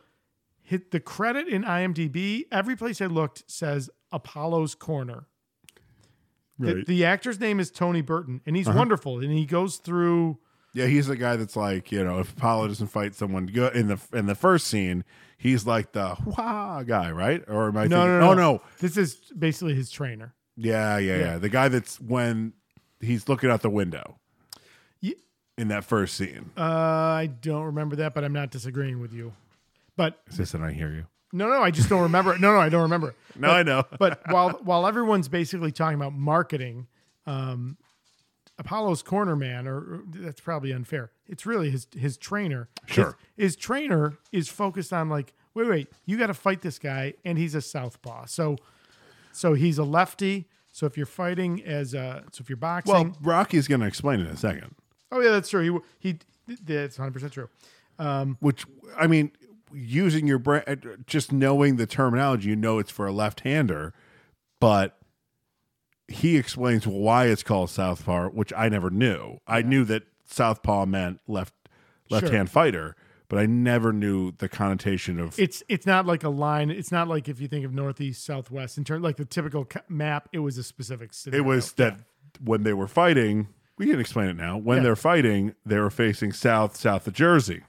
E: hit the credit in IMDb. Every place I looked says Apollo's Corner. The,
A: Right.
E: the actor's name is Tony Burton, and he's
A: Uh-huh.
E: wonderful. And he goes through
A: Yeah, he's the guy that's like, you know, if Apollo doesn't fight someone good in the in the first scene, he's like the wah guy, right? Or am I?
E: no,
A: thinking,
E: no, no,
A: oh, no.
E: This is basically his trainer.
A: Yeah, yeah, yeah,
E: Yeah.
A: The guy that's when he's looking out the window
E: Ye-
A: in that first scene.
E: Uh, I don't remember that, but I'm not disagreeing with you. But
A: Is this and I hear you?
E: No, no, I just don't remember it. No, no, I don't remember it.
A: No,
E: But-
A: I know.
E: but while while everyone's basically talking about marketing, um, Apollo's corner man, or or that's probably unfair. It's really his his trainer. His-
A: Sure.
E: His, trainer is focused on like, wait, wait, you got to fight this guy, and he's a southpaw. So, so he's a lefty. So if you're fighting as a, so if you're boxing,
A: Well, Rocky's going to explain in a second.
E: oh yeah, that's true. He he, that's 100 percent true. Um,
A: Which I mean, using your brain, just knowing the terminology, you know it's for a left-hander, but he explains why it's called southpaw, which I never knew. I knew that southpaw meant left left-hand fighter, but I never knew the connotation of
E: It's it's not like a line. It's not like if you think of northeast, southwest in terms like the typical co- map. It was a specific. Scenario.
A: It was that when they were fighting, we can explain it now. When
E: Yeah.
A: they're fighting, they were facing south, south of Jersey,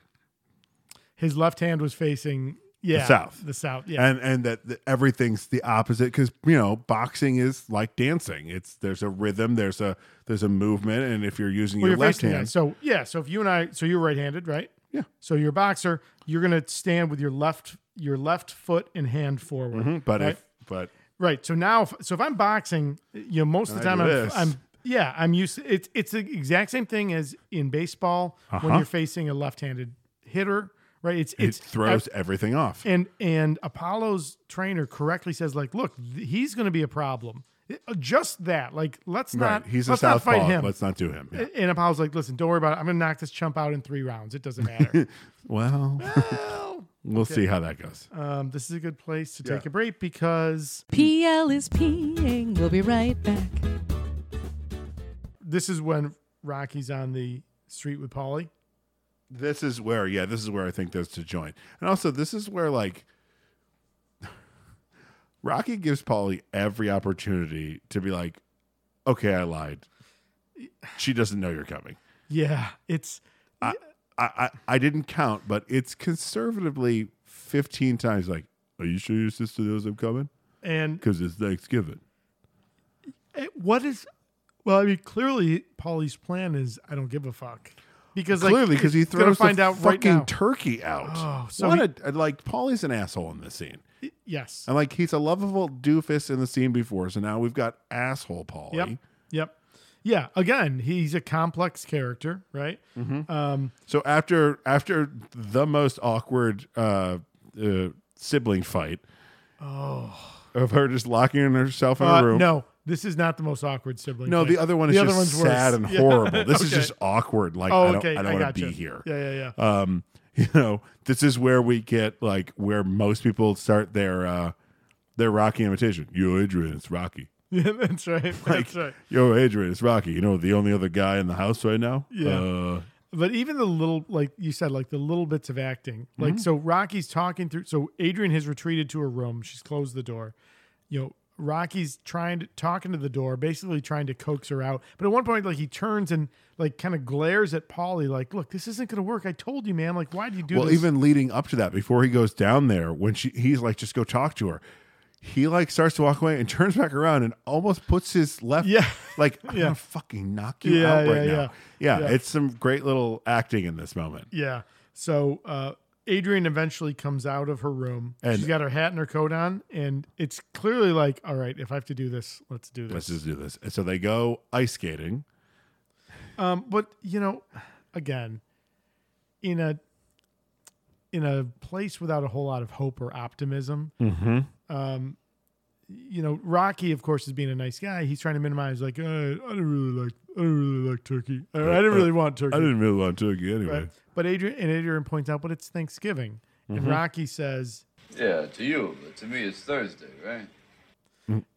E: his left hand was facing yeah
A: the south,
E: the south yeah
A: and and that the, everything's the opposite because you know boxing is like dancing. It's there's a rhythm, there's a there's a movement, and if you're using
E: Well,
A: your
E: you're
A: left
E: facing that.
A: hand,
E: So yeah, so if you and I, so you're right-handed, right?
A: Yeah.
E: So you're a boxer. You're gonna stand with your left your left foot and hand forward.
A: Mhm, but
E: right?
A: if but
E: Right. So now, if, so if I'm boxing, you know, most of the
A: And I
E: time
A: do
E: I'm,
A: this.
E: I'm, yeah, I'm used. To, it's it's the exact same thing as in baseball when
A: Uh-huh.
E: you're facing a left-handed hitter, right? It's
A: it
E: it's
A: throws
E: ev-
A: everything off.
E: and and Apollo's trainer correctly says like, look, th- he's going to be a problem. It- uh, Just that, like, let's not.
A: right, he's a
E: let's not
A: southpaw.
E: fight him.
A: Let's not do him. Yeah.
E: A- And Apollo's like, listen, don't worry about it. I'm going to knock this chump out in three rounds. It doesn't matter.
A: Well, we'll
E: okay.
A: see how that goes.
E: um, this is a good place to
A: Yeah.
E: take a break because
B: PL is peeing. We'll be right back.
E: this is when Rocky's on the street with Polly.
A: this is where yeah this is where i think there's to join and also this is where like rocky gives polly every opportunity to be like okay i lied she doesn't know you're coming
E: Yeah, it's
A: i i i, I didn't count but it's conservatively 15 times like are you sure your sister knows i'm coming
E: and
A: because it's thanksgiving
E: it- what is? Well, I mean, clearly Polly's plan is I don't give a fuck because like,
A: clearly because he
E: he's gonna
A: throws
E: find
A: the
E: out right
A: fucking
E: now.
A: turkey out
E: Oh, so
A: what a, like polly's an asshole in this scene
E: yes.
A: And like he's a lovable doofus in the scene before, so now we've got asshole Polly.
E: Yep. Yep. Yeah. Again, he's a complex character, right?
A: Mm-hmm.
E: Um,
A: So after after the most awkward uh, uh, sibling fight
E: oh
A: of her just locking herself in
E: Uh,
A: a room,
E: no, this is not the most awkward sibling.
A: no,
E: fight.
A: the other one is just
E: worse.
A: sad and
E: Yeah.
A: horrible. This is
E: Okay.
A: just awkward. Like
E: Oh,
A: I don't,
E: okay,
A: I
E: I
A: don't want
E: gotcha.
A: to be here.
E: Yeah, yeah,
A: yeah. Um, you know, this is where we get like where most people start their uh, their Rocky imitation. Yo, Adrian, it's Rocky.
E: Yeah, that's right.
A: Like,
E: that's right.
A: yo, Adrian, it's Rocky. You know, the only other guy in the house right now.
E: Yeah.
A: Uh,
E: But even the little, like you said, like the little bits of acting, like
A: Mhm.
E: so Rocky's talking through. So Adrian has retreated to her room. She's closed the door. You know, Rocky's trying to talking to the door, basically trying to coax her out. But at one point, like he turns and like kind of glares at Polly, like, "Look, this isn't going to work. I told you, man. Like, why do you do
A: well,
E: this?"
A: even leading up to that, before he goes down there, when she he's like, just go talk to her. He like starts to walk away and turns back around and almost puts his left yeah. like I'm gonna fucking knock you
E: Yeah,
A: out right
E: yeah,
A: now. Yeah.
E: yeah. Yeah.
A: it's some great little acting in this moment.
E: yeah. So uh, Adrian eventually comes out of her room.
A: And-
E: She's got her hat and her coat on, and it's clearly like, "All right, if I have to do this, let's do this."
A: Let's just do this. And so they go ice skating.
E: Um, but you know, again, in a in a place without a whole lot of hope or optimism,
A: Mhm.
E: um, you know, Rocky, of course, is being a nice guy. He's trying to minimize, like, uh, I didn't really like, I didn't really like turkey. I, I didn't really want turkey.
A: I didn't really want turkey anyway.
E: Mm-hmm. Right? But Adrian and Adrian points out, but it's Thanksgiving, and
A: Mhm.
E: Rocky says,
J: Yeah, to you, but to me, it's Thursday, right?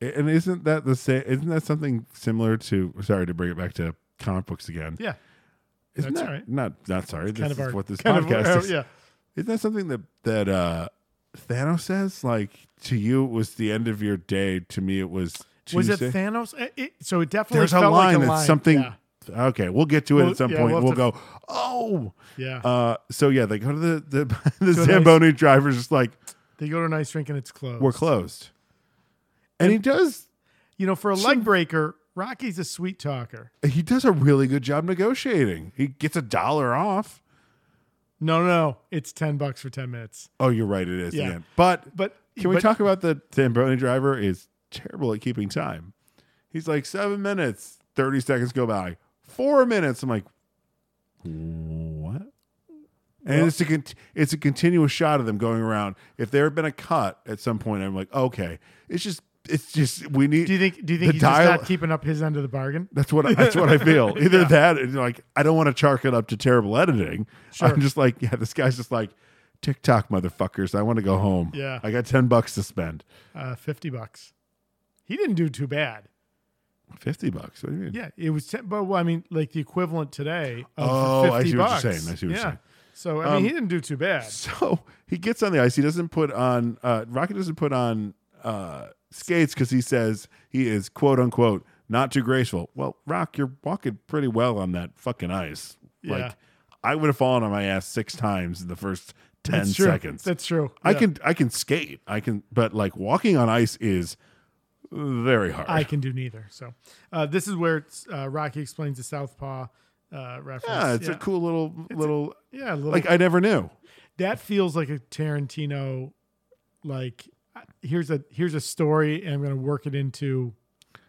A: And isn't that the same? Isn't that something similar to? Sorry to bring it back to comic books again.
E: "Yeah,
A: Isn't
E: that's
A: that,
E: all right.
A: Not not sorry.
E: It's
A: this
E: kind of
A: is
E: our-
A: what this
E: kind of
A: podcast
E: our-
A: is.
E: yeah.
A: Isn't that something that that uh, Thanos says? Like to you, it was the end of your day. To me, it was Tuesday.
E: was it Thanos?" It- it- so it definitely
A: There's a
E: felt
A: line.
E: Like a
A: it's
E: line.
A: something.
E: Yeah.
A: Okay, we'll get to it
E: We'll-
A: at some
E: yeah,
A: point.
E: we'll
A: We'll,
E: have
A: go. Oh,
E: Yeah.
A: Uh, so yeah, they go to the the, the
E: To a nice-
A: Zamboni driver's just like
E: They go to an ice rink and it's closed.
A: we're closed, and he does
E: You know, for a leg breaker, Rocky's a sweet talker.
A: he does a really good job negotiating. He gets a dollar off.
E: No, no, no. It's 10 bucks for 10 minutes.
A: Oh, you're right. It is.
E: Yeah.
A: Yeah. But
E: But-
A: can we
E: but-
A: talk about the Zamboni driver is terrible at keeping time? He's like seven minutes, thirty seconds go by, four minutes. I'm like, what? And it's a cont- it's a continuous shot of them going around. If there had been a cut at some point, I'm like, okay, it's just it's just we need.
E: Do you think do you think he's
A: dial-
E: just not keeping up his end of the bargain?
A: That's what that's what I feel. Either
E: Yeah.
A: that, and like I don't want to chalk it up to terrible editing.
E: Sure.
A: I'm just like, yeah, this guy's just like TikTok motherfuckers. I want to go home.
E: Yeah.
A: I got ten bucks to spend.
E: Uh, 50 bucks. He didn't do too bad.
A: Fifty bucks. What do you mean?
E: Yeah, it was 10, but well, I mean, like the equivalent today of
A: Oh,
E: 50
A: I see what
E: bucks.
A: you're saying. I see what
E: yeah.
A: you're saying.
E: So, I mean,
A: Um,
E: he didn't do too bad.
A: So he gets on the ice. He doesn't put on uh, Rocket doesn't put on uh, skates because he says he is quote unquote not too graceful. Well, Rock, you're walking pretty well on that fucking ice.
E: Yeah.
A: Like I would have fallen on my ass six times in the first ten
E: That's true.
A: seconds.
E: That's true.
A: I
E: Yeah.
A: can I can skate. I can, but like walking on ice is very hard.
E: I can do neither. So, uh, this is where it's, uh, Rocky explains the Southpaw uh, reference.
A: yeah, it's a cool little little.
E: yeah, a little-
A: like I never knew.
E: that feels like a Tarantino like here's a here's a story and I'm going to work it into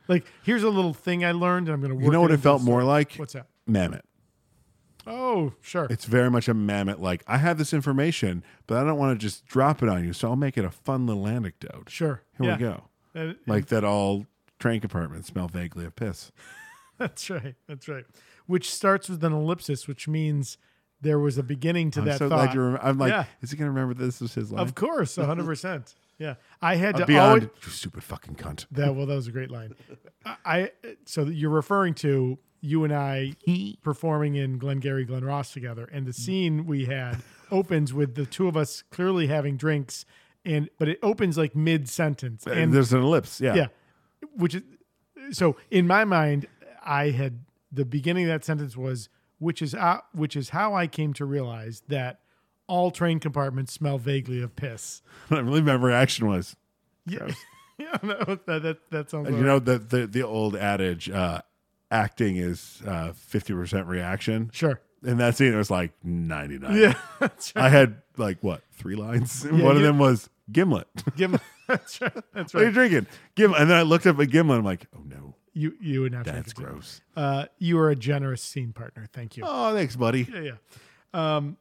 E: like here's a little thing I learned and I'm going to work
A: You know what it
E: into
A: felt
E: the
A: more
E: story.
A: like?
E: What's that?
A: Mammoth.
E: Oh, sure.
A: It's very much a mammoth. Like I have this information, but I don't want to just drop it on you, so I'll make it a fun little anecdote.
E: Sure.
A: Here
E: Yeah.
A: we go.
E: That-
A: like that, all train compartments smell vaguely of piss.
E: That's right. That's right. Which starts with an ellipsis, which means there was a beginning to
A: I'm
E: that
A: so
E: thought.
A: glad you. Remember. I'm like,
E: Yeah,
A: is he gonna remember this was his line?
E: of course, 100%. Yeah. I had
A: Uh,
E: to
A: beyond
E: always,
A: you, stupid fucking cunt.
E: That well, that was a great line. I, I so that you're referring to you and I performing in Glengarry Glen Ross together, and the scene we had opens with the two of us clearly having drinks, and but it opens like mid sentence,
A: And Uh, there's an ellipse, yeah.
E: yeah, which is so in my mind, I had the beginning of that sentence was which is uh, which is how I came to realize that all train compartments smell vaguely of piss.
A: I believe my reaction was.
E: Yeah, yeah, no, that, that that sounds.
A: And
E: about
A: you know the, the the old adage, uh, acting is uh, fifty percent reaction.
E: Sure.
A: And that scene it was like ninety nine.
E: Yeah, that's right.
A: I had like what three lines.
E: Yeah,
A: One of
E: you-
A: them was gimlet.
E: Gimlet. That's right. That's
A: what are you
E: right.
A: drinking? Gimlet. And then I looked up at gimlet. I'm like, oh no,
E: You you would not.
A: that's
E: drink it.
A: gross.
E: Uh, you are a generous scene partner. Thank you.
A: Oh, thanks, buddy.
E: Yeah, yeah. Um,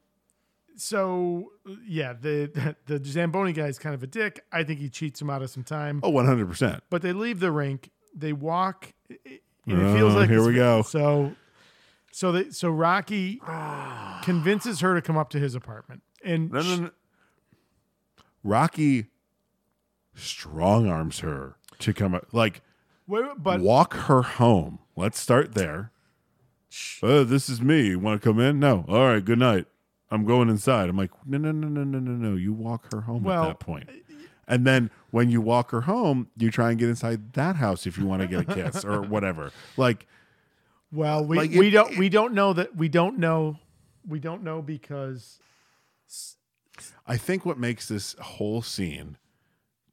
E: so yeah, the the Zamboni guy is kind of a dick. I think he cheats him out of some time.
A: Oh, 100 percent.
E: But they leave the rink. They walk. And it feels
A: Oh,
E: like
A: here
E: it's-
A: we go.
E: So, so they so Rocky convinces her to come up to his apartment, and
A: No, no, no. Rocky strong arms her to come up. Like
E: Wait, but
A: walk her home. Let's start there. Uh, this is me. You want to come in? No. All right. Good night. I'm going inside. I'm like, no, no, no, no, no, no, no. You walk her home
E: Well, uh,
A: at that point. And then when you walk her home, you try and get inside that house if you want to get a kiss or whatever. Like,
E: Well, we,
A: Like,
E: we
A: it-
E: don't we don't know that we don't know we don't know because
A: I think what makes this whole scene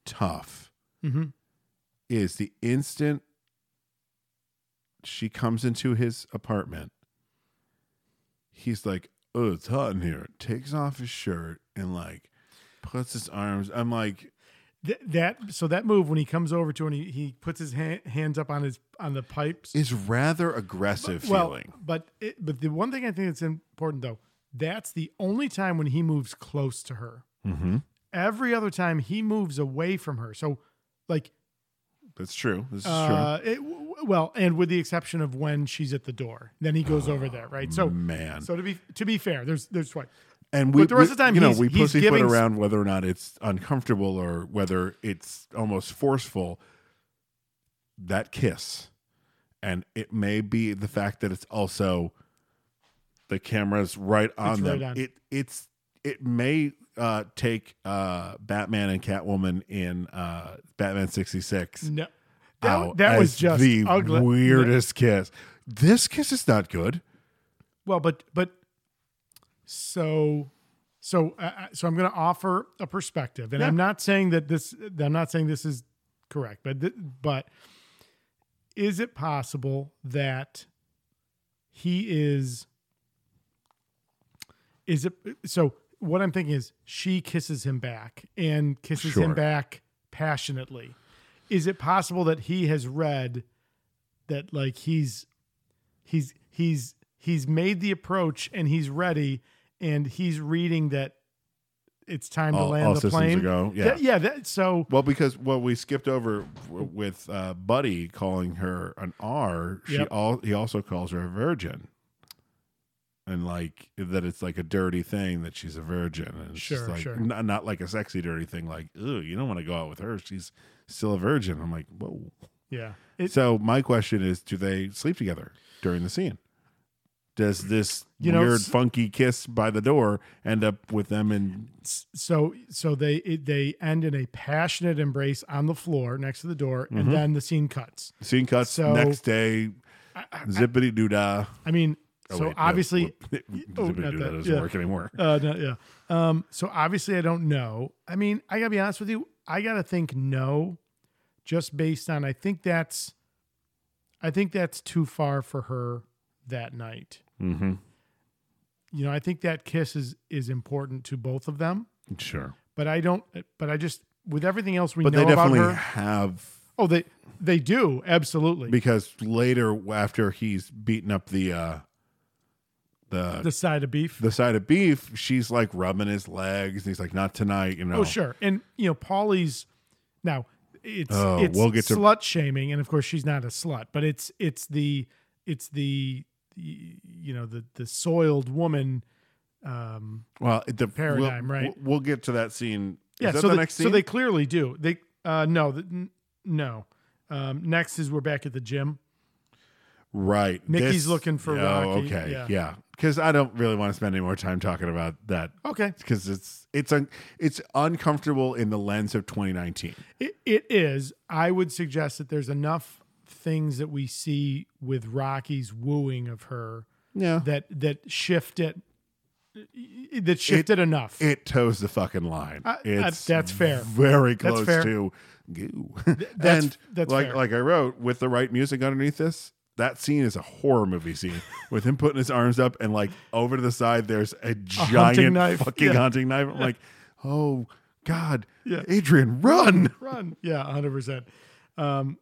A: tough
E: Mhm.
A: is the instant she comes into his apartment, he's like, Oh, it's hot in here. Takes off his shirt and like puts his arms. I'm like,
E: th- that so that move when he comes over to her and he, he puts his ha- hands up on his on the pipes
A: is rather aggressive feeling.
E: But it, but the one thing I think that's important though, that's the only time when he moves close to her.
A: Mm-hmm.
E: Every other time he moves away from her. So, like,
A: That's true. This is
E: uh, it, w- well, and with the exception of when she's at the door, then he goes over there, right? So,
A: man.
E: So to be to be fair, there's there's twice.
A: true. And we,
E: but the rest
A: we-
E: of the time,
A: you know,
E: he's-
A: we
E: he's
A: pussyfoot
E: giving s-
A: around whether or not it's uncomfortable or whether it's almost forceful. That kiss, and it may be the fact that it's also the camera's right on
E: It's
A: them.
E: right on.
A: It it's it may uh, take uh, Batman and Catwoman in uh, Batman sixty six.
E: No, that,
A: out
E: that was
A: as
E: just
A: the
E: ugly.
A: weirdest kiss. This kiss is not good.
E: Well, but but so so uh, so I'm going to offer a perspective, and I'm not saying that this I'm not saying this is correct, but th- but is it possible that he is is it so what i'm thinking is she kisses him back and kisses him
A: Sure.
E: back passionately is it possible that he has read that like he's he's he's he's made the approach and he's ready and he's reading that it's time to
A: All-
E: land
A: all
E: the
A: systems
E: plane
A: are go, yeah.
E: That- yeah that, so
A: Well, because what we skipped over w- with uh, Buddy calling her an R, she
E: Yep.
A: all he also calls her a virgin, and like that it's like a dirty thing that she's a virgin, and it's just
E: Sure,
A: like
E: sure.
A: n- Not, like a sexy dirty thing, like ooh, you don't want to go out with her, she's still a virgin. I'm like, whoa.
E: yeah It-
A: so my question is, do they sleep together during the scene? Does this
E: You know,
A: weird
E: s-
A: funky kiss by the door end up with them in
E: so so they it, they end in a passionate embrace on the floor next to the door
A: Mhm.
E: and then the scene cuts
A: scene cuts
E: So-
A: next day? Zippity doo dah.
E: i mean
A: Oh,
E: so
A: wait, no,
E: obviously
A: whoop.
E: Oh,
A: Zippity
E: not
A: doo
E: that,
A: dah doesn't
E: yeah.
A: work anymore.
E: uh no, yeah um so obviously i don't know i mean i gotta be honest with you i gotta think no just based on i think that's i think that's too far for her that night
A: Mm-hmm.
E: you know i think that kiss is is important to both of them
A: Sure,
E: but i don't but i just with everything else we
A: but
E: know
A: they definitely
E: about her
A: have
E: oh they they do absolutely
A: because later after he's beaten up the uh the
E: the side of beef
A: the side of beef, she's like rubbing his legs. He's like, "Not tonight," you know.
E: Oh, sure. And you know, Paulie's now it's
A: Oh,
E: it's
A: we'll get to-
E: slut shaming, and of course she's not a slut, but it's it's the it's the you know the the soiled woman. Um,
A: Well, it- the
E: Paradigm,
A: we'll,
E: right.
A: We'll get to that scene. Is
E: yeah.
A: that
E: So
A: the
E: they-
A: next scene.
E: so they clearly do. They uh, no the, n- no. Um, next is we're back at the gym.
A: Right.
E: Mickey's looking for
A: oh,
E: Rocky,
A: Okay.
E: yeah.
A: Yeah. Because I don't really want to spend any more time talking about that.
E: Okay.
A: Because it's it's un, it's uncomfortable in the lens of 2019.
E: It, it is. I would suggest that there's enough things that we see with Rocky's wooing of her
A: Yeah.
E: that that shift it that shifted enough.
A: It toes the fucking line.
E: I- I-
A: it's
E: that's fair.
A: Very
E: That's
A: close
E: fair.
A: to goo.
E: that's-
A: and
E: that's
A: like
E: fair.
A: like I wrote with the right music underneath this. That scene is a horror movie scene with him putting his arms up and like over to the side. There's a giant
E: knife.
A: fucking
E: Yeah.
A: hunting knife. I'm like, oh god,
E: Yeah.
A: Adrian, run!
E: Run. Yeah, 100%. Um,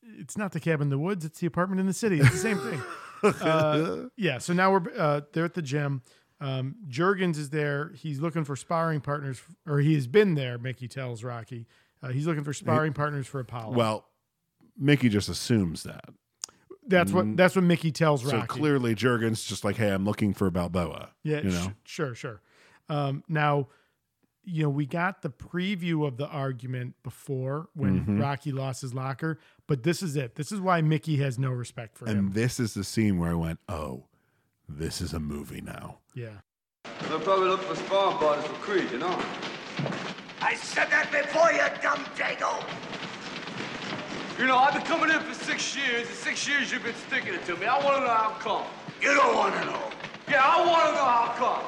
E: it's not the cabin in the woods, it's the apartment in the city. It's the same thing. Uh, yeah, so now we're uh, they're at the gym. Um, Jurgens is there. He's looking for sparring partners, or he has been there, Mickey tells Rocky. Uh, he's looking for sparring partners for Apollo.
A: Well, Mickey just assumes that.
E: that's what that's what Mickey tells Rocky.
A: mm, So clearly, Jurgen's just like, "Hey, I'm looking for Balboa."
E: Yeah,
A: you
E: sh-
A: know,
E: sure, sure. Um, now, you know, we got the preview of the argument before when
A: Mhm.
E: Rocky lost his locker, but this is it. This is why Mickey has no respect for him.
A: And this is the scene where I went, oh, this is a movie now.
E: Yeah.
J: They'll probably look for sparring partners for Creed, you know?
L: I said that before, you dumb dago.
J: You know, I've been coming in for six years, and six years you've been sticking it to me. I want to know how come.
L: You don't want to know.
J: Yeah, I want to know how come.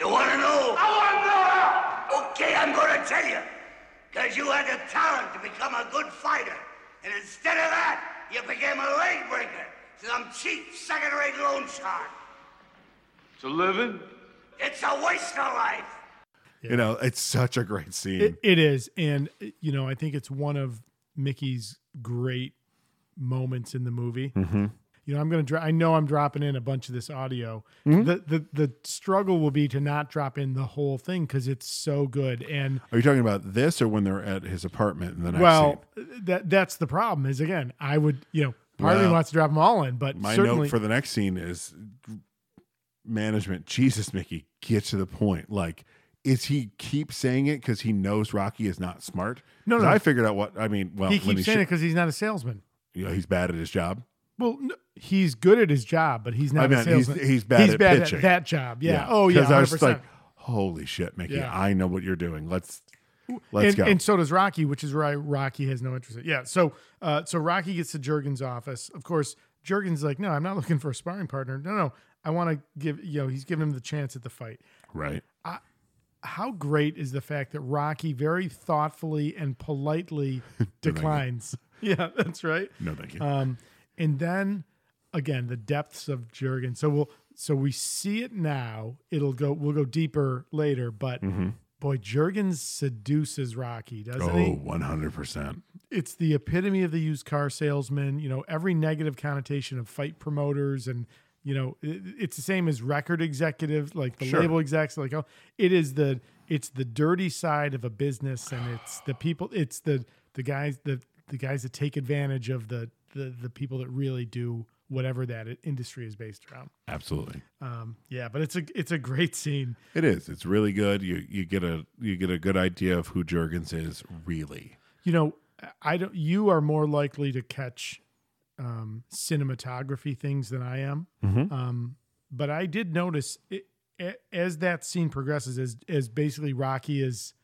L: You want to know?
J: I wanna
L: know how. Oh. Okay, I'm going to tell you. Because you had the talent to become a good fighter. And instead of that, you became a leg breaker. Some cheap second-rate loan shark.
J: It's a living.
L: It's a waste of life.
A: You know, it's such a great scene.
E: It, it is. And, you know, I think it's one of Mickey's great moments in the movie.
A: Mhm.
E: You know, I'm going to, dro- I know I'm dropping in a bunch of this audio.
A: Mhm.
E: The, the, the struggle will be to not drop in the whole thing because it's so good. And,
A: Are you talking about this or when they're at his apartment in the next
E: well, that that's the problem is again, I would, you know, part of me
A: Well,
E: wants to drop them all in, but
A: scene? My
E: certainly
A: note for the next scene is management. Jesus, Mickey, get to the point. Like, is he keep saying it because he knows Rocky is not smart?
E: No,
A: 'Cause
E: no.
A: I figured out what I mean. Well,
E: he
A: when
E: keeps saying it
A: sho-
E: because he's not a salesman.
A: you know, he's bad at his job.
E: Well, no, he's good at his job, but he's not
A: I
E: a
A: mean, he's,
E: salesman.
A: he's bad at pitching.
E: that job. Yeah. Oh, yeah.
A: 'Cause I was
E: 100%.
A: like, holy shit, Mickey,
E: Yeah.
A: I know what you're doing. Let's let's
E: and,
A: go.
E: and so does Rocky, which is why Rocky has no interest. in Yeah. So, uh, so Rocky gets to Jurgen's office. Of course, Jurgen's like, no, I'm not looking for a sparring partner. No, no, I want to give. You know, he's giving him the chance at the fight.
A: right.
E: I, how great is the fact that Rocky very thoughtfully and politely declines? yeah, that's right.
A: No, thank you.
E: Um, and then again, the depths of Jurgen. So we'll so we see it now. It'll go. We'll go deeper later. But
A: Mhm.
E: boy, Jurgen seduces Rocky, doesn't
A: Oh,
E: he?
A: 100 percent.
E: It's the epitome of the used car salesman. You know, every negative connotation of fight promoters and. You know, it- it's the same as record executives, like the
A: Sure.
E: label execs. Like, oh, it is the it's the dirty side of a business, and it's the people, it's the the guys, the the guys that take advantage of the the the people that really do whatever that industry is based around.
A: Absolutely.
E: Um, yeah, but it's a it's a great scene.
A: It is. It's really good. You you get a you get a good idea of who Jurgens is really.
E: You know, I don't. You are more likely to catch um, cinematography things than I am.
A: Mhm.
E: Um, but I did notice it, a- as that scene progresses, as as basically Rocky is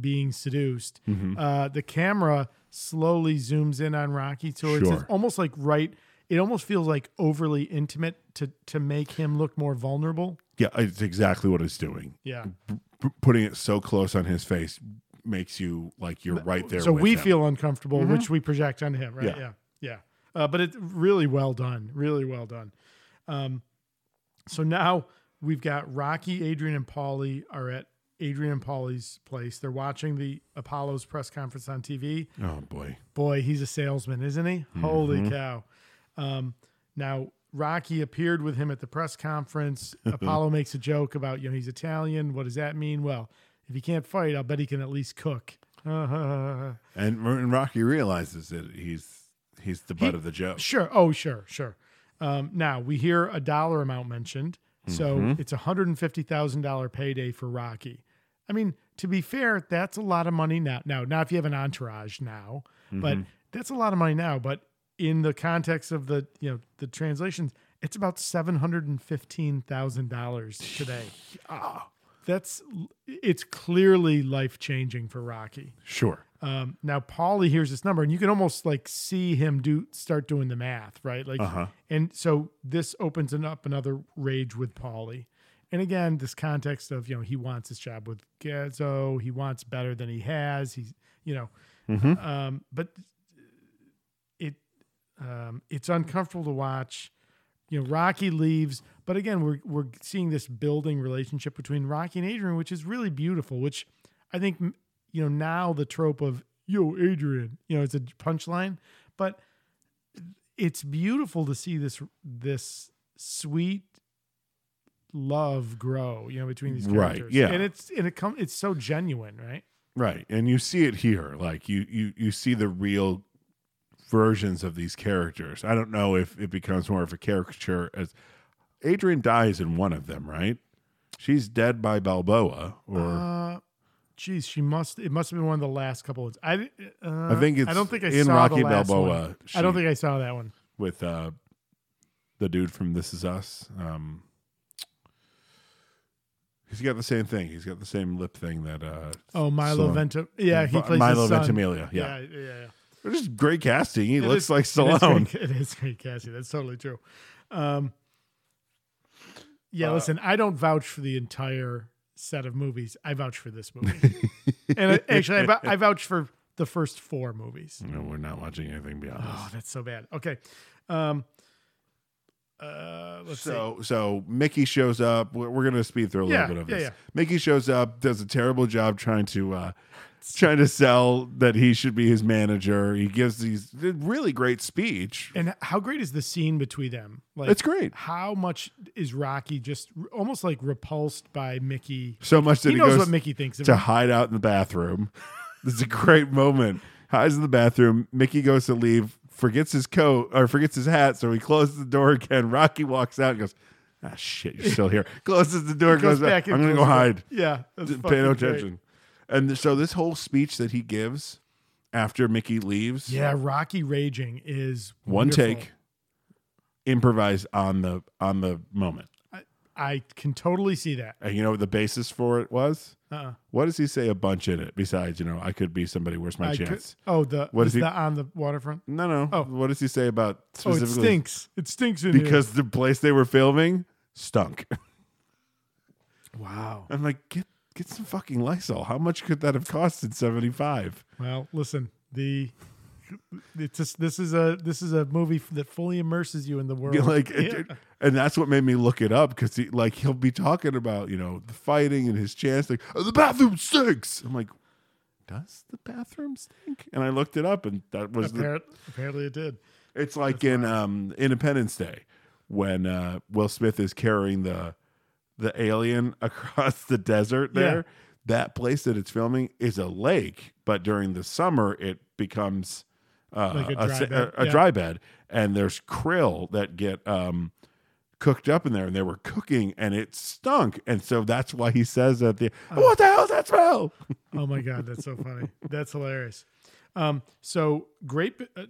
E: being seduced,
A: Mhm.
E: uh, the camera slowly zooms in on Rocky towards
A: Sure.
E: his, almost like right. It almost feels like overly intimate to to make him look more vulnerable.
A: Yeah, it's exactly what it's doing.
E: Yeah.
A: P- p- putting it so close on his face makes you like you're right there.
E: So
A: with
E: we
A: him.
E: feel uncomfortable,
A: Mhm.
E: which we project on him, right? Yeah,
A: Yeah.
E: yeah. Uh, but it's really well done, really well done. Um, so now we've got Rocky, Adrian, and Paulie are at Adrian and Paulie's place. They're watching the Apollo's press conference on TV.
A: Oh boy.
E: Boy, he's a salesman, isn't he? Holy
A: Mhm.
E: cow! Um, now Rocky appeared with him at the press conference. Apollo makes a joke about you know he's Italian. What does that mean? Well, if he can't fight, I'll bet he can at least cook. Uh-huh.
A: And, and Rocky realizes that he's he's the butt
E: He-
A: of the joke.
E: Sure. Oh, sure, sure. Um, now we hear a dollar amount mentioned, so
A: Mhm.
E: it's a hundred and fifty thousand dollar payday for Rocky. I mean, to be fair, that's a lot of money now. Now, now if you have an entourage now, but
A: Mhm.
E: that's a lot of money now. But in the context of the you know the translations, it's about seven hundred and fifteen thousand dollars today. That's it's clearly life changing for Rocky.
A: Sure.
E: Um, now Paulie hears this number, and you can almost like see him do start doing the math, right? Like,
A: Uh-huh.
E: and so this opens an- up another rage with Paulie. And again, this context of you know he wants his job with Gazzo, he wants better than he has. He's you know,
A: Mhm.
E: um, but it um, it's uncomfortable to watch. You know, Rocky leaves, but again, we're we're seeing this building relationship between Rocky and Adrian, which is really beautiful. Which I think m- you know now the trope of "Yo, Adrian," you know, it's a punchline, but it's beautiful to see this this sweet love grow. You know, between these
A: Right,
E: characters,
A: yeah.
E: and it's and it come it's so genuine, right?
A: Right. And you see it here. Like you you you see the real versions of these characters. I don't know if it becomes more of a caricature as Adrian dies in one of them, right? She's dead by Balboa or
E: Uh, Jeez, she must. It must have been one of the last couple ones. I, uh,
A: I think it's
E: I don't think I
A: in
E: saw
A: Rocky
E: the last
A: Balboa.
E: one. I don't
A: She-
E: think I saw that one.
A: with uh, the dude from This Is Us. Um, he's got the same thing. He's got the same lip thing that. Uh,
E: Oh, Milo
A: Stallone-
E: Ventimiglia. Yeah, he
A: Vi-
E: plays
A: Milo
E: his son.
A: Ventimiglia. Yeah.
E: yeah, yeah. yeah.
A: They're just great casting. He
E: It
A: looks
E: is-
A: like Stallone.
E: It is, great, it is great casting. That's totally true. Um, yeah,
A: Uh,
E: listen, I don't vouch for the entire set of movies. I vouch for this movie, and I, actually, I, vou- I vouch for the first four movies.
A: No, we're not watching anything beyond
E: Oh, that's so bad. Okay, um, uh,
A: this.
E: let's
A: So, so Mickey shows up. We're, we're gonna speed through a
E: Yeah,
A: little bit of
E: yeah,
A: this.
E: yeah.
A: Mickey shows up, does a terrible job trying to uh, trying to sell that he should be his manager. He gives these really great speech.
E: see. And how great is the scene between them? Like,
A: It's great.
E: How much is Rocky just r- almost like repulsed by Mickey?
A: So much that
E: he,
A: he,
E: knows
A: goes
E: what Mickey thinks of
A: to
E: him.
A: hide out in the bathroom. this is a great moment. Hides in the bathroom. Mickey goes to leave, forgets his coat or forgets his hat, so he closes the door again. Rocky walks out and goes, "Ah, shit, you're still here." Closes the door,
E: He
A: goes, back.
E: and
A: I'm gonna go
E: goes back.
A: hide.
E: Yeah, that's
A: Just
E: fucking
A: pay no
E: great.
A: attention. And th- so this whole speech that he gives after Mickey leaves,
E: Yeah, Rocky Raging is
A: one
E: wonderful.
A: take, improvised on the on the moment.
E: I can totally see that.
A: And you know what the basis for it was?
E: Uh-uh.
A: What does he say a bunch in it? Besides, you know, I could be somebody. Where's my
E: I could-
A: chance?
E: oh, the
A: What
E: what
A: is
E: is
A: he-
E: that on the waterfront?
A: No, no.
E: Oh.
A: What does he say about
E: Oh, it
A: specifically?
E: stinks. It stinks in here.
A: Because the place they were filming stunk.
E: wow.
A: I'm like, get get some fucking Lysol. How much could that have cost in '75?
E: Well, listen, the it's just, this is a this is a movie that fully immerses you in the world.
A: Like,
E: Yeah.
A: it- it- and that's what made me look it up because he, like, he'll be talking about you know the fighting and his chance. Like, oh, the bathroom stinks. I'm like, does the bathroom stink? And I looked it up, and that was the
E: Apparent- apparently it did.
A: It's like in um, Independence Day when uh, Will Smith is carrying the the alien across the desert.
E: Yeah.
A: There, that place that it's filming is a lake, but during the summer it becomes uh,
E: Like a
A: a,
E: dry
A: s- a-
E: bed.
A: a
E: Yeah.
A: dry bed, and there's krill that get um, cooked up in there, and they were cooking, and it stunk, and so that's why he says that the what the hell's that smell?
E: Oh my god, that's so funny. That's hilarious. Um, so great, uh,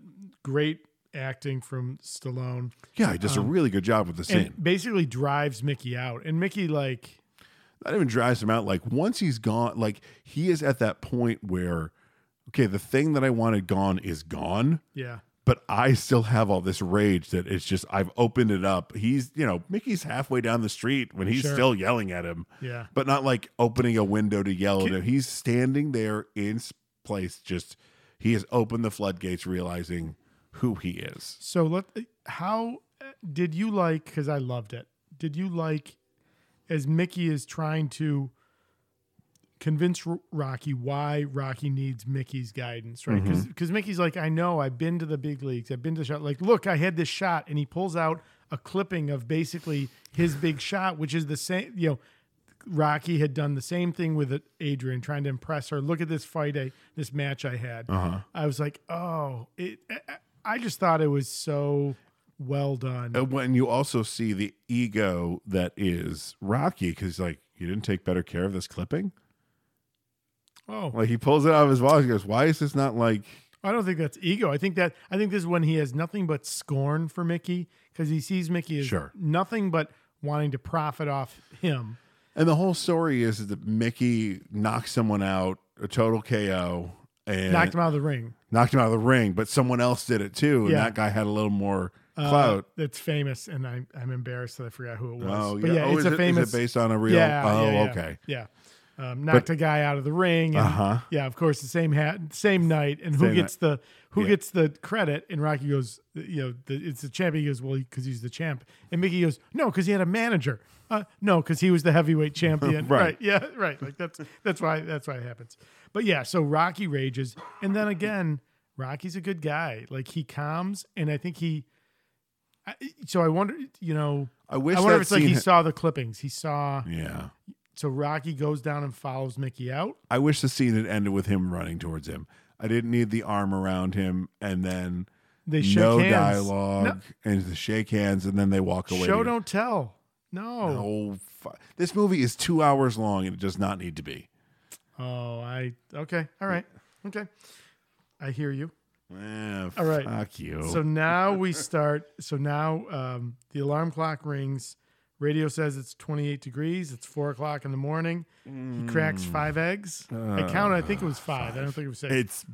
E: great acting from Stallone.
A: yeah, he does a
E: Um,
A: really good job with the scene.
E: and basically drives Mickey out, and Mickey like
A: not even drives him out. Like once he's gone, like he is at that point where, okay, the thing that I wanted gone is gone,
E: yeah.
A: but I still have all this rage that it's just I've opened it up. He's you know Mickey's halfway down the street when he's
E: Sure.
A: still yelling at him,
E: Yeah.
A: but not like opening a window to yell at him. He's standing there in s- place, just he has opened the floodgates, realizing who he is.
E: So let how uh, did you like cuz I loved it. Did you like as Mickey is trying to convince R- Rocky why Rocky needs Mickey's guidance, right? Cuz
A: Mhm.
E: Mickey's like, "I know, I've been to the big leagues. I've been to shot like, look, I had this shot." And he pulls out a clipping of basically his big shot, which is the same, you know, Rocky had done the same thing with Adrian, trying to impress her. Look at this fight, I, this match I had.
A: Uh-huh.
E: I was like, oh, it, I- I- I just thought it was so well done.
A: Uh, And when you also see the ego that is Rocky, because like you didn't take better care of this clipping.
E: Oh,
A: Like he pulls it out of his wallet. He goes, "Why is this not like?"
E: I don't think that's ego. I think that I think this is when he has nothing but scorn for Mickey because he sees Mickey as
A: Sure.
E: nothing but wanting to profit off him.
A: And the whole story is that Mickey knocks someone out, a total KO, and
E: Knocked him out of the ring.
A: knocked him out of the ring. But someone else did it too, and
E: Yeah.
A: that guy had a little more
E: Uh,
A: clout.
E: That's famous, and I, I'm embarrassed that I forgot who it was.
A: Oh,
E: but
A: yeah.
E: yeah,
A: Oh,
E: it's
A: is
E: a
A: it- is it
E: famous.
A: based on a real- oh, okay.
E: Yeah. Um, knocked a guy out of the ring. And,
A: Uh-huh.
E: Yeah, of course, the same hat, same night, and
A: Same
E: who gets the who
A: Yeah.
E: gets the credit? And Rocky goes, you know, the, it's the champ. He goes, well, because he's the champ. And Mickey goes, no, because he had a manager. Uh, no, because he was the heavyweight champion.
A: Right.
E: Yeah. Right. Like that's that's why that's why it happens. But yeah, so Rocky rages, and then again, Rocky's a good guy. Like he calms, and I think he. I, so I wonder, you know,
A: I wish
E: I wonder
A: that
E: if it's like he
A: scene-
E: saw the clippings. He saw.
A: Yeah,
E: So Rocky goes down and follows Mickey out.
A: I wish the scene had ended with him running towards him. I didn't need the arm around him, and then
E: They shake
A: no
E: hands.
A: dialogue, and the shake hands, and then they walk away.
E: Show
A: together.
E: don't tell. No.
A: No, fu- this movie is two hours long, and it does not need to be.
E: Oh, I okay. All right. Okay. I hear you.
A: Eh,
E: All right.
A: Fuck you.
E: So now we start. So now um, the alarm clock rings. Radio says it's 28 degrees. It's four o'clock in the morning. He cracks
A: Mm.
E: five eggs. I counted. I think it was Uh, five. I don't think it was six.
A: It's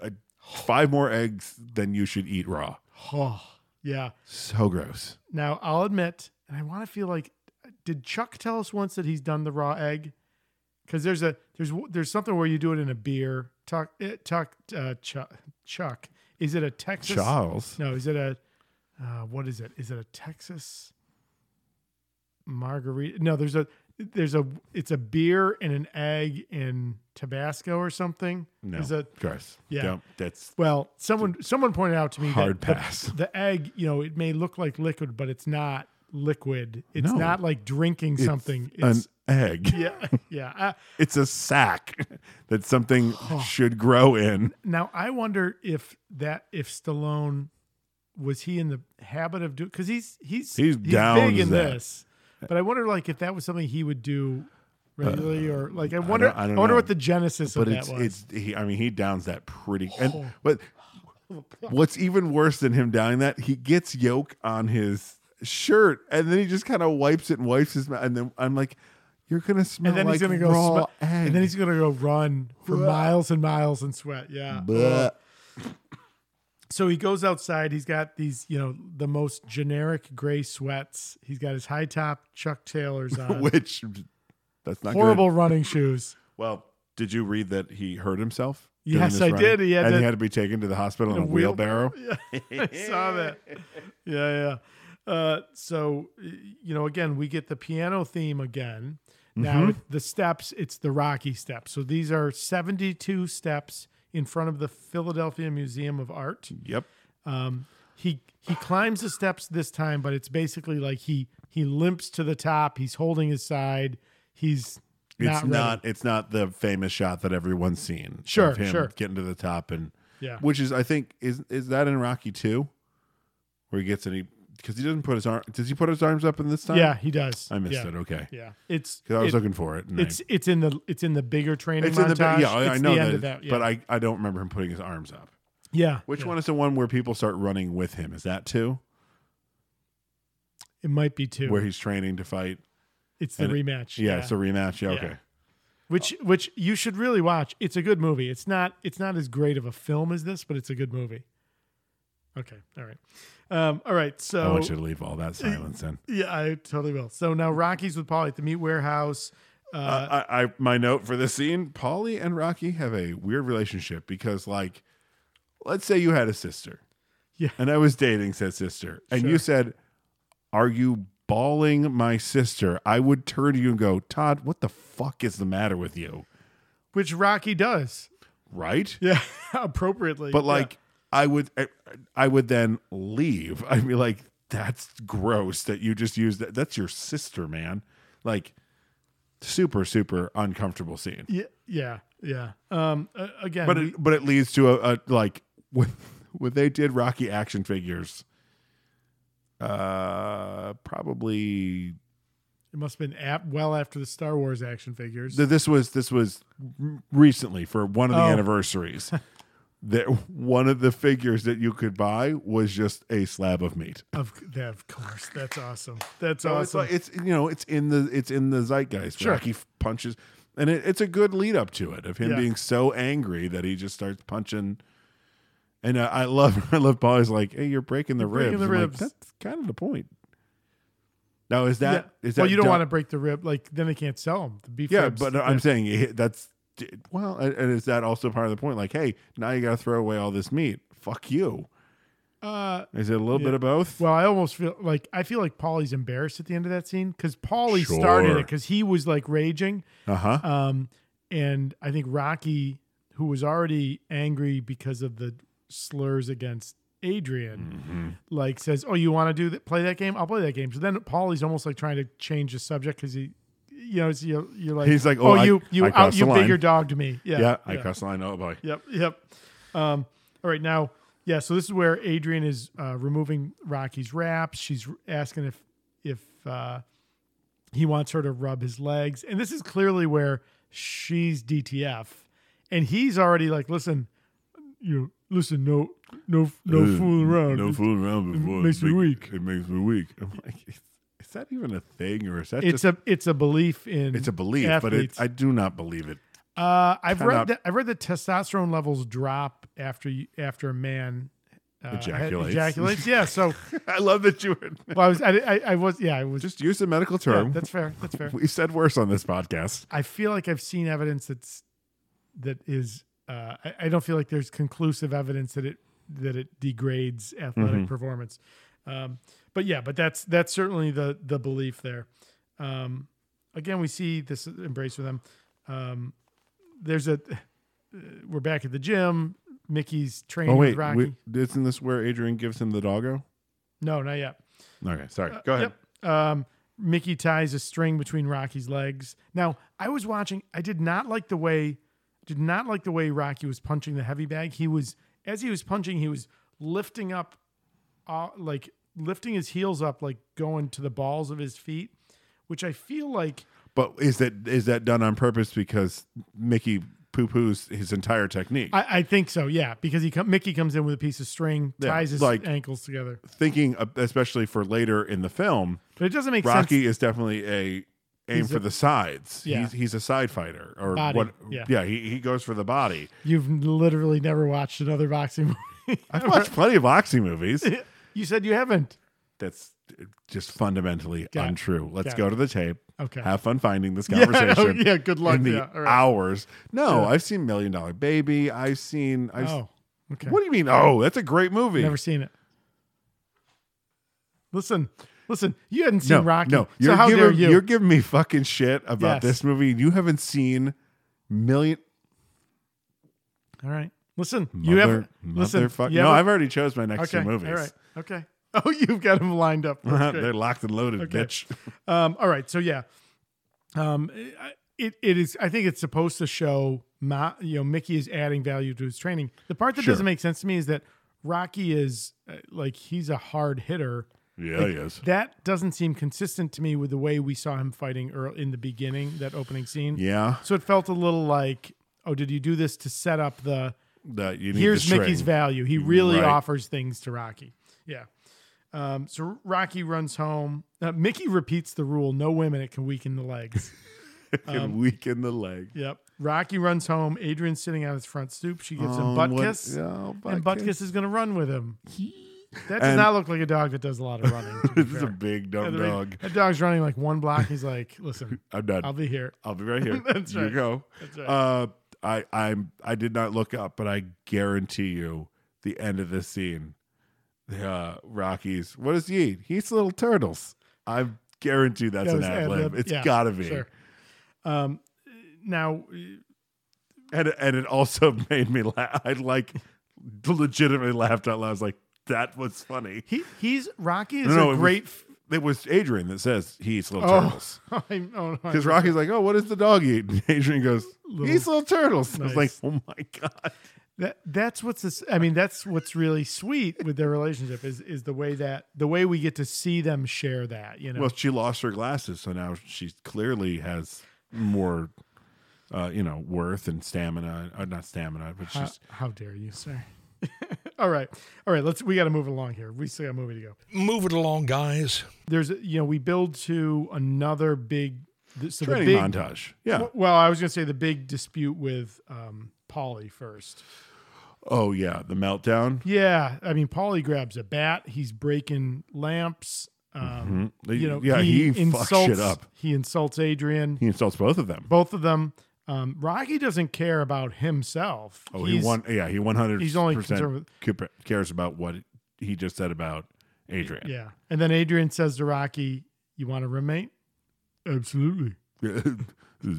A: uh, five more eggs than you should eat raw.
E: Oh, yeah.
A: So gross.
E: Now I'll admit, and I want to feel like, did Chuck tell us once that he's done the raw egg? Because there's a there's there's something where you do it in a beer. Tuck it tuck uh, Chuck Chuck. Is it a Texas?
A: Charles.
E: No, is it a uh, what is it? Is it a Texas margarita? No, there's a there's a it's a beer and an egg in Tabasco or something.
A: No,
E: is it
A: gross.
E: Yeah,
A: Don't- that's
E: well, someone someone pointed out to me
A: Hard
E: that the-
A: pass.
E: The, egg, you know, it may look like liquid, but it's not liquid. It's
A: No.
E: not like drinking
A: It's
E: something.
A: an egg.
E: Yeah, yeah. I-
A: It's a sack that something should grow in.
E: now I wonder if that if Stallone was he in the habit of doing because he's he's
A: He's down
E: big in
A: that.
E: this, but I wonder like if that was something he would do regularly or like I wonder I,
A: don't- I don't
E: wonder
A: know.
E: what the genesis
A: but
E: of
A: it's,
E: that was.
A: It's, he, I mean, he downs that pretty. And
E: Oh.
A: but what's even worse than him downing that, he gets yolk on his shirt, and then he just kind of wipes it and wipes his mouth. And then I'm like, "You're gonna smell
E: and then
A: like
E: he's gonna go
A: raw
E: swe- and then he's gonna go run for miles and miles and sweat. Yeah.
A: Bleh.
E: So he goes outside. He's got these, you know, the most generic gray sweats. He's got his high top Chuck Taylors on,
A: which that's not
E: uh, horrible
A: Good.
E: running shoes.
A: Well, did you read that he hurt himself? during
E: Yes,
A: this
E: I
A: run?
E: did. He had
A: and
E: to-
A: he had to be taken to the hospital in
E: in
A: a
E: a wheelbarrow.
A: wheelbarrow.
E: I saw that. Yeah, yeah. Uh, so y- you know, again, we get the piano theme again. Now
A: Mhm.
E: it- the steps, it's the Rocky steps. So these are seventy-two steps in front of the Philadelphia Museum of Art.
A: Yep.
E: Um, he he climbs the steps this time, but it's basically like he he limps to the top. He's holding his side. He's
A: It's
E: not
A: not,
E: ready.
A: it's not the famous shot that everyone's seen.
E: Sure,
A: of him
E: sure.
A: Getting to the top and
E: Yeah.
A: which is I think is is that in Rocky two, where he gets any because he doesn't put his arm. Does he put his arms up in this time?
E: Yeah, he does.
A: I missed
E: Yeah.
A: it. Okay.
E: Yeah, it's
A: 'Cause I was
E: it-
A: looking for it. and I-
E: It's it's in the it's in the bigger training
A: it's in the
E: montage.
A: yeah. I, I
E: It's
A: know
E: the
A: that,
E: end of
A: it's-
E: that, yeah.
A: but I I don't remember him putting his arms up.
E: Yeah,
A: Which
E: yeah.
A: one is the one where people start running with him? Is that two?
E: it might be two.
A: Where he's training to fight.
E: It's the
A: And it-
E: rematch,
A: yeah,
E: yeah.
A: it's a rematch. Yeah,
E: Yeah.
A: okay.
E: which which you should really watch. It's a good movie. It's not it's not as great of a film as this, but it's a good movie. Okay, all right, um, all right. So
A: I want you to leave all that silence in.
E: Yeah, I totally will. So now Rocky's with Polly at the meat warehouse. Uh,
A: Uh, I, I my note for this scene: Polly and Rocky have a weird relationship because, like, let's say you had a sister,
E: yeah,
A: and I was dating said sister, and you
E: Sure.
A: said, "Are you bawling my sister?" I would turn to you and go, "Todd, what the fuck is the matter with you?"
E: which Rocky does
A: Right?
E: Yeah, appropriately.
A: But
E: yeah.
A: like, I would, I, I would then leave. I'd be like, "That's gross that you just used that. That's your sister, man." Like, super, super uncomfortable scene.
E: yeah, yeah, yeah. Um, uh, again,
A: but
E: we-
A: it, but it leads to a, a like when when they did Rocky action figures, uh, probably
E: it must have been ap- well after the Star Wars action figures.
A: th- this was this was recently for one of the
E: Oh.
A: anniversaries. that one of the figures that you could buy was just a slab of meat.
E: Of that, of course, that's awesome. That's
A: So it's
E: awesome.
A: like- it's you know it's in the it's in the zeitgeist.
E: Sure.
A: Rocky f- punches, and it, it's a good lead up to it of him
E: Yeah.
A: being so angry that he just starts punching. And I, I love I love Paulie's like, hey, you're breaking the
E: You're
A: ribs.
E: breaking the
A: I'm like,
E: ribs.
A: That's kind of the point. Now is that is that
E: Yeah. well, you don't
A: done-
E: want to break the rib, like then they can't sell them. The beef.
A: yeah,
E: ribs,
A: but uh, I'm saying it, that's well, and and is that also part of the point? Like, hey, now you got to throw away all this meat. Fuck you.
E: Uh,
A: Is it a little bit of both?
E: Well, I almost feel like I feel like Paulie's embarrassed at the end of that scene because Paulie started
A: Sure.
E: it because he was like raging.
A: Uh-huh.
E: Um, and I think Rocky, who was already angry because of the slurs against Adrian,
A: Mm-hmm.
E: like says, "Oh, you want to do that? Play that game? I'll play that game." So then Paulie's almost like trying to change the subject because he, you know, it's- you're, you're like,
A: He's like,
E: "Oh,
A: oh, I-
E: you you
A: I
E: out
A: crossed
E: you
A: the
E: bigger
A: line."
E: dog to me." Yeah,
A: Yeah, I crossed the line. Oh, boy.
E: Yep, yep. Um, all right, now, yeah. So this is where Adrian is uh, removing Rocky's wraps. She's asking if if uh, he wants her to rub his legs, and this is clearly where she's DTF, and he's already like, listen, you know, listen, no, no, no
A: Uh,
E: fooling around,
A: No
E: It's-
A: fooling around
E: it
A: before.
E: makes me
A: Like,
E: weak.
A: It makes me weak. I'm like, is, is that even a thing, or is that
E: It's
A: just,
E: a it's a belief in
A: It's a belief,
E: athletes.
A: but it, I do not believe it.
E: Uh, I've
A: Kinda-
E: read that I've read that testosterone levels drop after you, after a man uh, had-
A: Ejaculates.
E: Ejaculates, yeah. So
A: I love that you were.
E: Well, I was, I, I, I was, yeah, I was.
A: Just use a medical term.
E: that's fair. That's fair.
A: We said worse on this podcast.
E: I feel like I've seen evidence that's that is. Uh, I, I don't feel like there's conclusive evidence that it that it degrades athletic
A: Mhm.
E: performance. Um, but yeah, but that's that's certainly the the belief there. Um, again, we see this embrace with them. Um, there's a uh, we're back at the gym. Mickey's training
A: Oh wait,
E: with Rocky.
A: we- isn't this where Adrian gives him the doggo?
E: no, not yet.
A: Okay, sorry.
E: Uh,
A: Go ahead.
E: Yep. Um, Mickey ties a string between Rocky's legs. Now, I was watching. I did not like the way, did not like the way Rocky was punching the heavy bag. He was as he was punching, he was lifting up, uh, like lifting his heels up, like going to the balls of his feet, which I feel like
A: But is that is that done on purpose because Mickey poo poos his entire technique,
E: I, I think so. Yeah, because he com- Mickey comes in with a piece of string,
A: Yeah,
E: ties his
A: like-
E: ankles together.
A: thinking uh, especially for later in the film?
E: But it doesn't make sense-
A: Rocky is definitely a aim
E: He's
A: for
E: a-
A: the sides.
E: Yeah.
A: He's he's a side fighter or
E: Body,
A: what?
E: yeah.
A: he, he goes for the body.
E: You've literally never watched another boxing movie.
A: I've watched plenty of boxing movies.
E: you said you haven't.
A: That's just fundamentally
E: Got it.
A: untrue. Let's
E: Got it.
A: go to the tape.
E: Okay.
A: Have fun finding this
E: Yeah, I know.
A: conversation.
E: Yeah, good luck.
A: In the
E: Yeah, all right.
A: hours. No,
E: Yeah.
A: I've seen Million Dollar Baby. I've seen. I've,
E: Oh, okay.
A: What do you mean? Oh, that's a great movie.
E: Never seen it. Listen, listen. You hadn't seen
A: no,
E: Rocky.
A: No,
E: so how
A: giving,
E: dare you?
A: You're giving me fucking shit about
E: Yes.
A: this movie. and You haven't seen Million.
E: All right. Listen, you
A: Mother-
E: haven't. Listen,
A: motherfuck-
E: you
A: No,
E: haven't-
A: I've already chose my next two
E: okay,
A: movies. Uh-huh,
E: All right. Okay. Oh, you've got them lined up. That's great.
A: They're locked and loaded, bitch.
E: um, all right. So yeah, um, I- it it is. I think it's supposed to show. Ma, you know, Mickey is adding value to his training. The part that
A: Sure.
E: doesn't make sense to me is that Rocky is uh, like he's a hard hitter.
A: Yeah,
E: Like,
A: he is.
E: That doesn't seem consistent to me with the way we saw him fighting earl in the beginning, that opening scene.
A: Yeah.
E: So it felt a little like, oh, did you do this to set up the?
A: That you need the
E: here's Mickey's
A: string.
E: value. He really
A: Right.
E: offers things to Rocky. Yeah. Um, so Rocky runs home. Uh, Mickey repeats the rule: no women. It can weaken the legs.
A: Can
E: Um,
A: weaken the leg.
E: Yep. Rocky runs home. Adrian's sitting on his front stoop. She gives
A: Oh,
E: him butt
A: what-
E: kiss,
A: oh,
E: and
A: butt
E: butt
A: kiss.
E: kiss is going to run with him. That does
A: And-
E: not look like a dog that does a lot of running. to be
A: This is a
E: fair.
A: big dumb
E: Yeah, the big-
A: dog.
E: That dog's running like one block. He's like, "Listen,
A: I'm done.
E: I'll be here.
A: I'll be right here.
E: That's
A: You
E: right.
A: go.
E: That's right.
A: Uh, I I'm I did not look up, but I guarantee you, the end of this scene, the uh, Rockies. What does he eat? He eats little turtles. I guarantee that's
E: That
A: an
E: was
A: ad lib.
E: ad-lib.
A: It's
E: Yeah,
A: gotta be.
E: sure. Um, now,
A: And and it also made me laugh. I like legitimately laughed out loud. I was like, that was funny.
E: He he's Rocky is
A: No, no,
E: a
A: it was-
E: great.
A: It was Adrian that says he eats little
E: Oh.
A: turtles.
E: I- oh, no, I
A: Because
E: missed
A: Rocky's like, oh, what does the dog eat? And Adrian goes,
E: Little-
A: he eats little turtles. I was like,
E: Nice.
A: oh my God.
E: That that's what's this, I mean that's what's really sweet with their relationship is is the way that the way we get to see them share that you know
A: Well, she lost her glasses, so now she clearly has more, uh, you know, worth and stamina. Uh, not stamina, but
E: how,
A: she's
E: how dare you sir all right all right let's we got to move along here we still got a movie to go
F: Move it along, guys.
E: there's you know we build to another big th- so
A: Training
E: the big,
A: montage. Yeah.
E: W- well I was gonna say the big dispute with um Polly first
A: oh yeah, the meltdown.
E: yeah I mean Polly grabs a bat he's breaking lamps um
A: Mhm.
E: you know
A: Yeah, he
E: he,
A: fucks
E: insults
A: shit up.
E: he insults Adrian
A: He insults both of them.
E: both of them. Um, Rocky doesn't care about himself.
A: Oh, he won. Yeah, he one hundred.
E: He's only concerned
A: percent cares about what he just said about Adrian.
E: with yeah. And then Adrian says to Rocky, "You want a roommate?" Absolutely.
A: Yeah. Uh,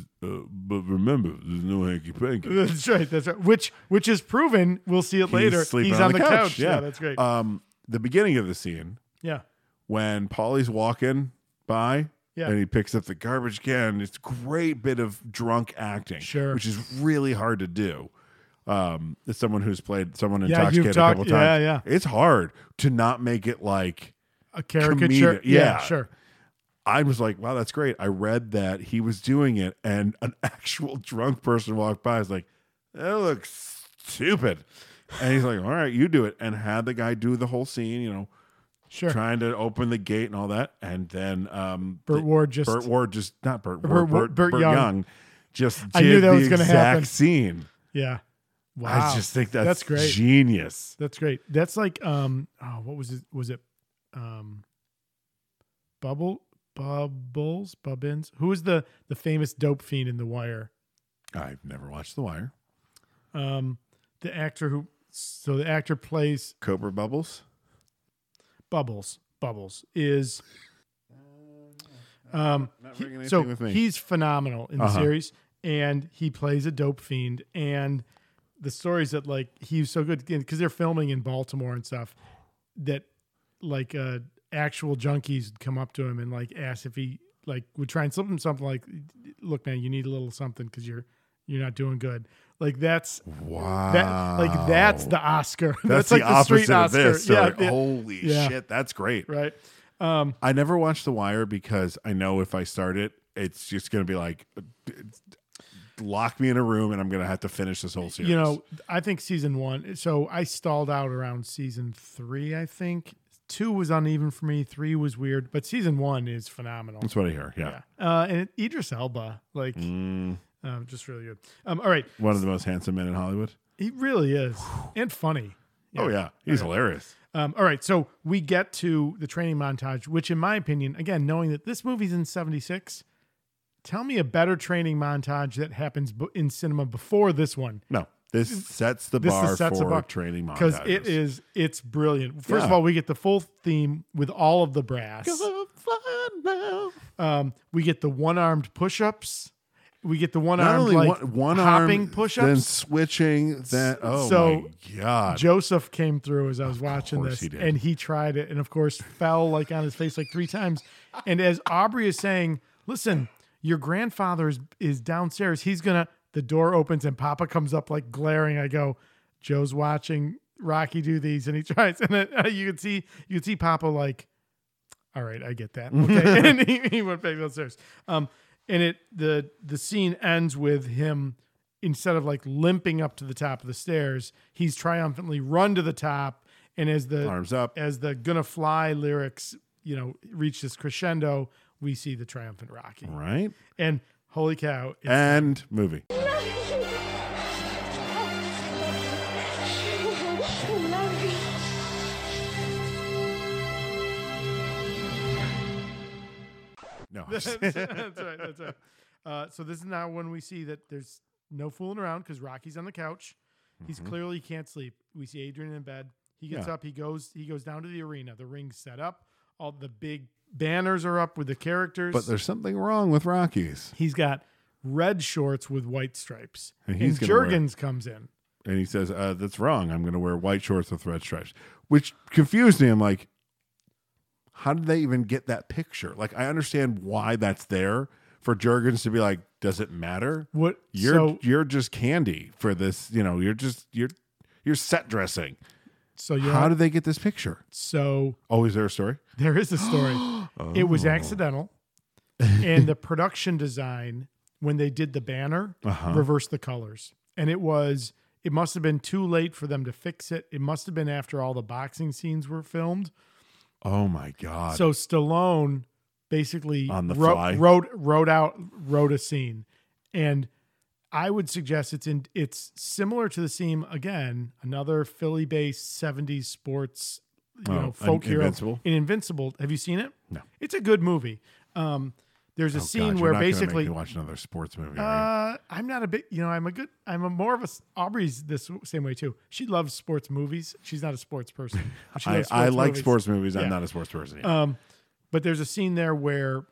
A: but remember, there's no hanky panky.
E: That's right. That's right. Which which is proven. We'll see it later.
A: He's sleeping
E: He's
A: on, the, couch.
E: Yeah. that's great.
A: Um, the beginning of the scene.
E: Yeah.
A: When Polly's walking by.
E: Yeah.
A: And he picks up the garbage can. It's a great bit of drunk acting,
E: Sure.
A: which is really hard to do. Um, as someone who's played someone
E: Yeah, you've
A: intoxicated a couple
E: talked- yeah,
A: times,
E: yeah.
A: it's hard to not make it like
E: a caricature.
A: comedic.
E: Yeah, sure.
A: I was like, wow, that's great. I read that he was doing it, and an actual drunk person walked by. I was like, that looks stupid. And he's like, all right, you do it. And had the guy do the whole scene, you know,
E: Sure.
A: trying to open the gate and all that. And then um,
E: Burt
A: the-
E: Ward just-
A: Burt Ward just, not Burt
E: Burt
A: Ward,
E: Wa-
A: Burt,
E: Burt
A: Burt
E: Young.
A: Young. just did
E: I knew that
A: the
E: was gonna
A: exact
E: happen.
A: scene.
E: Yeah.
A: I just think that's, genius.
E: That's great. That's like um oh what was it was it um Bubble Bubbles Bubbins? Who was the the famous dope fiend in The Wire?
A: I've never watched The Wire.
E: Um the actor who so the actor plays
A: Cobra Bubbles.
E: Bubbles Bubbles is um
A: Uh, Not
E: he-
A: ringing
E: so
A: anything with me.
E: he's phenomenal in the
A: Uh-huh.
E: series and he plays a dope fiend and the stories that like he was so good because they're filming in Baltimore and stuff that like uh actual junkies would come up to him and like ask if he like would try and slip him something like look man you need a little something because you're you're not doing good like that's
A: wow
E: that, like that's the oscar
A: That's,
E: that's, like
A: the
E: the
A: opposite
E: street
A: of
E: oscar
A: this. oh. Yeah,
E: yeah,
A: Holy
E: yeah.
A: shit, that's great.
E: right um
A: I never watched The Wire because I know if I start it, it's just going to be like lock me in a room and I'm going to have to finish this whole series.
E: You know, I think season one. So I stalled out around season three. I think two was uneven for me. Three was weird, but season one is phenomenal.
A: that's what I hear. Yeah,
E: Uh, and Idris Elba, like, um, just really good. Um, all right,
A: one of the most handsome men in Hollywood.
E: he really is, and funny.
A: Oh yeah, he's
E: All right.
A: hilarious.
E: Um, all right, so we get to the training montage, which, in my opinion, again, knowing that this movie's in '76, tell me a better training montage that happens b- in cinema before this one.
A: No, this sets the
E: This
A: bar
E: is sets
A: for
E: a bar
A: training montages.
E: because it is it's brilliant. First of
A: Yeah.
E: all, we get the full theme with all of the brass. Um, we get the one armed push ups. We get the one
A: not
E: armed
A: only
E: like
A: one, one
E: hopping
A: arm,
E: push
A: then
E: ups.
A: switching. That oh
E: so
A: my god,
E: Joseph came through as I was watching
A: course
E: this,
A: he did.
E: and he tried it, and of course fell like on his face like three times. And as Aubrey is saying, "Listen, your grandfather is, is downstairs. He's gonna." The door opens and Papa comes up like glaring. I go, "Joe's watching Rocky do these," and he tries, and then, uh, you can see you can see Papa like, "All right, I get that." Okay, and he, he went back downstairs. Um, and it the the scene ends with him instead of like limping up to the top of the stairs, he's triumphantly run to the top. And as the
A: Arms up.
E: as the gonna fly lyrics, you know, reach this crescendo, we see the triumphant Rocky.
A: right?
E: And holy cow, it's
A: And movie. No, I'm
E: that's,
A: just-
E: that's right. That's right. Uh, so this is now when we see that there's no fooling around because Rocky's on the couch. He's
A: Mhm.
E: clearly can't sleep. We see Adrian in bed. He gets
A: Yeah.
E: up. He goes. He goes down to the arena. The ring's set up. All the big banners are up with the characters.
A: but there's something wrong with Rockies.
E: he's got red shorts with white stripes.
A: And he's
E: and
A: gonna wear-
E: Jurgens comes in.
A: and he says, uh, "That's wrong. I'm going to wear white shorts with red stripes," which confused me. I'm like, "How did they even get that picture?" Like, I understand why that's there for Jurgens to be like, "Does it matter?
E: What
A: You're
E: so
A: you're just candy for this. You know, you're just you're you're set dressing.
E: so you
A: How
E: know-
A: did they get this picture?
E: so
A: Oh, is there a story?
E: There is a story. It was
A: Oh.
E: accidental. and the production design, when they did the banner,
A: Uh-huh.
E: reversed the colors. And it was, it must have been too late for them to fix it. It must have been after all the boxing scenes were filmed.
A: Oh my god!
E: So Stallone basically
A: On the
E: wrote,
A: fly.
E: wrote wrote out wrote a scene, and I would suggest it's in it's similar to the scene again, another Philly-based '70s sports you
A: Oh,
E: know folk
A: in-
E: hero
A: Invincible?
E: in Invincible. Have you seen it?
A: No.
E: it's a good movie. Um, there's a
A: Oh, God,
E: scene
A: you're
E: where
A: not gonna make me
E: basically
A: watch another sports movie. are
E: uh, I'm not a big, you know, I'm a good, I'm a more of a s- Aubrey's this same way too. She loves sports movies. She's not a sports person. but she
A: you? I,
E: loves
A: I like
E: movies.
A: sports movies.
E: Yeah.
A: I'm not a sports person. yet.
E: Um, but there's a scene there where,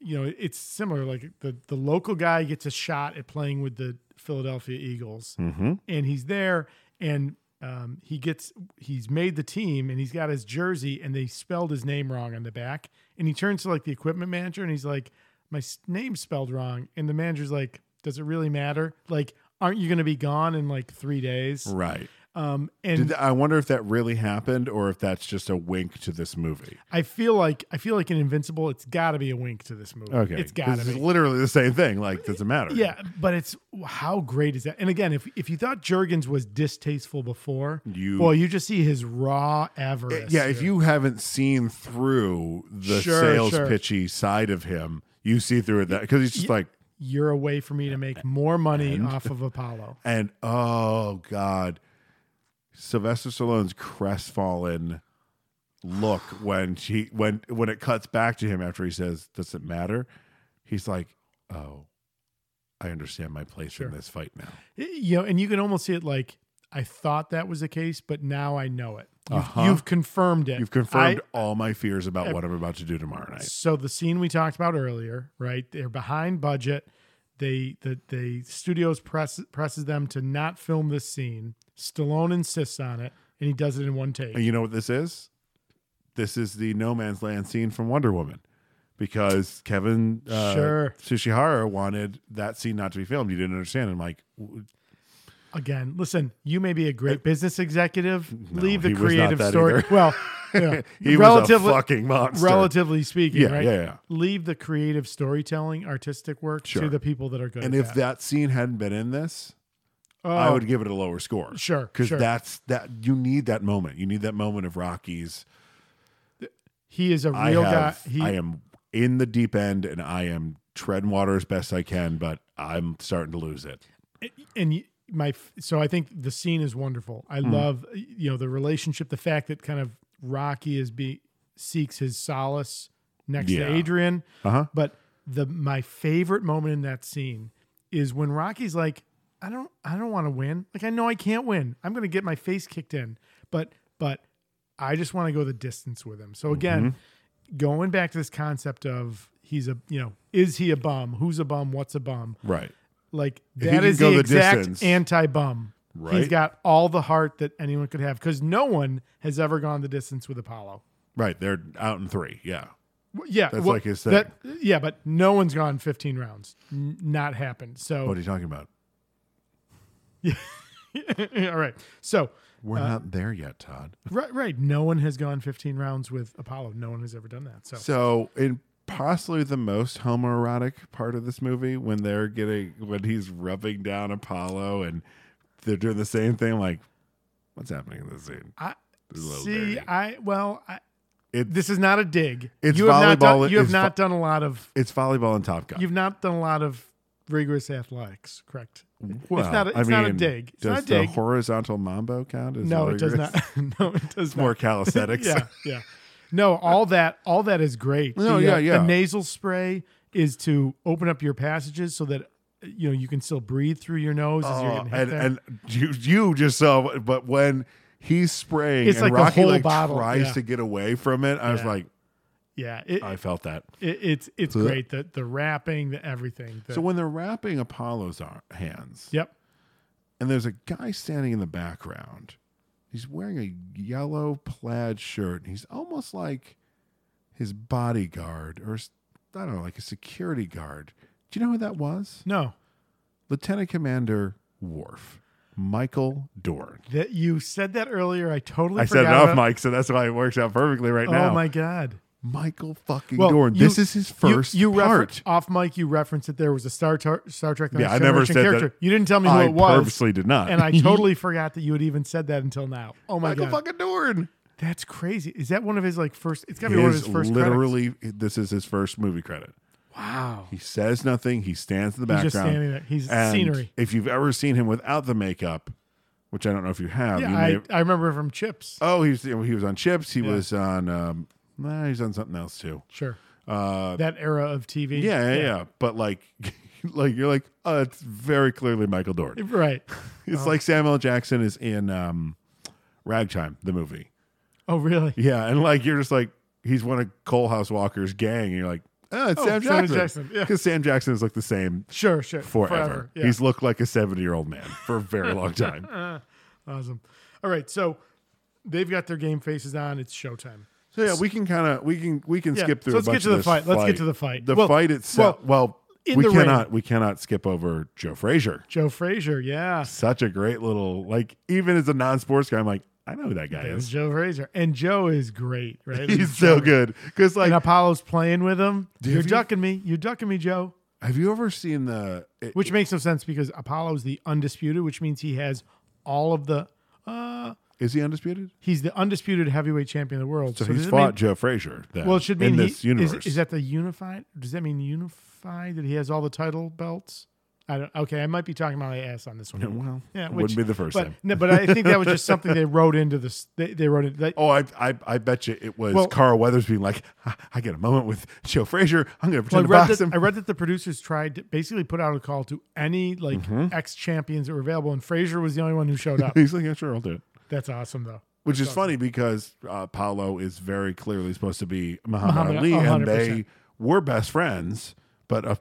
E: you know, it's similar. Like the the local guy gets a shot at playing with the Philadelphia Eagles,
A: Mhm.
E: and he's there, and um, he gets he's made the team, and he's got his jersey, and they spelled his name wrong on the back, and he turns to like the equipment manager, and he's like, "My s- name's spelled wrong," and the manager's like, "Does it really matter? Like, aren't you going to be gone in like three days?"
A: right.
E: Um, and
A: Did, I wonder if that really happened or if that's just a wink to this movie.
E: I feel like I feel like in Invincible, it's got to be a wink to this movie.
A: Okay,
E: it's got to
A: This
E: be.
A: is literally the same thing. Like, doesn't matter. Eh,
E: Yeah, but it's how great is that? And again, if if you thought Jurgens was distasteful before,
A: You-
E: well, you just see his raw avarice.
A: Yeah, if you haven't seen through the
E: Sure,
A: sales
E: sure.
A: pitchy side of him, you see through it that because he's just like,
E: you're a way for me to make more money
A: And-
E: off of Apollo.
A: and oh god, Sylvester Stallone's crestfallen look when she when when it cuts back to him after he says, "Does it matter?" He's like, "Oh, I understand my place in this fight now."
E: You know, and you can almost see it like I thought that was the case, but now I know it. You've,
A: Uh-huh.
E: you've confirmed it.
A: You've confirmed
E: I-
A: all my fears about
E: I-
A: what I'm about to do tomorrow night.
E: So the scene we talked about earlier, right? They're behind budget. They the the studios press presses them to not film this scene. Stallone insists on it, and he does it in one take.
A: And you know what this is? This is the no man's land scene from Wonder Woman. Because Kevin uh,
E: Sure.
A: Sushihara wanted that scene not to be filmed. You didn't understand. I'm like, w-
E: Again, listen, you may be a great business executive.
A: no,
E: leave the
A: he was not
E: creative
A: that
E: story.
A: either.
E: Well, yeah,
A: He was a fucking monster.
E: Relatively speaking,
A: Yeah,
E: right?
A: yeah, yeah.
E: Leave the creative storytelling, artistic work
A: sure.
E: to the people that are good.
A: And
E: at
A: if
E: that.
A: that scene hadn't been in this, I
E: Oh.
A: would give it a lower score.
E: Sure,
A: Because
E: sure.
A: that's that you need that moment. You need that moment of Rocky's
E: he is a
A: I
E: real
A: have-
E: guy. He,
A: I am in the deep end and I am treading water as best I can, but I'm starting to lose it.
E: and y- my f- so I think the scene is wonderful. I
A: Mhm.
E: love you know the relationship, the fact that kind of Rocky is be seeks his solace next
A: Yeah.
E: to Adrian.
A: Uh-huh.
E: But the my favorite moment in that scene is when Rocky's like, I don't I don't want to win. Like I know I can't win. I'm gonna get my face kicked in. But but I just want to go the distance with him.
A: Mm-hmm.
E: So again, going back to this concept of he's a you know is he a bum? Who's a bum? What's a bum?
A: Right.
E: Like
A: If he
E: that
A: can
E: is
A: go
E: the
A: the
E: exact
A: distance.
E: anti bum. He's
A: Right.
E: got all the heart that anyone could have because no one has ever gone the distance with Apollo.
A: Right. They're out in three. Yeah.
E: W- Yeah,
A: That's
E: well,
A: like his thing.
E: that- yeah, but no one's gone 15 rounds. N- not happened. So
A: what are you talking about?
E: all right. So
A: We're
E: uh,
A: not there yet, Todd.
E: right. Right. No one has gone 15 rounds with Apollo. No one has ever done that. So,
A: So, in possibly the most homoerotic part of this movie, when they're getting when he's rubbing down Apollo and they're doing the same thing, like what's happening in this scene?
E: I
A: It's a little
E: see.
A: dirty.
E: I well, I,
A: It-
E: this is not a dig.
A: It's
E: you have not
A: volleyball-
E: done, you have
A: it's
E: not
A: vo-
E: done a lot of
A: it's volleyball and Top Gun.
E: You've not done a lot of rigorous athletics, correct?
A: Well,
E: it's not. A, it's
A: I mean,
E: not a dig. It's
A: does
E: not a dig.
A: the horizontal mambo count? As
E: no, it does
A: rigorous?
E: not. no, it does
A: It's more
E: not.
A: calisthenics.
E: yeah, yeah. No, all that. All that is great.
A: No,
E: The, uh,
A: yeah, yeah.
E: The nasal spray is to open up your passages so that you know you can still breathe through your nose as you're
A: Oh,
E: getting hit
A: and
E: there.
A: and you, you just saw, but when he's spraying
E: It's
A: and
E: like the
A: Rocky
E: whole
A: like
E: bottle,
A: tries
E: yeah.
A: to get away from it, I was
E: Yeah.
A: like,
E: yeah, it,
A: I felt that.
E: it, it's it's
A: Ugh.
E: great. The the wrapping, the everything. The,
A: So when they're wrapping Apollo's ar- hands,
E: Yep.
A: and there's a guy standing in the background. He's wearing a yellow plaid shirt, and he's almost like his bodyguard, or s- I don't know, like a security guard. Do you know who that was?
E: No,
A: Lieutenant Commander Worf, Michael Dorn.
E: that you said that earlier, I totally.
A: I said it
E: forgot
A: off
E: about-
A: Mike, so that's why it works out perfectly right
E: oh
A: now.
E: my god.
A: Michael fucking
E: Well,
A: Dorn.
E: you-
A: this is his
E: you-
A: first
E: You,
A: part.
E: referenced off mic. You referenced that there was a Star Tar- Star Trek. Next
A: Yeah, I never
E: Generation
A: said
E: character.
A: that.
E: You didn't tell me who
A: I
E: it was.
A: purposely did not.
E: and I totally forgot that you had even said that until now. Oh my
A: Michael
E: god,
A: fucking Dorn.
E: that's crazy. Is that one of his like first? It's gotta be one of his first.
A: literally this is his first movie credit.
E: Wow.
A: He says nothing. He stands in the
E: He's
A: background.
E: just standing there. He's
A: And
E: scenery.
A: If you've ever seen him without the makeup, which I don't know if you have,
E: credits.
A: you
E: Yeah,
A: may
E: I,
A: have-
E: I remember from Chips.
A: oh, he was he was on Chips. He
E: Yeah.
A: was on um, nah, he's on something else too.
E: Sure.
A: Uh,
E: that era of TV.
A: yeah, yeah, yeah. But like, like you're like, oh, it's very clearly Michael Dorn.
E: Right.
A: It's
E: Oh.
A: like Samuel L. Jackson is in um, Ragtime, the movie.
E: Oh really?
A: Yeah, and like you're just like he's one of Cole House Walker's gang, and you're like, oh, it's
E: Oh,
A: Sam
E: Sam
A: Jackson.
E: Jackson, yeah.
A: Because Sam Jackson has looked the same
E: Sure, sure.
A: forever.
E: Forever, yeah.
A: He's looked like a 70 year old man for a very long time.
E: awesome. All right, so they've got their game faces on. It's showtime.
A: So yeah, we can kind of we can we can
E: Yeah,
A: skip through.
E: so
A: a
E: let's get
A: bunch
E: to the
A: of this
E: fight. Let's get to the fight.
A: The
E: Well-
A: fight itself. Well,
E: in
A: we
E: the ring.
A: cannot we cannot skip over Joe Frazier.
E: Joe Frazier, yeah.
A: Such a great little like even as a non-sports guy, I'm like, I know who that guy
E: There's
A: is.
E: Joe Frazier. And Joe is great, right?
A: He's so good. Because like
E: and Apollo's playing with him.
A: Dude,
E: You're
A: have you-
E: ducking me. You're ducking me, Joe.
A: Have you ever seen the it-
E: which makes no sense because Apollo's the undisputed, which means he has all of the. Uh,
A: is he undisputed?
E: He's the undisputed heavyweight champion of the world.
A: So
E: does
A: he's
E: it
A: fought
E: mean-
A: Joe Frazier then,
E: well, it should
A: in
E: mean he-
A: this universe.
E: Is, is that the unified? Does that mean unified that he has all the title belts? I don't. Okay, I might be talking my ass on this one.
A: Yeah, well, it
E: which-
A: wouldn't be the first
E: but,
A: time.
E: No, but I think that was just something they wrote into this. They, they wrote it. That,
A: Oh, I, I I bet you it was
E: Well-
A: Carl Weathers being like, "Ha, I get a moment with Joe Frazier. I'm going to pretend
E: Well, I,
A: to
E: read
A: box
E: that,
A: him.
E: I read that the producers tried to basically put out a call to any like
A: Mhm.
E: ex champions that were available, and Frazier was the only one who showed up.
A: He's like, yeah, sure, I'll do it.
E: That's awesome though.
A: Which
E: That's
A: is
E: awesome.
A: funny because uh, Paulo is very clearly supposed to be Muhammad,
E: Muhammad,
A: Ali, and
E: 100%.
A: they were best friends. But uh,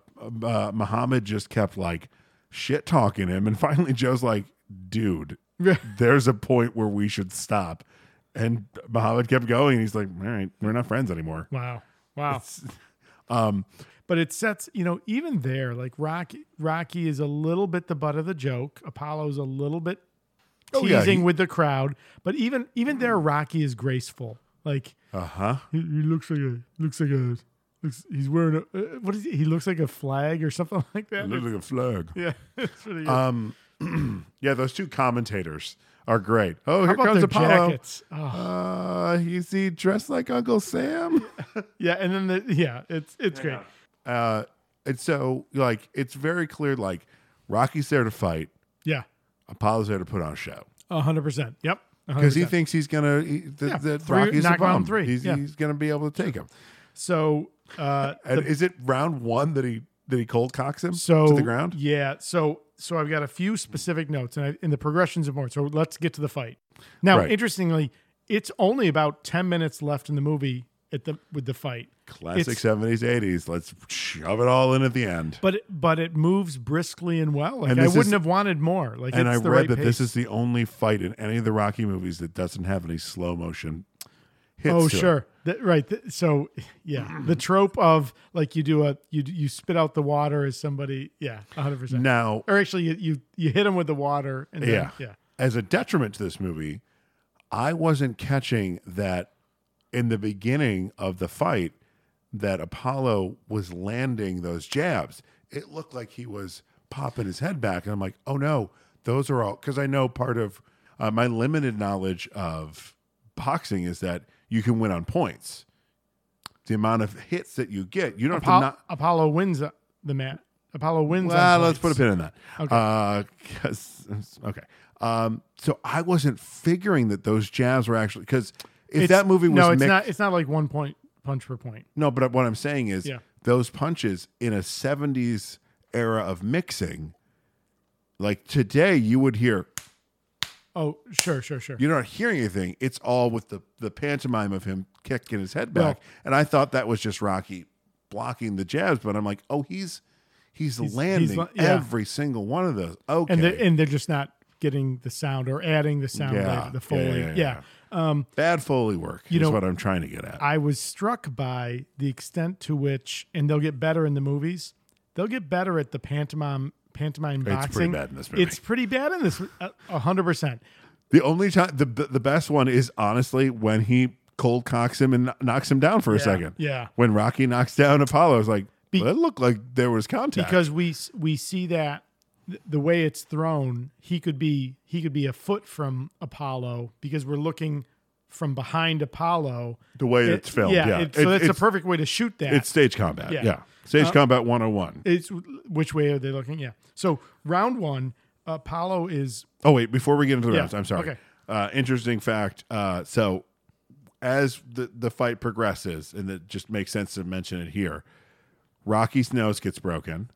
A: uh, Muhammad just kept like shit talking him, and finally Joe's like, "Dude, there's a point where we should stop." And Muhammad kept going, and he's like, "All right, we're not friends anymore."
E: Wow. Wow.
A: Um,
E: but it sets, you know, even there, like Rocky Rocky is a little bit the butt of the joke. Apollo's a little bit
A: Oh,
E: teasing
A: yeah, he-
E: with the crowd. But even even there, Rocky is graceful. Like
A: uh huh.
E: he, he looks like a looks like a looks he's wearing a uh, what is he? He looks like a flag or something like that.
A: Looks like a flag.
E: Yeah. It's pretty good.
A: Um, yeah, those two commentators are great. Oh,
E: How
A: here
E: about
A: comes
E: their
A: Apollo.
E: jackets? Oh.
A: Uh, he's he dressed like Uncle Sam.
E: yeah, and then the yeah, it's it's great.
A: Uh, and so like it's very clear like Rocky's there to fight.
E: Yeah.
A: Apollo's there to put on a show
E: A hundred percent. Yep. A hundred
A: because he
E: percent.
A: thinks he's gonna he, that,
E: Yeah,
A: that
E: three-
A: Rocky's a
E: knock round
A: bomb.
E: three,
A: He's,
E: yeah.
A: he's gonna be able to take him.
E: So uh
A: And
E: the-
A: is it round one that he that he cold cocks him
E: so
A: to the ground?
E: Yeah. So so I've got a few specific notes and I, in the progressions of more. So let's get to the fight. Now,
A: Right.
E: interestingly, it's only about ten minutes left in the movie at the with the fight.
A: Classic
E: It's-
A: seventies, eighties. Let's shove it all in at the end.
E: but it, but it moves briskly and well. Like
A: And
E: I
A: this
E: wouldn't
A: is-
E: have wanted more. Like
A: and I
E: it's
A: read
E: the right
A: that this
E: pace.
A: is the only fight in any of the Rocky movies that doesn't have any slow motion. Hits
E: oh
A: to it.
E: sure That- right Th- so yeah the trope of like you do a you you spit out the water as somebody yeah 100%
A: Now-
E: or actually you you, you hit them with the water and then,
A: yeah.
E: yeah
A: As a detriment to this movie, I wasn't catching that in the beginning of the fight that Apollo was landing those jabs. It looked like he was popping his head back. And I'm like, oh no, those are all. Because I know part of uh, my limited knowledge of boxing is that you can win on points. The amount of hits that you get, you don't
E: Apo-
A: have to not.
E: Apollo wins uh, the match. Apollo wins. on
A: Well, let's put a
E: points.
A: pin in that.
E: Okay.
A: Uh, 'cause- okay. Um, so I wasn't figuring that those jabs were actually because if
E: It's-
A: that movie was
E: no, it's
A: mixed,
E: not. It's not like one point punch per point.
A: no, but what I'm saying is
E: Yeah.
A: those punches in a 70s era of mixing, like today, you would hear
E: Oh, sure, sure, sure.
A: you're not hearing anything. It's all with the the pantomime of him kicking his head
E: Well-
A: back, and I thought that was just Rocky blocking the jabs, but I'm like, oh, he's he's,
E: He's- he's
A: landing
E: la- yeah.
A: every single one of those. Okay,
E: And they're, and they're just not getting the sound or adding the sound,
A: Yeah,
E: like the foley.
A: yeah,
E: Yeah.
A: yeah, yeah.
E: Um,
A: Bad Foley work
E: You
A: is
E: know-
A: what I'm trying to get at.
E: I was struck by the extent to which, and they'll get better in the movies. They'll get better at the pantomime pantomime
A: It's pretty
E: boxing.
A: bad in this movie.
E: It's pretty bad in this. uh, hundred percent.
A: The only time, the the best one is honestly when he cold cocks him and kn- knocks him down for a
E: Yeah,
A: second.
E: yeah.
A: When Rocky knocks down Apollo, it's like
E: Be-
A: well, it looked like there was contact.
E: because we s- we see that th- the way it's thrown, he could be he could be a foot from Apollo because we're looking from behind Apollo.
A: The way it's filmed, yeah.
E: it-
A: It-
E: so that's the
A: it's-
E: perfect way to shoot that.
A: it's stage combat. Yeah,
E: Yeah.
A: stage
E: Uh,
A: combat 101.
E: It's which way are they looking? Yeah. So round one, Apollo is
A: Oh wait, before we get into the
E: Yeah,
A: rounds, I'm sorry.
E: okay.
A: Uh, interesting fact. Uh, so as the the fight progresses, and it just makes sense to mention it here. Rocky's nose gets broken.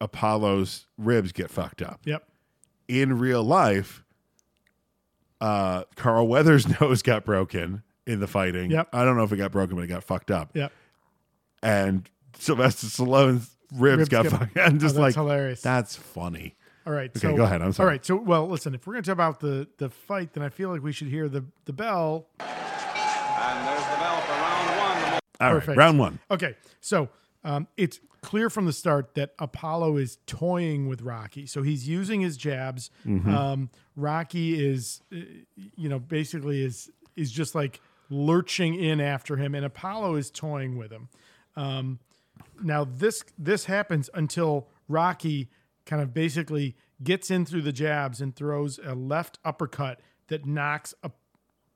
A: Apollo's ribs get fucked up.
E: Yep.
A: In real life, uh, Carl Weathers' nose got broken in the fighting.
E: Yep.
A: I don't know if it got broken, but it got fucked up.
E: Yep.
A: And Sylvester Stallone's ribs,
E: Ribs
A: got
E: get-
A: fucked. I'm
E: Oh,
A: just
E: that's
A: like
E: hilarious.
A: That's funny.
E: all right.
A: Okay,
E: so,
A: go ahead. I'm sorry.
E: All right. So well, listen, if we're going to talk about the the fight, then I feel like we should hear the the bell.
A: All right,
E: Perfect.
A: round one.
E: Okay, so um, it's clear from the start that Apollo is toying with Rocky. So he's using his jabs.
A: Mm-hmm.
C: Mhm.
E: Um, Rocky is, uh, you know, basically is is just like lurching in after him, and Apollo is toying with him. Um, now this this happens until Rocky kind of basically gets in through the jabs and throws a left uppercut that knocks Ap-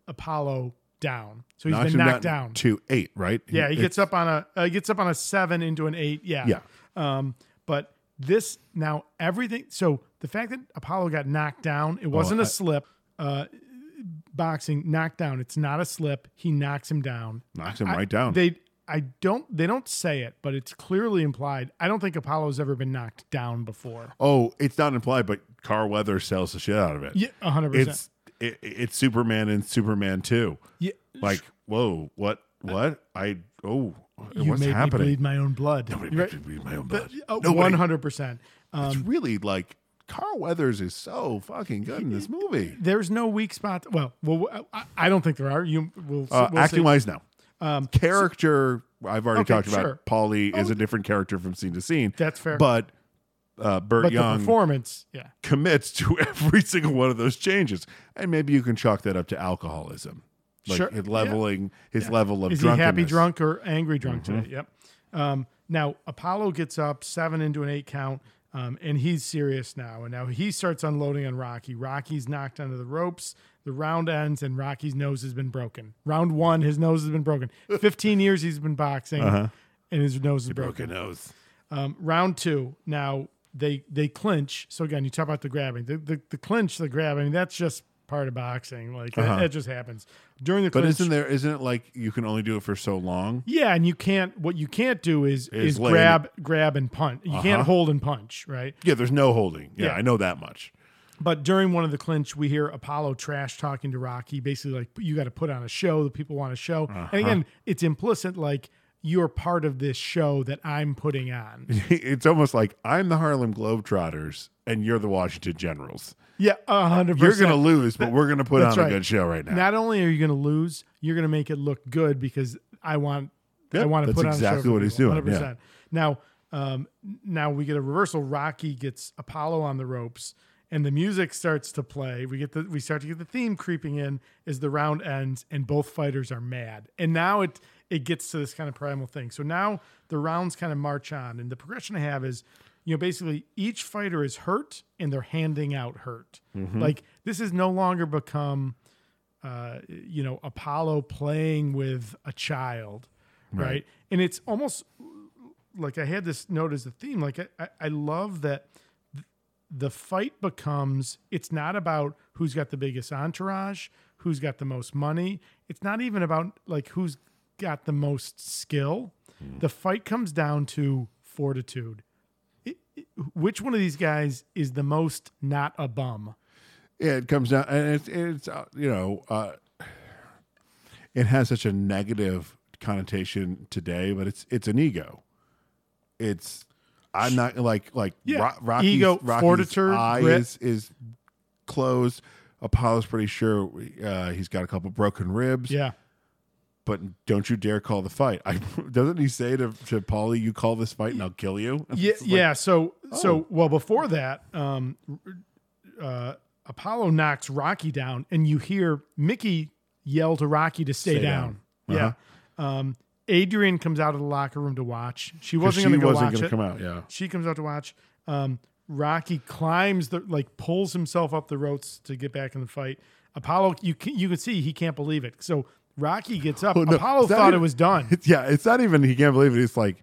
E: Apollo down. So he's
A: Knocks
E: been
A: him
E: knocked down.
A: to eight, right?
E: Yeah, he
A: It's-
E: gets up on a uh, he gets up on a seven into an eight. Yeah,
A: Yeah.
E: Um, but this now everything. So the fact that Apollo got knocked down, it wasn't
A: Oh, I-
E: a slip. Uh, boxing knocked down. It's not a slip. He knocks him down.
A: Knocks him
E: I-
A: right down.
E: They. I don't. They don't say it, but it's clearly implied. I don't think Apollo's ever been knocked down before.
A: Oh, it's not implied, but Carl Weather sells the shit out of it.
E: Yeah, 100%.
A: It's it, it's Superman and Superman Two.
E: Yeah. Uh,
A: like whoa, what, what? I oh,
E: You
A: what's
E: made
A: happening?
E: me bleed my own blood.
A: Nobody
E: Right?
A: made me bleed my own
E: But-
A: blood.
E: oh,
A: Nobody.
E: 100%.
A: it's
E: Um,
A: really like Carl Weathers is so fucking good in this movie.
E: There's no weak spot. Well, well, I, I don't think there are. You will
A: Uh,
E: we'll
A: acting
E: see.
A: wise, no.
E: Um,
A: character, I've already
E: Okay,
A: talked about.
E: sure. Oh,
A: Polly is a different character from scene to scene.
E: That's fair.
A: But uh, Burt
E: But the
A: Young
E: performance, yeah.
A: commits to every single one of those changes, and maybe you can chalk that up to alcoholism, like
E: Sure.
A: it leveling his
E: Yeah.
A: level of
E: is he
A: drunkenness.
E: happy drunk or angry drunk
A: Mhm.
E: today? Yep. Um, now Apollo gets up seven into an eight count, um, and he's serious now. And now he starts unloading on Rocky. Rocky's knocked under the ropes. The round ends, and Rocky's nose has been broken. Round one, his nose has been broken. Fifteen years he's been boxing,
A: Uh-huh.
E: and his nose is
A: He broke
E: broken.
A: a nose.
E: Um, round two. Now they they clinch. So again, you talk about the grabbing, the the, the clinch, the grabbing. That's just part of boxing. Like that-
A: Uh-huh.
E: that, just happens during the
A: But
E: clinch.
A: isn't there? Isn't it like you can only do it for so long?
E: Yeah, and you can't. What you can't do is
A: Is
E: is,
A: lay in
E: grab, grab and punch. You
A: Uh-huh.
E: can't hold and punch, right?
A: Yeah, there's no holding. Yeah,
E: Yeah.
A: I know that much.
E: But during one of the clinch, we hear Apollo trash talking to Rocky, basically like you got to put on a show. The people want a show,
A: Uh-huh.
E: and again, it's implicit like you're part of this show that I'm putting on.
A: it's almost like I'm the Harlem Globetrotters and you're the Washington Generals.
E: Yeah, a hundred
A: You're
E: percent.
A: gonna lose, but we're gonna put
E: That's
A: on a
E: right.
A: good show right now.
E: Not only are you going to lose, you're going to make it look good because I want
A: Yeah,
E: I want to
A: that's
E: put on a show
A: exactly
E: for
A: what he's
E: people,
A: doing, yeah.
E: 100%. Now, um, now we get a reversal. Rocky gets Apollo on the ropes, and the music starts to play. We get the we start to get the theme creeping in as the round ends, and both fighters are mad. And now it it gets to this kind of primal thing. So now the rounds kind of march on, and the progression I have is. You know, basically, each fighter is hurt, and they're handing out hurt.
A: Mm-hmm.
C: Mhm.
E: Like this has no longer become uh, you know apollo playing with a child right,
C: Right.
E: and it's almost like i had this note as a theme like i, I, I love that th- the fight becomes it's not about who's got the biggest entourage who's got the most money it's not even about like who's got the most skill the fight comes down to fortitude It- it- which one of these guys is the most not a bum
A: Yeah, it comes down, and it's it's uh, you know, uh, it has such a negative connotation today, but it's it's an ego. It's I'm not like like
E: Yeah,
A: Ro- Rocky's,
E: ego,
A: Rocky's
E: fortitude,
A: eye
E: grit.
A: is is closed. Apollo's pretty sure uh, he's got a couple broken ribs.
E: Yeah.
A: But don't you dare call the fight. I, doesn't he say to, to Paulie, you call this fight and I'll kill you?
E: yeah,
A: It's like,
E: yeah. So,
A: oh.
E: so well before that, um, uh, Apollo knocks Rocky down, and you hear Mickey yell to Rocky to stay,
A: Stay
E: down.
A: down. Uh-huh.
E: Yeah. Um, Adrian comes out of the locker room to watch. She
A: 'Cause
E: wasn't
A: she
E: going to go
A: wasn't
E: watch
A: gonna
E: it.
A: come out, yeah.
E: She comes out to watch. Um, Rocky climbs the like pulls himself up the ropes to get back in the fight. Apollo, you can, you can see he can't believe it. So Rocky gets up.
A: Oh, no.
E: Apollo
A: It's not
E: thought it
A: even-
E: was done.
A: It's, yeah, it's not even he can't believe it. He's like,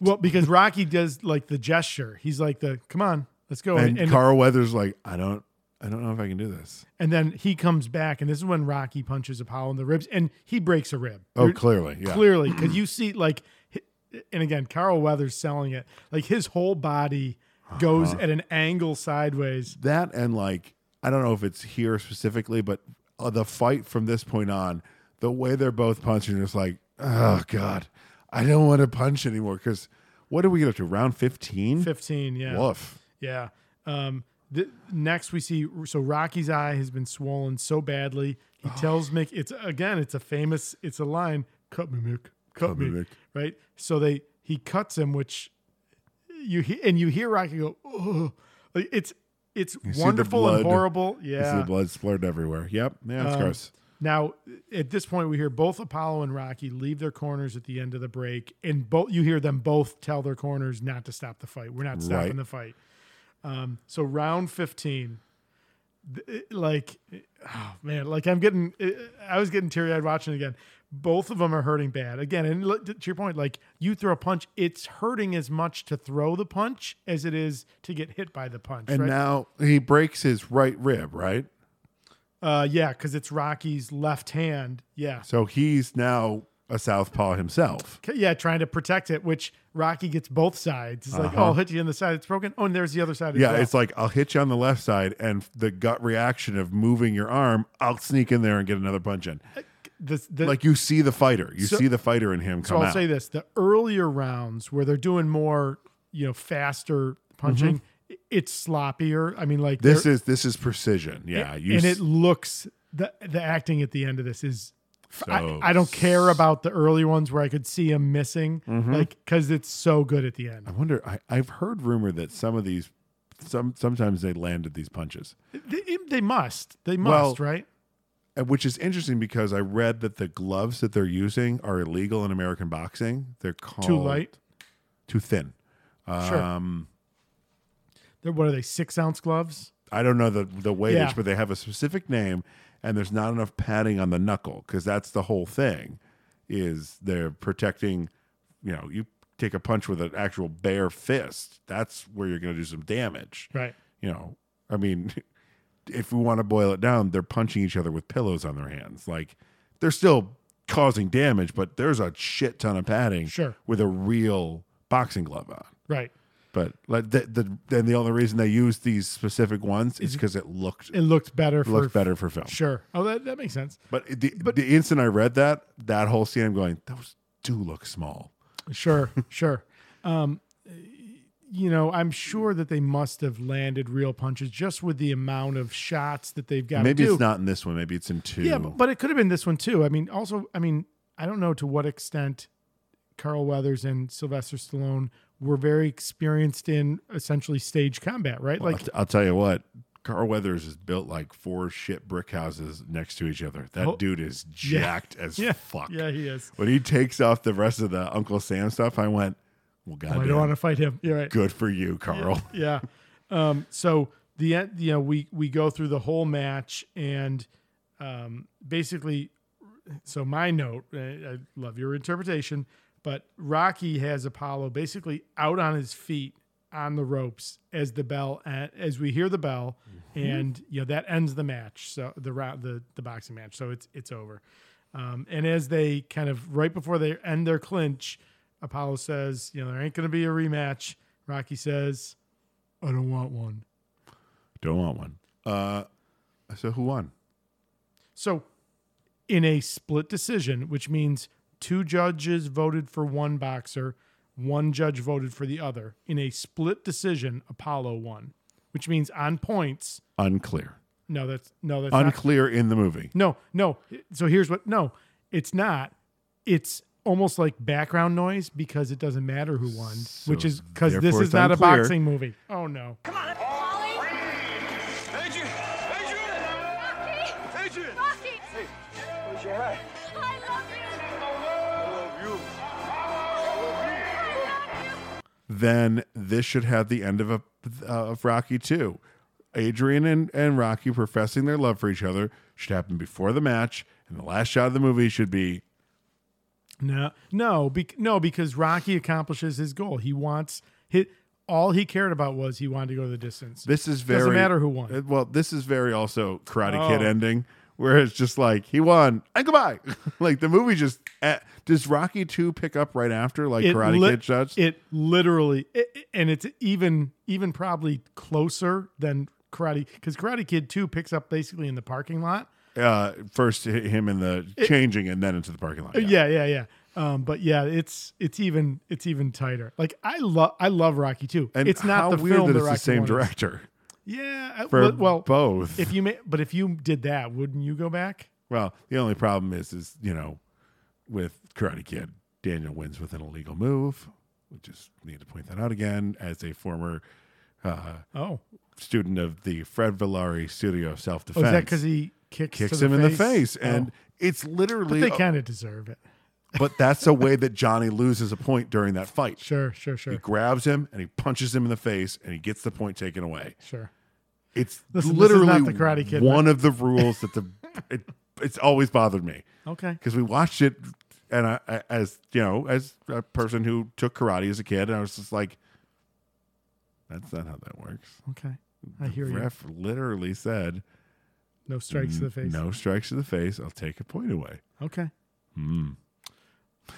E: Well, because Rocky does like the gesture. He's like the come on, let's go.
A: and, Carl Weathers like, I don't, I don't know if I can do this.
E: and then he comes back, and this is when Rocky punches Apollo in the ribs, and he breaks a rib.
A: Oh, clearly, yeah.
E: clearly, because you see like, hi- and again, Carl Weathers selling it. Like his whole body goes
A: Uh-huh.
E: at an angle sideways.
A: That and like, I don't know if it's here specifically, but uh, the fight from this point on, the way they're both punching is like, oh god, I don't want to punch anymore because what do we get up to round fifteen?
E: Fifteen, yeah.
A: Woof.
E: Yeah. Um, th- next, we see so Rocky's eye has been swollen so badly.
A: Oh.
E: He tells Mick, "It's again, it's a famous, it's a line. Cut me, Mick. Cut,
A: Cut me,
E: me,
A: Mick."
E: Right. So they he cuts him, which you he- and you hear Rocky go, "Ugh." Like, it's it's
A: You see the
E: wonderful and
A: blood.
E: horrible.
A: You see
E: Yeah,
A: the blood splurred everywhere. Yep. Yeah, it's
E: Um,
A: gross.
E: Now, at this point, we hear both Apollo and Rocky leave their corners at the end of the break, and both you hear them both tell their corners not to stop the fight. We're not stopping
A: Right.
E: the fight. Um, so round fifteen, th- it- like, oh man, like I'm getting, eh, I was getting teary eyed watching it again. Both of them are hurting bad again. And look, to your point, like you throw a punch, it's hurting as much to throw the punch as it is to get hit by the punch.
A: And
E: right?
A: now he breaks his right rib, right?
E: uh, yeah, because it's Rocky's left hand. Yeah.
A: So he's now a southpaw himself.
E: K- Yeah, trying to protect it, which Rocky gets both sides. It's like,
A: Uh-huh.
E: oh, I'll hit you on the side that's broken. Oh, and there's the other side. as
A: Yeah,
E: well.
A: it's like I'll hit you on the left side, and the gut reaction of moving your arm, I'll sneak in there and get another punch in.
E: This- the-
A: like you see the fighter, you
E: Uh, So-
A: see the fighter in him
E: So
A: come
E: I'll
A: out.
E: say this: the earlier rounds where they're doing more, you know, faster punching, i- it's sloppier. I mean, like
A: Mm-hmm. this
E: they're-
A: is this is precision. Yeah,
E: and,
A: you
E: and
A: s-
E: it looks the the acting at the end of this is.
A: So-
E: I, I don't care about the early ones where I could see him missing,
A: Mhm.
E: like because it's so good at the end.
A: I wonder. I, I've heard rumor that some of these, some sometimes they landed these punches.
E: They, they must, they must, right?
A: uh, Which is interesting because I read that the gloves that they're using are illegal in American boxing. They're called
E: light?
A: too thin.
E: Sure.
A: Um,
E: They're what are they? Six ounce gloves?
A: I don't know the the weightage,
E: Yeah.
A: but they have a specific name, and there's not enough padding on the knuckle because that's the whole thing. Is they're protecting, you know, you take a punch with an actual bare fist. That's where you're going to do some damage,
E: Right.
A: You know, I mean, if we want to boil it down, they're punching each other with pillows on their hands. Like they're still causing damage, but there's a shit ton of padding,
E: Sure.
A: with a real boxing glove on.
E: Right.
A: But like the, the then the only reason they used these specific ones is because it looked
E: It looked better for
A: looked better for film.
E: Sure. Oh, that, that makes sense.
A: But the the instant I read that that whole scene, I'm going, those do look small.
E: Sure, sure. Um, you know, I'm sure that they must have landed real punches just with the amount of shots that they've got.
A: maybe
E: do.
A: it's not in this one. Maybe it's in two.
E: Yeah, but, but it could have been this one too. I mean, also, I mean, I don't know to what extent Carl Weathers and Sylvester Stallone were very experienced in essentially stage combat, right?
A: Well, I'll
E: like,
A: t- I'll, tell you what, Carl Weathers is built like four shit brick houses next to each other. That
E: Oh,
A: dude is
E: yeah.
A: jacked as
E: Yeah,
A: fuck.
E: yeah, he is.
A: When he takes off the rest of the Uncle Sam stuff, I went, well,
E: "Oh,
A: goddamn,
E: I don't want to fight him. You're right.
A: good for you, Carl.
E: yeah. Um, so the end, you know, we we go through the whole match and um, basically, so my note, I, I love your interpretation, but Rocky has Apollo basically out on his feet on the ropes as the bell as we hear the bell, and you know that ends the match. So the round the the boxing match. So it's it's over. Um, and as they kind of right before they end their clinch, Apollo says, "You know there ain't going to be a rematch." Rocky says, I don't want one.
A: Don't want one. Uh, so who won?
E: So, in a split decision, which means two judges voted for one boxer, one judge voted for the other. In a split decision, Apollo won, which means on points.
A: Unclear.
E: No, that's no, that's not-
A: Unclear in the movie.
E: No, no. So here's what. No, it's not. It's almost like background noise because it doesn't matter who won, which is because this
A: therefore
E: is
A: it's
E: not
A: unclear.
E: a boxing movie. Oh no.
M: Adrian! Adrian! Adrian! Hey, where's your hat? I love you.
A: Then this should have the end of a uh, of Rocky too. Adrian and, and Rocky professing their love for each other should happen before the match, and the last shot of the movie should be
E: No, no, bec- no, because Rocky accomplishes his goal. He wants hit. All he cared about was he wanted to go the distance.
A: This is very
E: doesn't matter who won.
A: uh, Well, this is very also Karate Kid
E: Oh.
A: ending, where it's just like he won and goodbye. like the movie just eh, does Rocky two pick up right after like
E: It
A: Karate
E: lit-
A: Kid shots.
E: It literally, it, it- and it's even even probably closer than Karate because Karate Kid Two picks up basically in the parking lot.
A: Uh, first hit him in the
E: It-
A: changing, and then into the parking lot.
E: Yeah, yeah, yeah. Um, but yeah, it's it's even it's even tighter. Like I love I love Rocky Two.
A: And
E: it's not
A: how
E: the
A: weird
E: film
A: that
E: that
A: it's the
E: Rocky
A: same
E: one is.
A: director.
E: Yeah, I-
A: For
E: well,
A: both.
E: If you may, but if you did that, wouldn't you go back?
A: Well, the only problem is, is you know, with Karate Kid, Daniel wins with an illegal move. We just need to point that out again as a former uh,
E: oh
A: student of the Fred Villari Studio of Self
E: Oh,
A: Defense.
E: is that because he kicks,
A: kicks
E: to
A: him
E: the
A: in the
E: face?
A: face, and Oh.
E: Oh.
A: it's literally
E: but they kind of deserve it.
A: But that's a way that Johnny loses a point during that fight.
E: Sure, sure, sure.
A: He grabs him and he punches him in the face, and he gets the point taken away.
E: Sure.
A: It's
E: Listen, this is
A: literally
E: not the Karate Kid,
A: one
E: but-
A: of the rules that the it, it's always bothered me.
E: Okay.
A: because we watched it, and I, I- as you know, as a person who took karate as a kid, and I was just like, "That's not how that works."
E: Okay. I hear
A: the
E: you.
A: ref literally said,
E: No strikes to the face.
A: No strikes to the face. I'll take a point away."
E: Okay.
A: Hmm.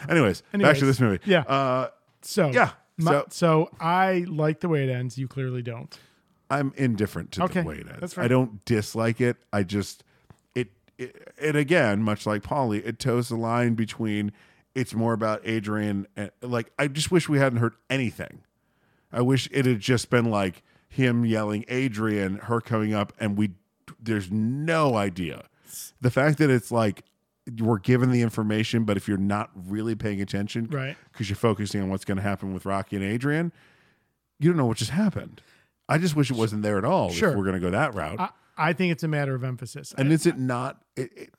A: Anyways, back
E: Anyways,
A: to this movie.
E: Yeah.
A: Uh,
E: so
A: yeah,
E: my-
A: so-
E: so, I like the way it ends. You clearly don't.
A: I'm indifferent to
E: Okay,
A: the way it ends.
E: that's
A: I
E: fair.
A: don't dislike it. I just it, it and again, much like Polly, it toes the line between it's more about Adrian and like I just wish we hadn't heard anything. I wish it had just been like him yelling Adrian, her coming up, and we there's no idea. The fact that it's like we're given the information, but if you're not really paying attention,
E: Right.
A: because you're focusing on what's going to happen with Rocky and Adrian, you don't know what just happened. I just wish it wasn't there at all.
E: Sure.
A: If we're going to go that route,
E: I, I think it's a matter of emphasis.
A: and is it not? It, it,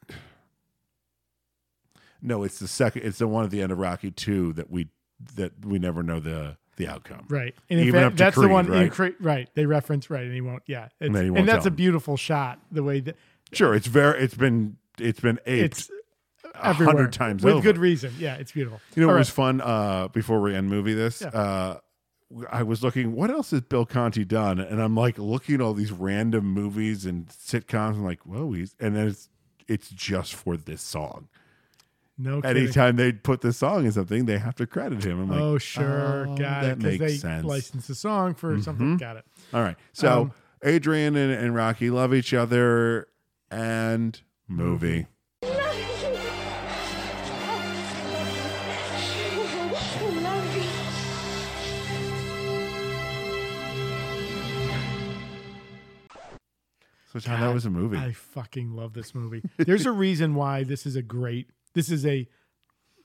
A: no, it's the second. It's the one at the end of Rocky Two that we that we never know the the outcome.
E: Right. And in
A: Even
E: fact,
A: up to
E: that's
A: Creed,
E: the one in
A: Right?
E: Cre- right. They reference right and he won't yeah. It's,
A: And
E: and,
A: then he won't
E: that's
A: tell
E: a
A: him.
E: beautiful shot the way that
A: sure, it's very. It's been it's been aped
E: it's
A: a
E: everywhere
A: hundred times
E: with
A: over.
E: good reason. Yeah, it's beautiful.
A: You know,
E: All
A: it
E: right.
A: was fun uh, before we end movie this.
E: Yeah.
A: Uh, I was looking, what else has Bill Conti done? And I'm like looking at all these random movies and sitcoms. I'm like, whoa, he's, and then it's, it's just for this song.
E: no kidding.
A: Anytime they put this song in something, they have to credit him. I'm like,
E: oh sure,
A: oh,
E: got
A: that
E: it. Because
A: makes
E: they
A: sense.
E: licensed the song for something.
A: Mhm.
E: Got it.
A: All right. So
E: Um,
A: Adrian and, and Rocky love each other and movie. So Tom, that was a movie.
E: I fucking love this movie. There's a reason why this is a great. This is a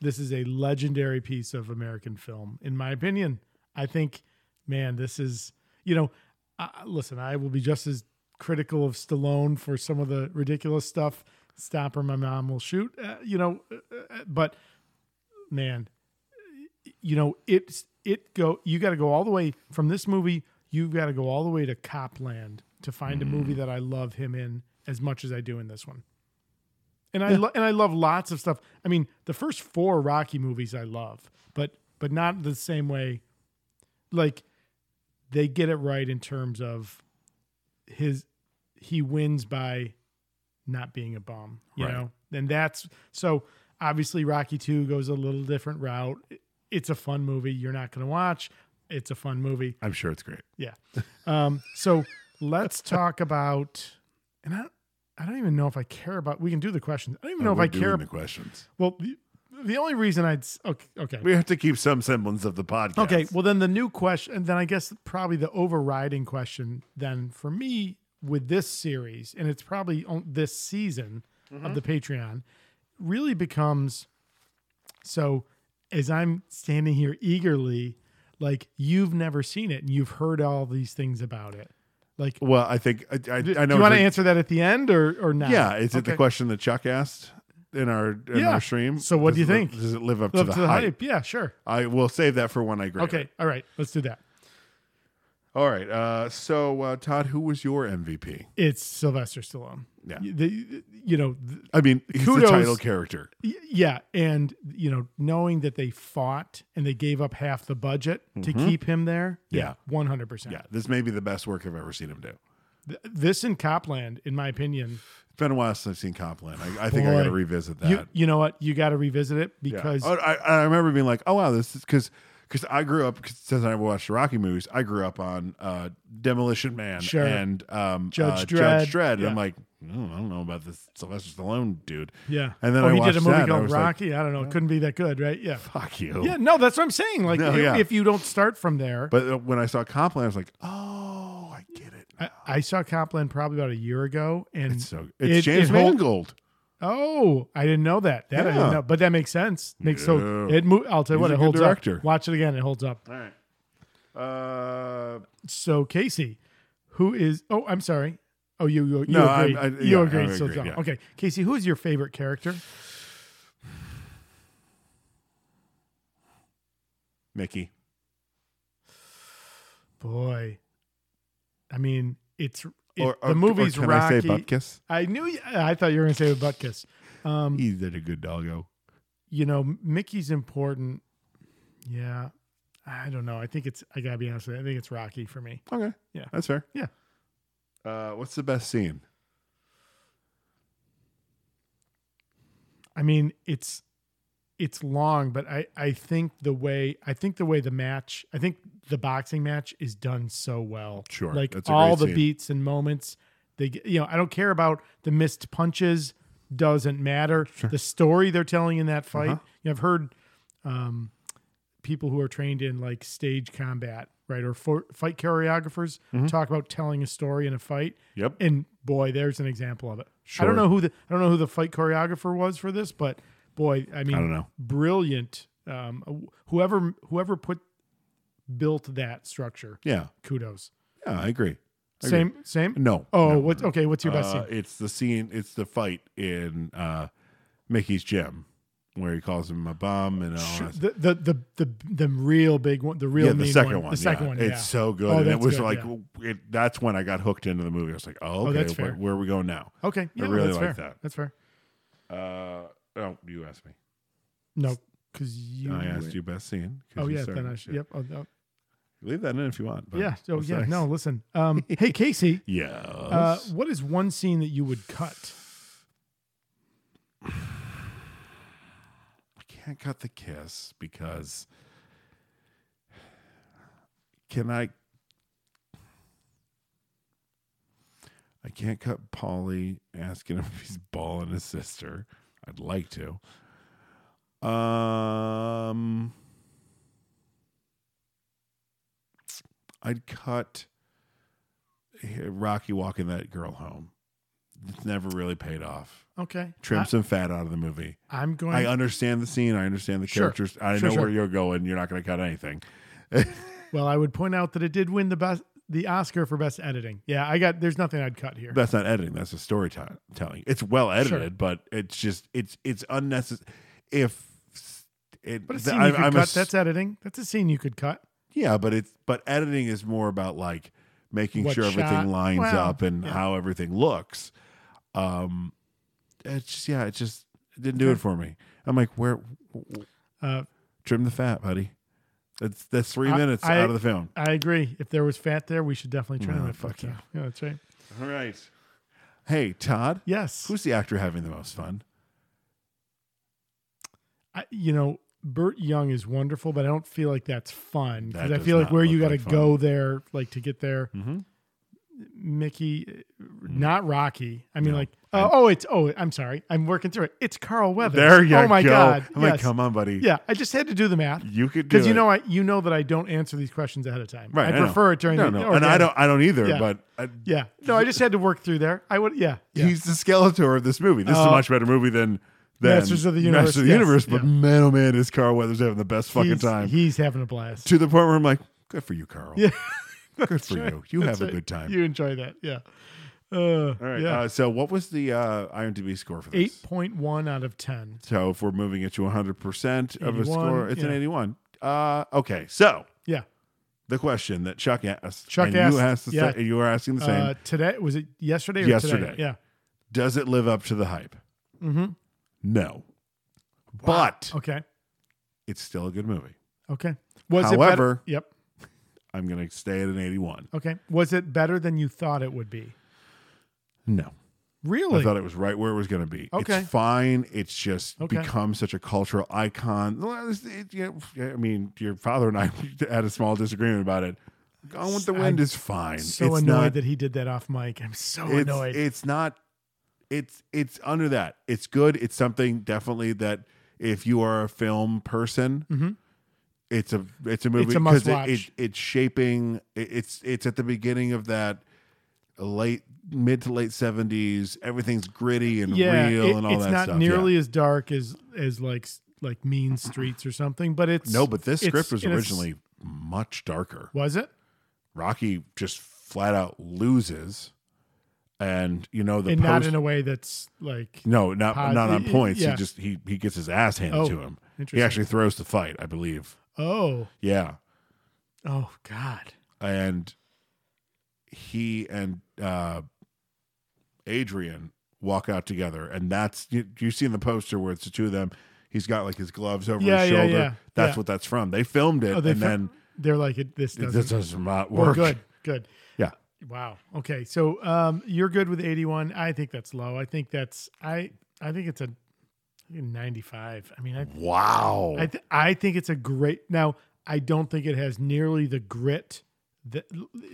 E: this is a legendary piece of American film, in my opinion. I think, man, this is you know, uh, listen, I will be just as critical of Stallone for some of the ridiculous stuff. Stop or my mom will shoot. Uh, you know, uh, uh, but man, you know it's it go you got to go all the way from this movie you've got to go all the way to copland to find a movie that i love him in as much as i do in this one and i lo- and i love lots of stuff i mean the first four rocky movies i love but but not the same way like they get it right in terms of his he wins by not being a bum you
A: Right.
E: know and that's so obviously rocky 2 goes a little different route it's a fun movie you're not going to watch it's a fun movie
A: I'm sure it's great.
E: yeah. Um, so let's talk about, and I, I don't even know if I care about. We can do the questions. I don't even
A: No,
E: know if
A: Oh, we're
E: I care.
A: doing the questions.
E: Well, the, the only reason I'd s- okay, okay.
A: We have to keep some semblance of the podcast.
E: Okay, well then the new question, and then I guess probably the overriding question then for me with this series, and it's probably on this season of
C: Mhm.
E: the
A: Mm-hmm.
E: Patreon, really becomes so as I'm standing here eagerly, like you've never seen it and you've heard all these things about it. Like,
A: Well, I think I, I, I know.
E: do you want to
A: it's-
E: answer that at the end or or not?
A: Yeah, is it the
E: Okay.
A: question that Chuck asked in our in
E: Yeah.
A: our stream?
E: So what do
A: Does
E: you
A: it
E: think?
A: Live, does it live up
E: Live
A: to, the, hype?
E: Yeah, sure.
A: I will save that for when I grade.
E: Okay,
A: it.
E: all right, let's do that.
A: All right. Uh, so uh, Todd, who was your MVP?
E: It's Sylvester Stallone.
A: Yeah.
E: Y- the- you know, th-
A: I mean, he's
E: kudos-
A: the title character.
E: Y- Yeah, and you know, knowing that they fought and they gave up half the budget to
A: Mhm.
E: keep him there.
A: Yeah.
E: one hundred percent.
A: Yeah, this may be the best work I've ever seen him do.
E: Th- This in Copland, in my opinion,
A: It's been a while since I've seen Copland. I, I think I got to
E: boy,
A: revisit that.
E: you- You, know what? You got to revisit it
A: Yeah.
E: because
A: Oh, I, I remember being like, oh wow, this is because because I grew up 'cause since I never watched the Rocky movies. I grew up on uh, Demolition Man
E: Sure.
A: and um,
E: Judge
A: uh,
E: Dredd.
A: Judge Dredd. And
E: Yeah.
A: I'm like, "Mm, I don't know about this Sylvester Stallone dude.
E: yeah,
A: and then
E: oh,
A: I
E: he
A: watched
E: did a movie
A: that, and I
E: called
A: was like,
E: Rocky. I don't know, it couldn't be that good, right? Yeah,
A: fuck you.
E: Yeah, no, that's what I'm saying. Like,
A: No,
E: if,
A: yeah.
E: if you don't start from there,
A: But uh, when I saw Copland, I was like, oh,
E: I, I saw Copland probably about a year ago, and
A: so it's James
E: hol-
A: Mangold.
E: Oh, I didn't know that. That I
A: Yeah.
E: didn't know, but that makes sense. Makes so
A: Yeah.
E: it. Mo- I'll tell you
A: He's
E: what,
A: a
E: it
A: good
E: holds
A: director.
E: up. Watch it again. It holds up.
A: All right. Uh,
E: So Casey, who is? Oh, I'm sorry. Oh, you you, you
A: No, I-
E: agree.
A: I- yeah,
E: you
A: I
E: agree. So
A: agree,
E: it's
A: yeah.
E: off. okay, Casey, who is your favorite character?
A: Mickey.
E: Boy, I mean, it's it,
A: Or- or-
E: the movie's
A: or can I
E: Rocky.
A: say Bupkis?
E: I knew. You, I thought you were going to say Butkus. Um,
A: He did a good doggo.
E: you know, Mickey's important. Yeah, I don't know. I think it's. I gotta be honest with you. I think it's Rocky for me.
A: Okay.
E: Yeah.
A: That's fair.
E: Yeah.
A: Uh, what's the best scene?
E: I mean, it's it's long, but I I think the way I think the way the match I think the boxing match is done so well.
A: Sure,
E: like
A: that's a
E: all
A: great
E: the
A: scene.
E: beats and moments. They get- you know I don't care about the missed punches. Doesn't matter the story they're telling in that fight.
A: Uh-huh.
E: You know, I've heard um, people who are trained in like stage combat, right, or for, fight choreographers
A: Mhm.
E: talk about telling a story in a fight.
A: Yep.
E: And boy, there's an example of it. I
A: Sure.
E: don't know who the I don't know who the fight choreographer was for this, but boy, I mean,
A: don't know.
E: brilliant. Um, whoever whoever put built that structure.
A: Yeah.
E: kudos.
A: Yeah, I agree. I
E: Same-
A: agree.
E: same?
A: No.
E: Oh,
A: no,
E: what's-
A: no.
E: okay, what's your best
A: Uh, It's the scene. It's the fight in uh, Mickey's gym where he calls him a bum and all that.
E: The, the the the the real big one, the real
A: yeah, the
E: mean
A: second one.
E: the second
A: yeah.
E: one. yeah.
A: It's so good.
E: Oh,
A: and it
E: that's
A: was
E: good,
A: like
E: yeah.
A: it, that's when I got hooked into the movie. I was like, oh, okay,
E: Oh, that's
A: where,
E: fair. Oh.
A: where are we going now?
E: okay, yeah,
A: I really
E: that's
A: like
E: fair.
A: that.
E: That's fair.
A: Uh, oh, you asked me.
E: No, because you.
A: I asked you best scene. 'cause
E: Oh
A: you
E: yeah,
A: started
E: then I
A: the
E: should.
A: shit.
E: Yep. Oh, no.
A: Leave that in if you want. but
E: yeah. Oh
A: what's
E: yeah.
A: next?
E: No, listen. Um, hey Casey.
A: Yes.
E: Uh, what is one scene that you would cut?
A: can't cut the kiss because can I? I can't cut Polly asking him if he's balling his sister. I'd like to. Um, I'd cut eh, Rocky walking that girl home. It's never really paid off.
E: Okay.
A: Trim
E: I-
A: some fat out of the movie.
E: I'm going-
A: I understand the scene. I understand the
E: Sure.
A: characters. I
E: Sure,
A: know
E: sure.
A: where you're going. You're not going to cut anything.
E: Well, I would point out that it did win the best the Oscar for best editing. Yeah, I got there's nothing I'd cut here.
A: That's not editing. That's a storytelling. It's well edited, but it's just it's it's unnecessary. If it,
E: but a
A: the-
E: scene you could cut,
A: ass-
E: that's editing. That's a scene you could cut.
A: yeah, but it's but editing is more about like making
E: What
A: sure
E: shot-
A: everything lines
E: well,
A: up and
E: yeah.
A: how everything looks. Um, it's just yeah, it just it didn't do it for me. I'm like, where
E: Uh,
A: trim the fat, buddy? That's that's three
E: I-
A: minutes
E: I-
A: out of the film.
E: I agree. If there was fat there, we should definitely trim
A: No,
E: it.
A: fuck
E: yeah. yeah, that's right.
A: All right. Hey, Todd.
E: Yes.
A: Who's the actor having the most fun?
E: I, you know, Burt Young is wonderful, but I don't feel like that's fun because
A: That
E: I
A: does
E: feel like
A: not
E: where you
A: look
E: got to
A: like fun.
E: go there, like to get there.
A: Mhm.
E: Mickey, uh, not Rocky. I mean,
A: Mm-hmm. No.
E: like, oh, oh, it's oh, I'm sorry, I'm working through it. It's Carl Weathers.
A: There you
E: oh my
A: go.
E: god!
A: I'm like,
E: yes.
A: come on, buddy.
E: Yeah, I just had to do the math.
A: You could do
E: because you
A: it.
E: know I you know that I don't answer these questions ahead of time.
A: Right,
E: I,
A: I know.
E: prefer it during
A: No,
E: the
A: no,
E: or
A: and I
E: during-
A: don't- I don't either,
E: Yeah.
A: but I-
E: yeah, no, I just had to work through there. I would, yeah, yeah.
A: He's the Skeletor of this movie. This is
E: Oh.
A: a much better movie than, than
E: Masters of the Universe,
A: Masters of the
E: yes,
A: Universe, but
E: yeah.
A: man, oh man, is Carl Weathers having the best fucking
E: He's-
A: time.
E: He's having a blast.
A: to the point where I'm like, good for you, Carl.
E: Yeah.
A: good
E: That's
A: for
E: right.
A: you. You
E: That's
A: have a
E: right.
A: good time.
E: You enjoy that, yeah. Uh,
A: All right.
E: yeah.
A: Uh, so, what was the uh, IMDb score for this?
E: Eight point one out of ten.
A: So, if we're moving it to 100% of a
E: 81,
A: score, it's an
E: yeah.
A: 81. Uh, okay. So,
E: Yeah.
A: the question that Chuck asked,
E: Chuck
A: and
E: asked.
A: you asked the
E: yeah.
A: sa- you were asking the same.
E: Uh, today was it yesterday? Or
A: yesterday.
E: Today? Yeah.
A: Does it live up to the hype?
E: Mhm.
A: No. But
E: Okay.
A: it's still a good movie.
E: Okay. Was
A: However,
E: it better? Yep.
A: I'm going to stay at an 81.
E: Okay. Was it better than you thought it would be?
A: No.
E: Really?
A: I thought it was right where it was going to be.
E: Okay.
A: It's fine. It's just
E: Okay.
A: become such a cultural icon. Well, it's- it- yeah, I mean, your father and I had a small disagreement about it. Gone with the Wind
E: I'm
A: is fine.
E: So
A: It's
E: annoyed
A: not-
E: that he did that off mic. I'm so
A: it's,
E: annoyed.
A: It's not. It's it's under that. It's good. It's something definitely that if you are a film person,
E: Mhm.
A: it's a it's a movie
E: It's a
A: because it,
E: must-watch.
A: it, it's shaping. It, it's it's at the beginning of that late mid to late seventies. Everything's gritty and
E: yeah,
A: real
E: it-
A: and all
E: it's
A: that
E: not
A: stuff.
E: nearly as dark as as like s- like Mean Streets or something. But it's
A: yeah. No, but this
E: it's-
A: script was
E: and it's-
A: originally much darker.
E: was it?
A: Rocky just flat out loses, and you know the
E: and not
A: post-
E: in a way that's like
A: No, not
E: posi-
A: not on
E: it- it-
A: points.
E: yeah.
A: He just he he gets his ass handed
E: Oh,
A: to him. He
E: interesting.
A: actually throws the fight, I believe.
E: Oh.
A: Yeah,
E: Oh God.
A: and he and uh Adrian walk out together, and that's you, you see in the poster where it's the two of them. He's got like his gloves over
E: Yeah,
A: his
E: yeah,
A: shoulder.
E: yeah,
A: That's
E: yeah.
A: what that's from. They filmed it,
E: Oh, they
A: and
E: fi-
A: then
E: they're like it, this
A: it-
E: doesn't.
A: this does not
E: Well,
A: work.
E: good. Good.
A: Yeah.
E: Wow. Okay. So um, you're good with 81. I think that's low. I think that's I. I think it's a I think 95. I mean, I,
A: Wow.
E: I th- I think it's a great. Now I don't think it has nearly the grit that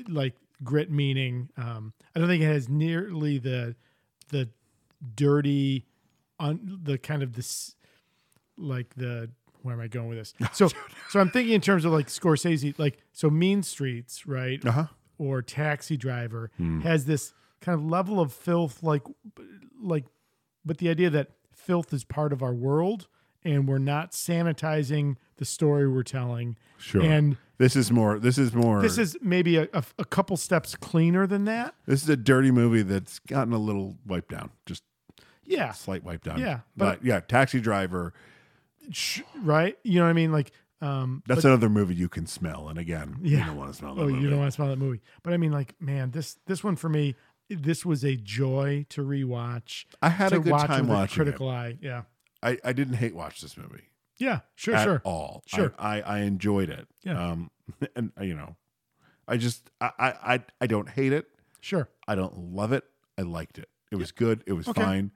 E: like grit meaning. Um, I don't think it has nearly the the dirty on the kind of this like the where am I going with this? So so I'm thinking in terms of like Scorsese, like so Mean Streets, right?
A: Uh-huh.
E: Or Taxi Driver
A: Hmm.
E: has this kind of level of filth, like like, but the idea that filth is part of our world and we're not sanitizing the story we're telling.
A: Sure.
E: And
A: this is more. This is more.
E: this is maybe a, a, a couple steps cleaner than that.
A: This is a dirty movie that's gotten a little wiped down. Just
E: Yeah.
A: slight wipe down.
E: Yeah,
A: but,
E: but-
A: yeah, Taxi Driver.
E: Sh- Right. You know what I mean? Like, um,
A: That's
E: but-
A: another movie you can smell, and again, you
E: Yeah.
A: don't want to smell that
E: Oh,
A: movie.
E: you don't want to smell that movie. But I mean, like, man, this this one for me, this was a joy to rewatch.
A: I had
E: to
A: a good
E: watch
A: time
E: with
A: watching
E: a critical
A: it.
E: eye. Yeah,
A: I, I didn't hate watch this movie.
E: yeah, sure,
A: at
E: sure,
A: all. I-
E: sure.
A: I, I enjoyed it.
E: Yeah.
A: Um, and you know, I just I I I, I don't hate it.
E: Sure.
A: I don't love it. I liked it. It was good. It was
E: Okay.
A: fine.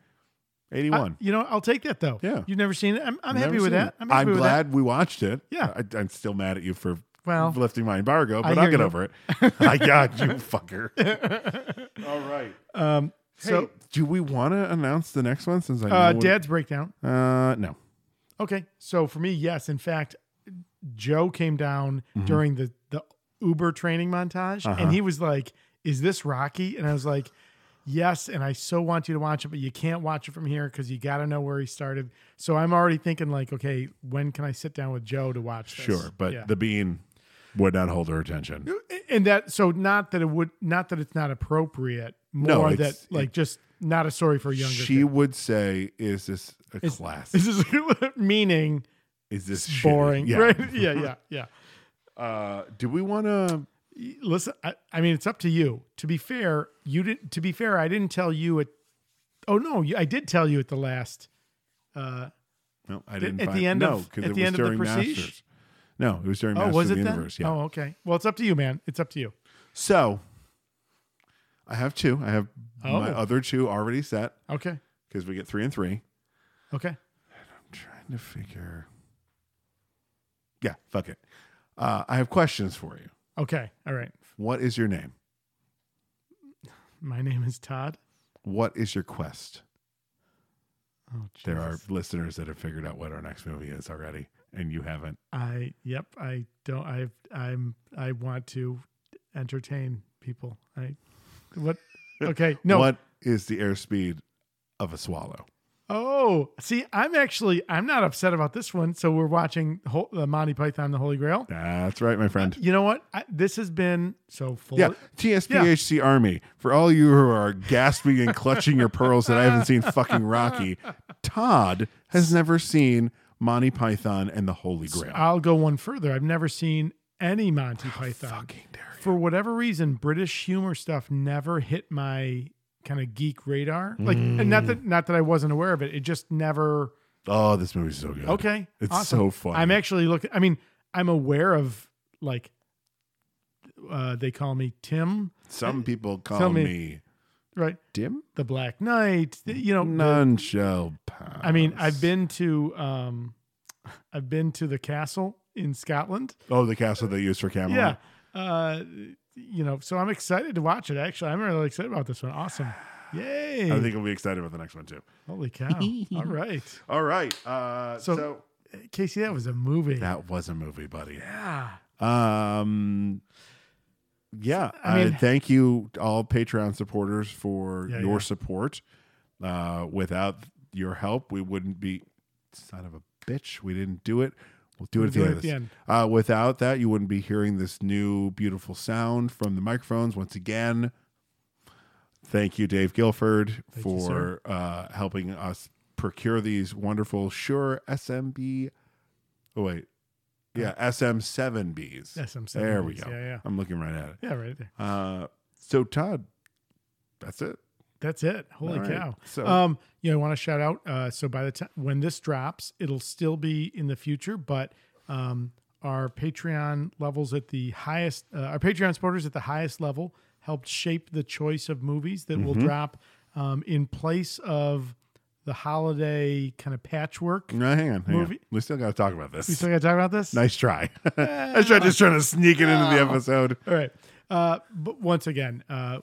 A: Eighty
E: I-
A: one.
E: you know, I'll take that though.
A: Yeah.
E: you've never seen it. I'm, I'm
A: Never
E: happy with
A: seen
E: that.
A: it.
E: I'm, happy with that.
A: glad we watched it.
E: Yeah.
A: I, I'm still mad at you for
E: Well,
A: lifting my embargo,
E: I
A: but I'll
E: hear
A: get
E: you.
A: over it. I got you, fucker. All right.
E: Um,
A: Hey,
E: so
A: do we want to announce the next one since I know
E: uh,
A: what-
E: Dad's breakdown.
A: Uh, no.
E: Okay, so for me, yes. In fact, Joe came down
A: Mhm.
E: during the the Uber training montage,
A: Uh-huh.
E: and he was like, "Is this Rocky?" And I was like, "Yes." And I so want you to watch it, but you can't watch it from here because you got to know where he started. So I'm already thinking like, okay, when can I sit down with Joe to watch? This?
A: Sure, but
E: Yeah.
A: the bean would not hold her attention.
E: and that so not that it would not that it's not appropriate,
A: No,
E: more that
A: it's-
E: like
A: it-
E: just not a story for younger.
A: She would say, "Is this a
E: Is-
A: class?
E: This is meaning
A: Is this shitty?
E: boring,
A: Yeah.
E: right? Yeah, yeah, yeah.
A: Uh, do we want to?
E: listen I, I mean it's up to you to be fair you did to be fair i didn't tell you at oh no you, i did tell you at the last uh
A: No, I
E: At-
A: didn't.
E: at the
A: find,
E: end
A: no,
E: of-
A: 'cause
E: at
A: it
E: the
A: was
E: end of the
A: during
E: Prestige?
A: Masters. No, it was during
E: oh
A: Masters
E: was
A: of
E: it
A: the
E: then
A: Universe. Yeah.
E: oh okay well it's up to you man it's up to you
A: So, I have two. I have
E: Oh.
A: my other two already set
E: okay
A: because we get three and three.
E: okay
A: Trying to figure. Yeah, fuck it. Uh, I have questions for you.
E: okay all right
A: What is your name?
E: my name is todd
A: What is your quest?
E: oh
A: There are listeners that have figured out what our next movie is already, and you haven't.
E: i yep i don't i i'm i want to entertain people i what okay no
A: What is the airspeed of a swallow?
E: Oh, see, I'm actually I'm not upset about this one. So we're watching Ho- uh, Monty Python: The Holy Grail.
A: That's right,
E: Uh,
A: my friend.
E: You know what? I, this has been so full.
A: Yeah, TSPHC Army. For all you who are gasping and clutching your pearls that I haven't seen fucking Rocky, Todd has never seen Monty Python and the Holy Grail.
E: I'll go one further. I've never seen any Monty Python. For whatever reason, British humor stuff never hit my kind of geek radar. Like, and not
A: Mm.
E: that not that I wasn't aware of it. It just never.
A: Oh, this movie's so good.
E: Okay,
A: It's
E: awesome.
A: so funny.
E: I'm actually looking. I mean, I'm aware of like uh, they call me Tim.
A: Some people call
E: Tell
A: me,
E: me- Right.
A: Dim.
E: The Black Knight. the- You know, the-
A: None shall pass.
E: I mean, I've been to um, I've been to the castle in Scotland.
A: Oh, the castle they used for Camelot.
E: Yeah. Uh, you know, so I'm excited to watch it. Actually, I'm really excited about this one. Awesome. Yay.
A: I think we'll be excited about the next one too.
E: Holy cow. All right.
A: All right. Uh,
E: So,
A: so
E: Casey, that was a movie.
A: that was a movie, buddy.
E: yeah.
A: Um, yeah,
E: I mean-
A: uh, thank you to all Patreon supporters for
E: Yeah,
A: your
E: yeah.
A: support. Uh, without your help, we wouldn't be son of a bitch. We didn't do it. We'll do it
E: We'll
A: at the end.
E: do it
A: Of
E: at
A: this.
E: the
A: Uh, without that, you wouldn't be hearing this new beautiful sound from the microphones once again. Thank you, Dave Guilford,
E: Thank you,
A: for
E: sir.
A: uh, helping us procure these wonderful Sure SMB. Oh wait, yeah, SM7Bs.
E: SM7Bs,
A: There we go.
E: yeah, yeah.
A: I'm looking right at it.
E: Yeah, right there.
A: Uh, so Todd, that's it.
E: That's it. Holy
A: All right.
E: cow.
A: So-
E: um, you know, I want to shout out. Uh, so by the time when this drops, it'll still be in the future, but um, our Patreon levels at the highest, uh, our Patreon supporters at the highest level helped shape the choice of movies that will
A: Mhm.
E: drop um, in place of the holiday kind of patchwork.
A: No, hang on, hang on.
E: Movie-
A: We still got to talk about this.
E: We still got to talk about this.
A: nice try. I tried just trying to sneak it into the
E: Oh.
A: episode.
E: All right. Uh, but once again, uh,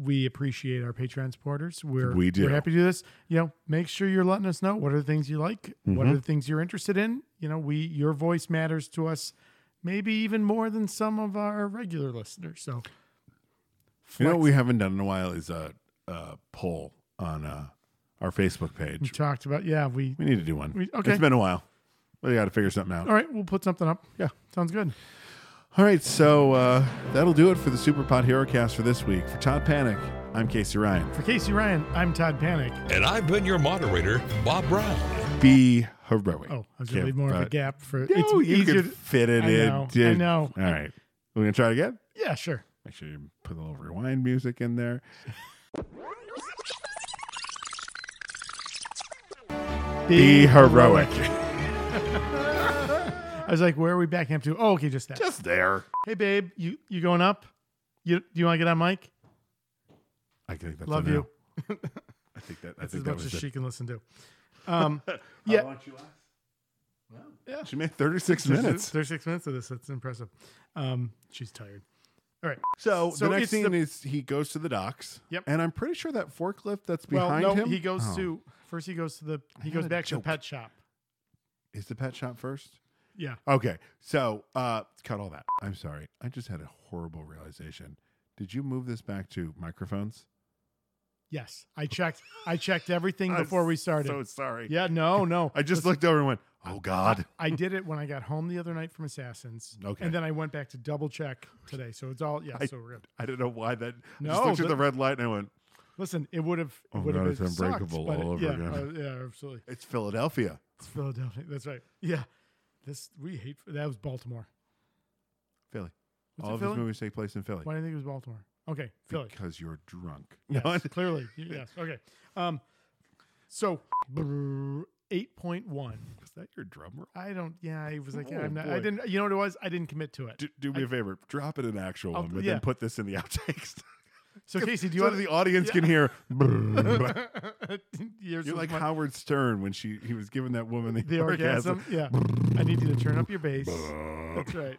E: we appreciate our Patreon supporters. We're
A: We do.
E: We're happy to do this. You know, make sure you're letting us know what are the things you like, what
A: Mhm.
E: are the things you're interested in. You know, we your voice matters to us, maybe even more than some of our regular listeners. So
A: You know what we haven't done in a while is a, a poll on uh, our Facebook
E: we
A: page.
E: talked about yeah we
A: We need to do one.
E: We- okay.
A: it's been a while. We got to figure something out.
E: All right, we'll put something up.
A: Yeah,
E: sounds good.
A: All right, so uh, that'll do it for the Super Pod Hero Cast for this week. For Todd Panic, I'm Casey Ryan.
E: For Casey Ryan, I'm Todd Panic.
F: And I've been your moderator, Bob Brown.
A: Be heroic.
E: Oh, I was gonna
A: Okay,
E: leave more of a
A: but-
E: gap for
A: No,
E: it's
A: you
E: easier
A: can
E: to-
A: fit it
E: I know,
A: in. Dude.
E: I know.
A: All right, we're gonna try it again.
E: Yeah, sure.
A: Make sure you put a little rewind music in there. Be heroic.
E: I was like, where are we backing up to? Oh, okay, just that.
A: Just there.
E: Hey, babe, you you going up? You do you want to get on mic?
A: I think that's
E: Love
A: a no.
E: you.
A: I think that. I
E: That's
A: think
E: as
A: that
E: much
A: was
E: as
A: it.
E: she can listen to. Um, yeah.
A: She made 36 minutes.
E: Thirty-six minutes of this. That's impressive. Um, she's tired. All right.
A: So, the next
E: it's
A: scene is he goes to the docks.
E: Yep.
A: And I'm pretty sure that forklift that's
E: well,
A: behind
E: no,
A: him.
E: he goes
A: Oh.
E: to first. He goes to the. He
A: I
E: goes
A: had a
E: back to the
A: joke.
E: pet shop.
A: Is the pet shop first?
E: Yeah.
A: Okay. So uh cut all that. I'm sorry. I just had a horrible realization. Did you move this back to microphones?
E: Yes, I checked. I checked everything
A: I'm
E: before we started.
A: so sorry.
E: Yeah. No. No.
A: I just
E: Listen,
A: looked over and went, Oh God.
E: I did it when I got home the other night from Assassins.
A: Okay.
E: And then I went back to double check today. So it's all yeah.
A: I,
E: so we're good.
A: I don't know why that I just
E: No,
A: looked at
E: the-
A: the red light and I went,
E: Listen, it would have.
A: Oh
E: would
A: God,
E: have
A: it's unbreakable
E: sucked, but
A: all over
E: it- yeah,
A: again.
E: uh, yeah, absolutely.
A: It's Philadelphia.
E: It's Philadelphia. That's right. Yeah, this we hate. That was Baltimore.
A: Philly.
E: Was
A: all
E: it
A: of
E: Philly?
A: his movies take place in Philly.
E: Why do you think it was Baltimore? Okay, Philly.
A: Because you're drunk.
E: Yes, clearly. Y- Yes. Okay. Um, so eight point one.
A: Is that your drum roll?
E: I don't. Yeah, I was like,
A: Oh,
E: yeah, I'm not,
A: boy.
E: I didn't. You know what it was? I didn't commit to it.
A: Do, do me a favor. Drop it an actual
E: I'll-
A: one, but
E: yeah.
A: then put this in the outtakes.
E: So Casey, do you
A: so
E: want
A: that the audience can hear?
E: Yours
A: You're
E: was
A: like
E: my-
A: Howard Stern when she he was giving that woman the,
E: the orgasm? Yeah. I need you to turn up your bass. That's right.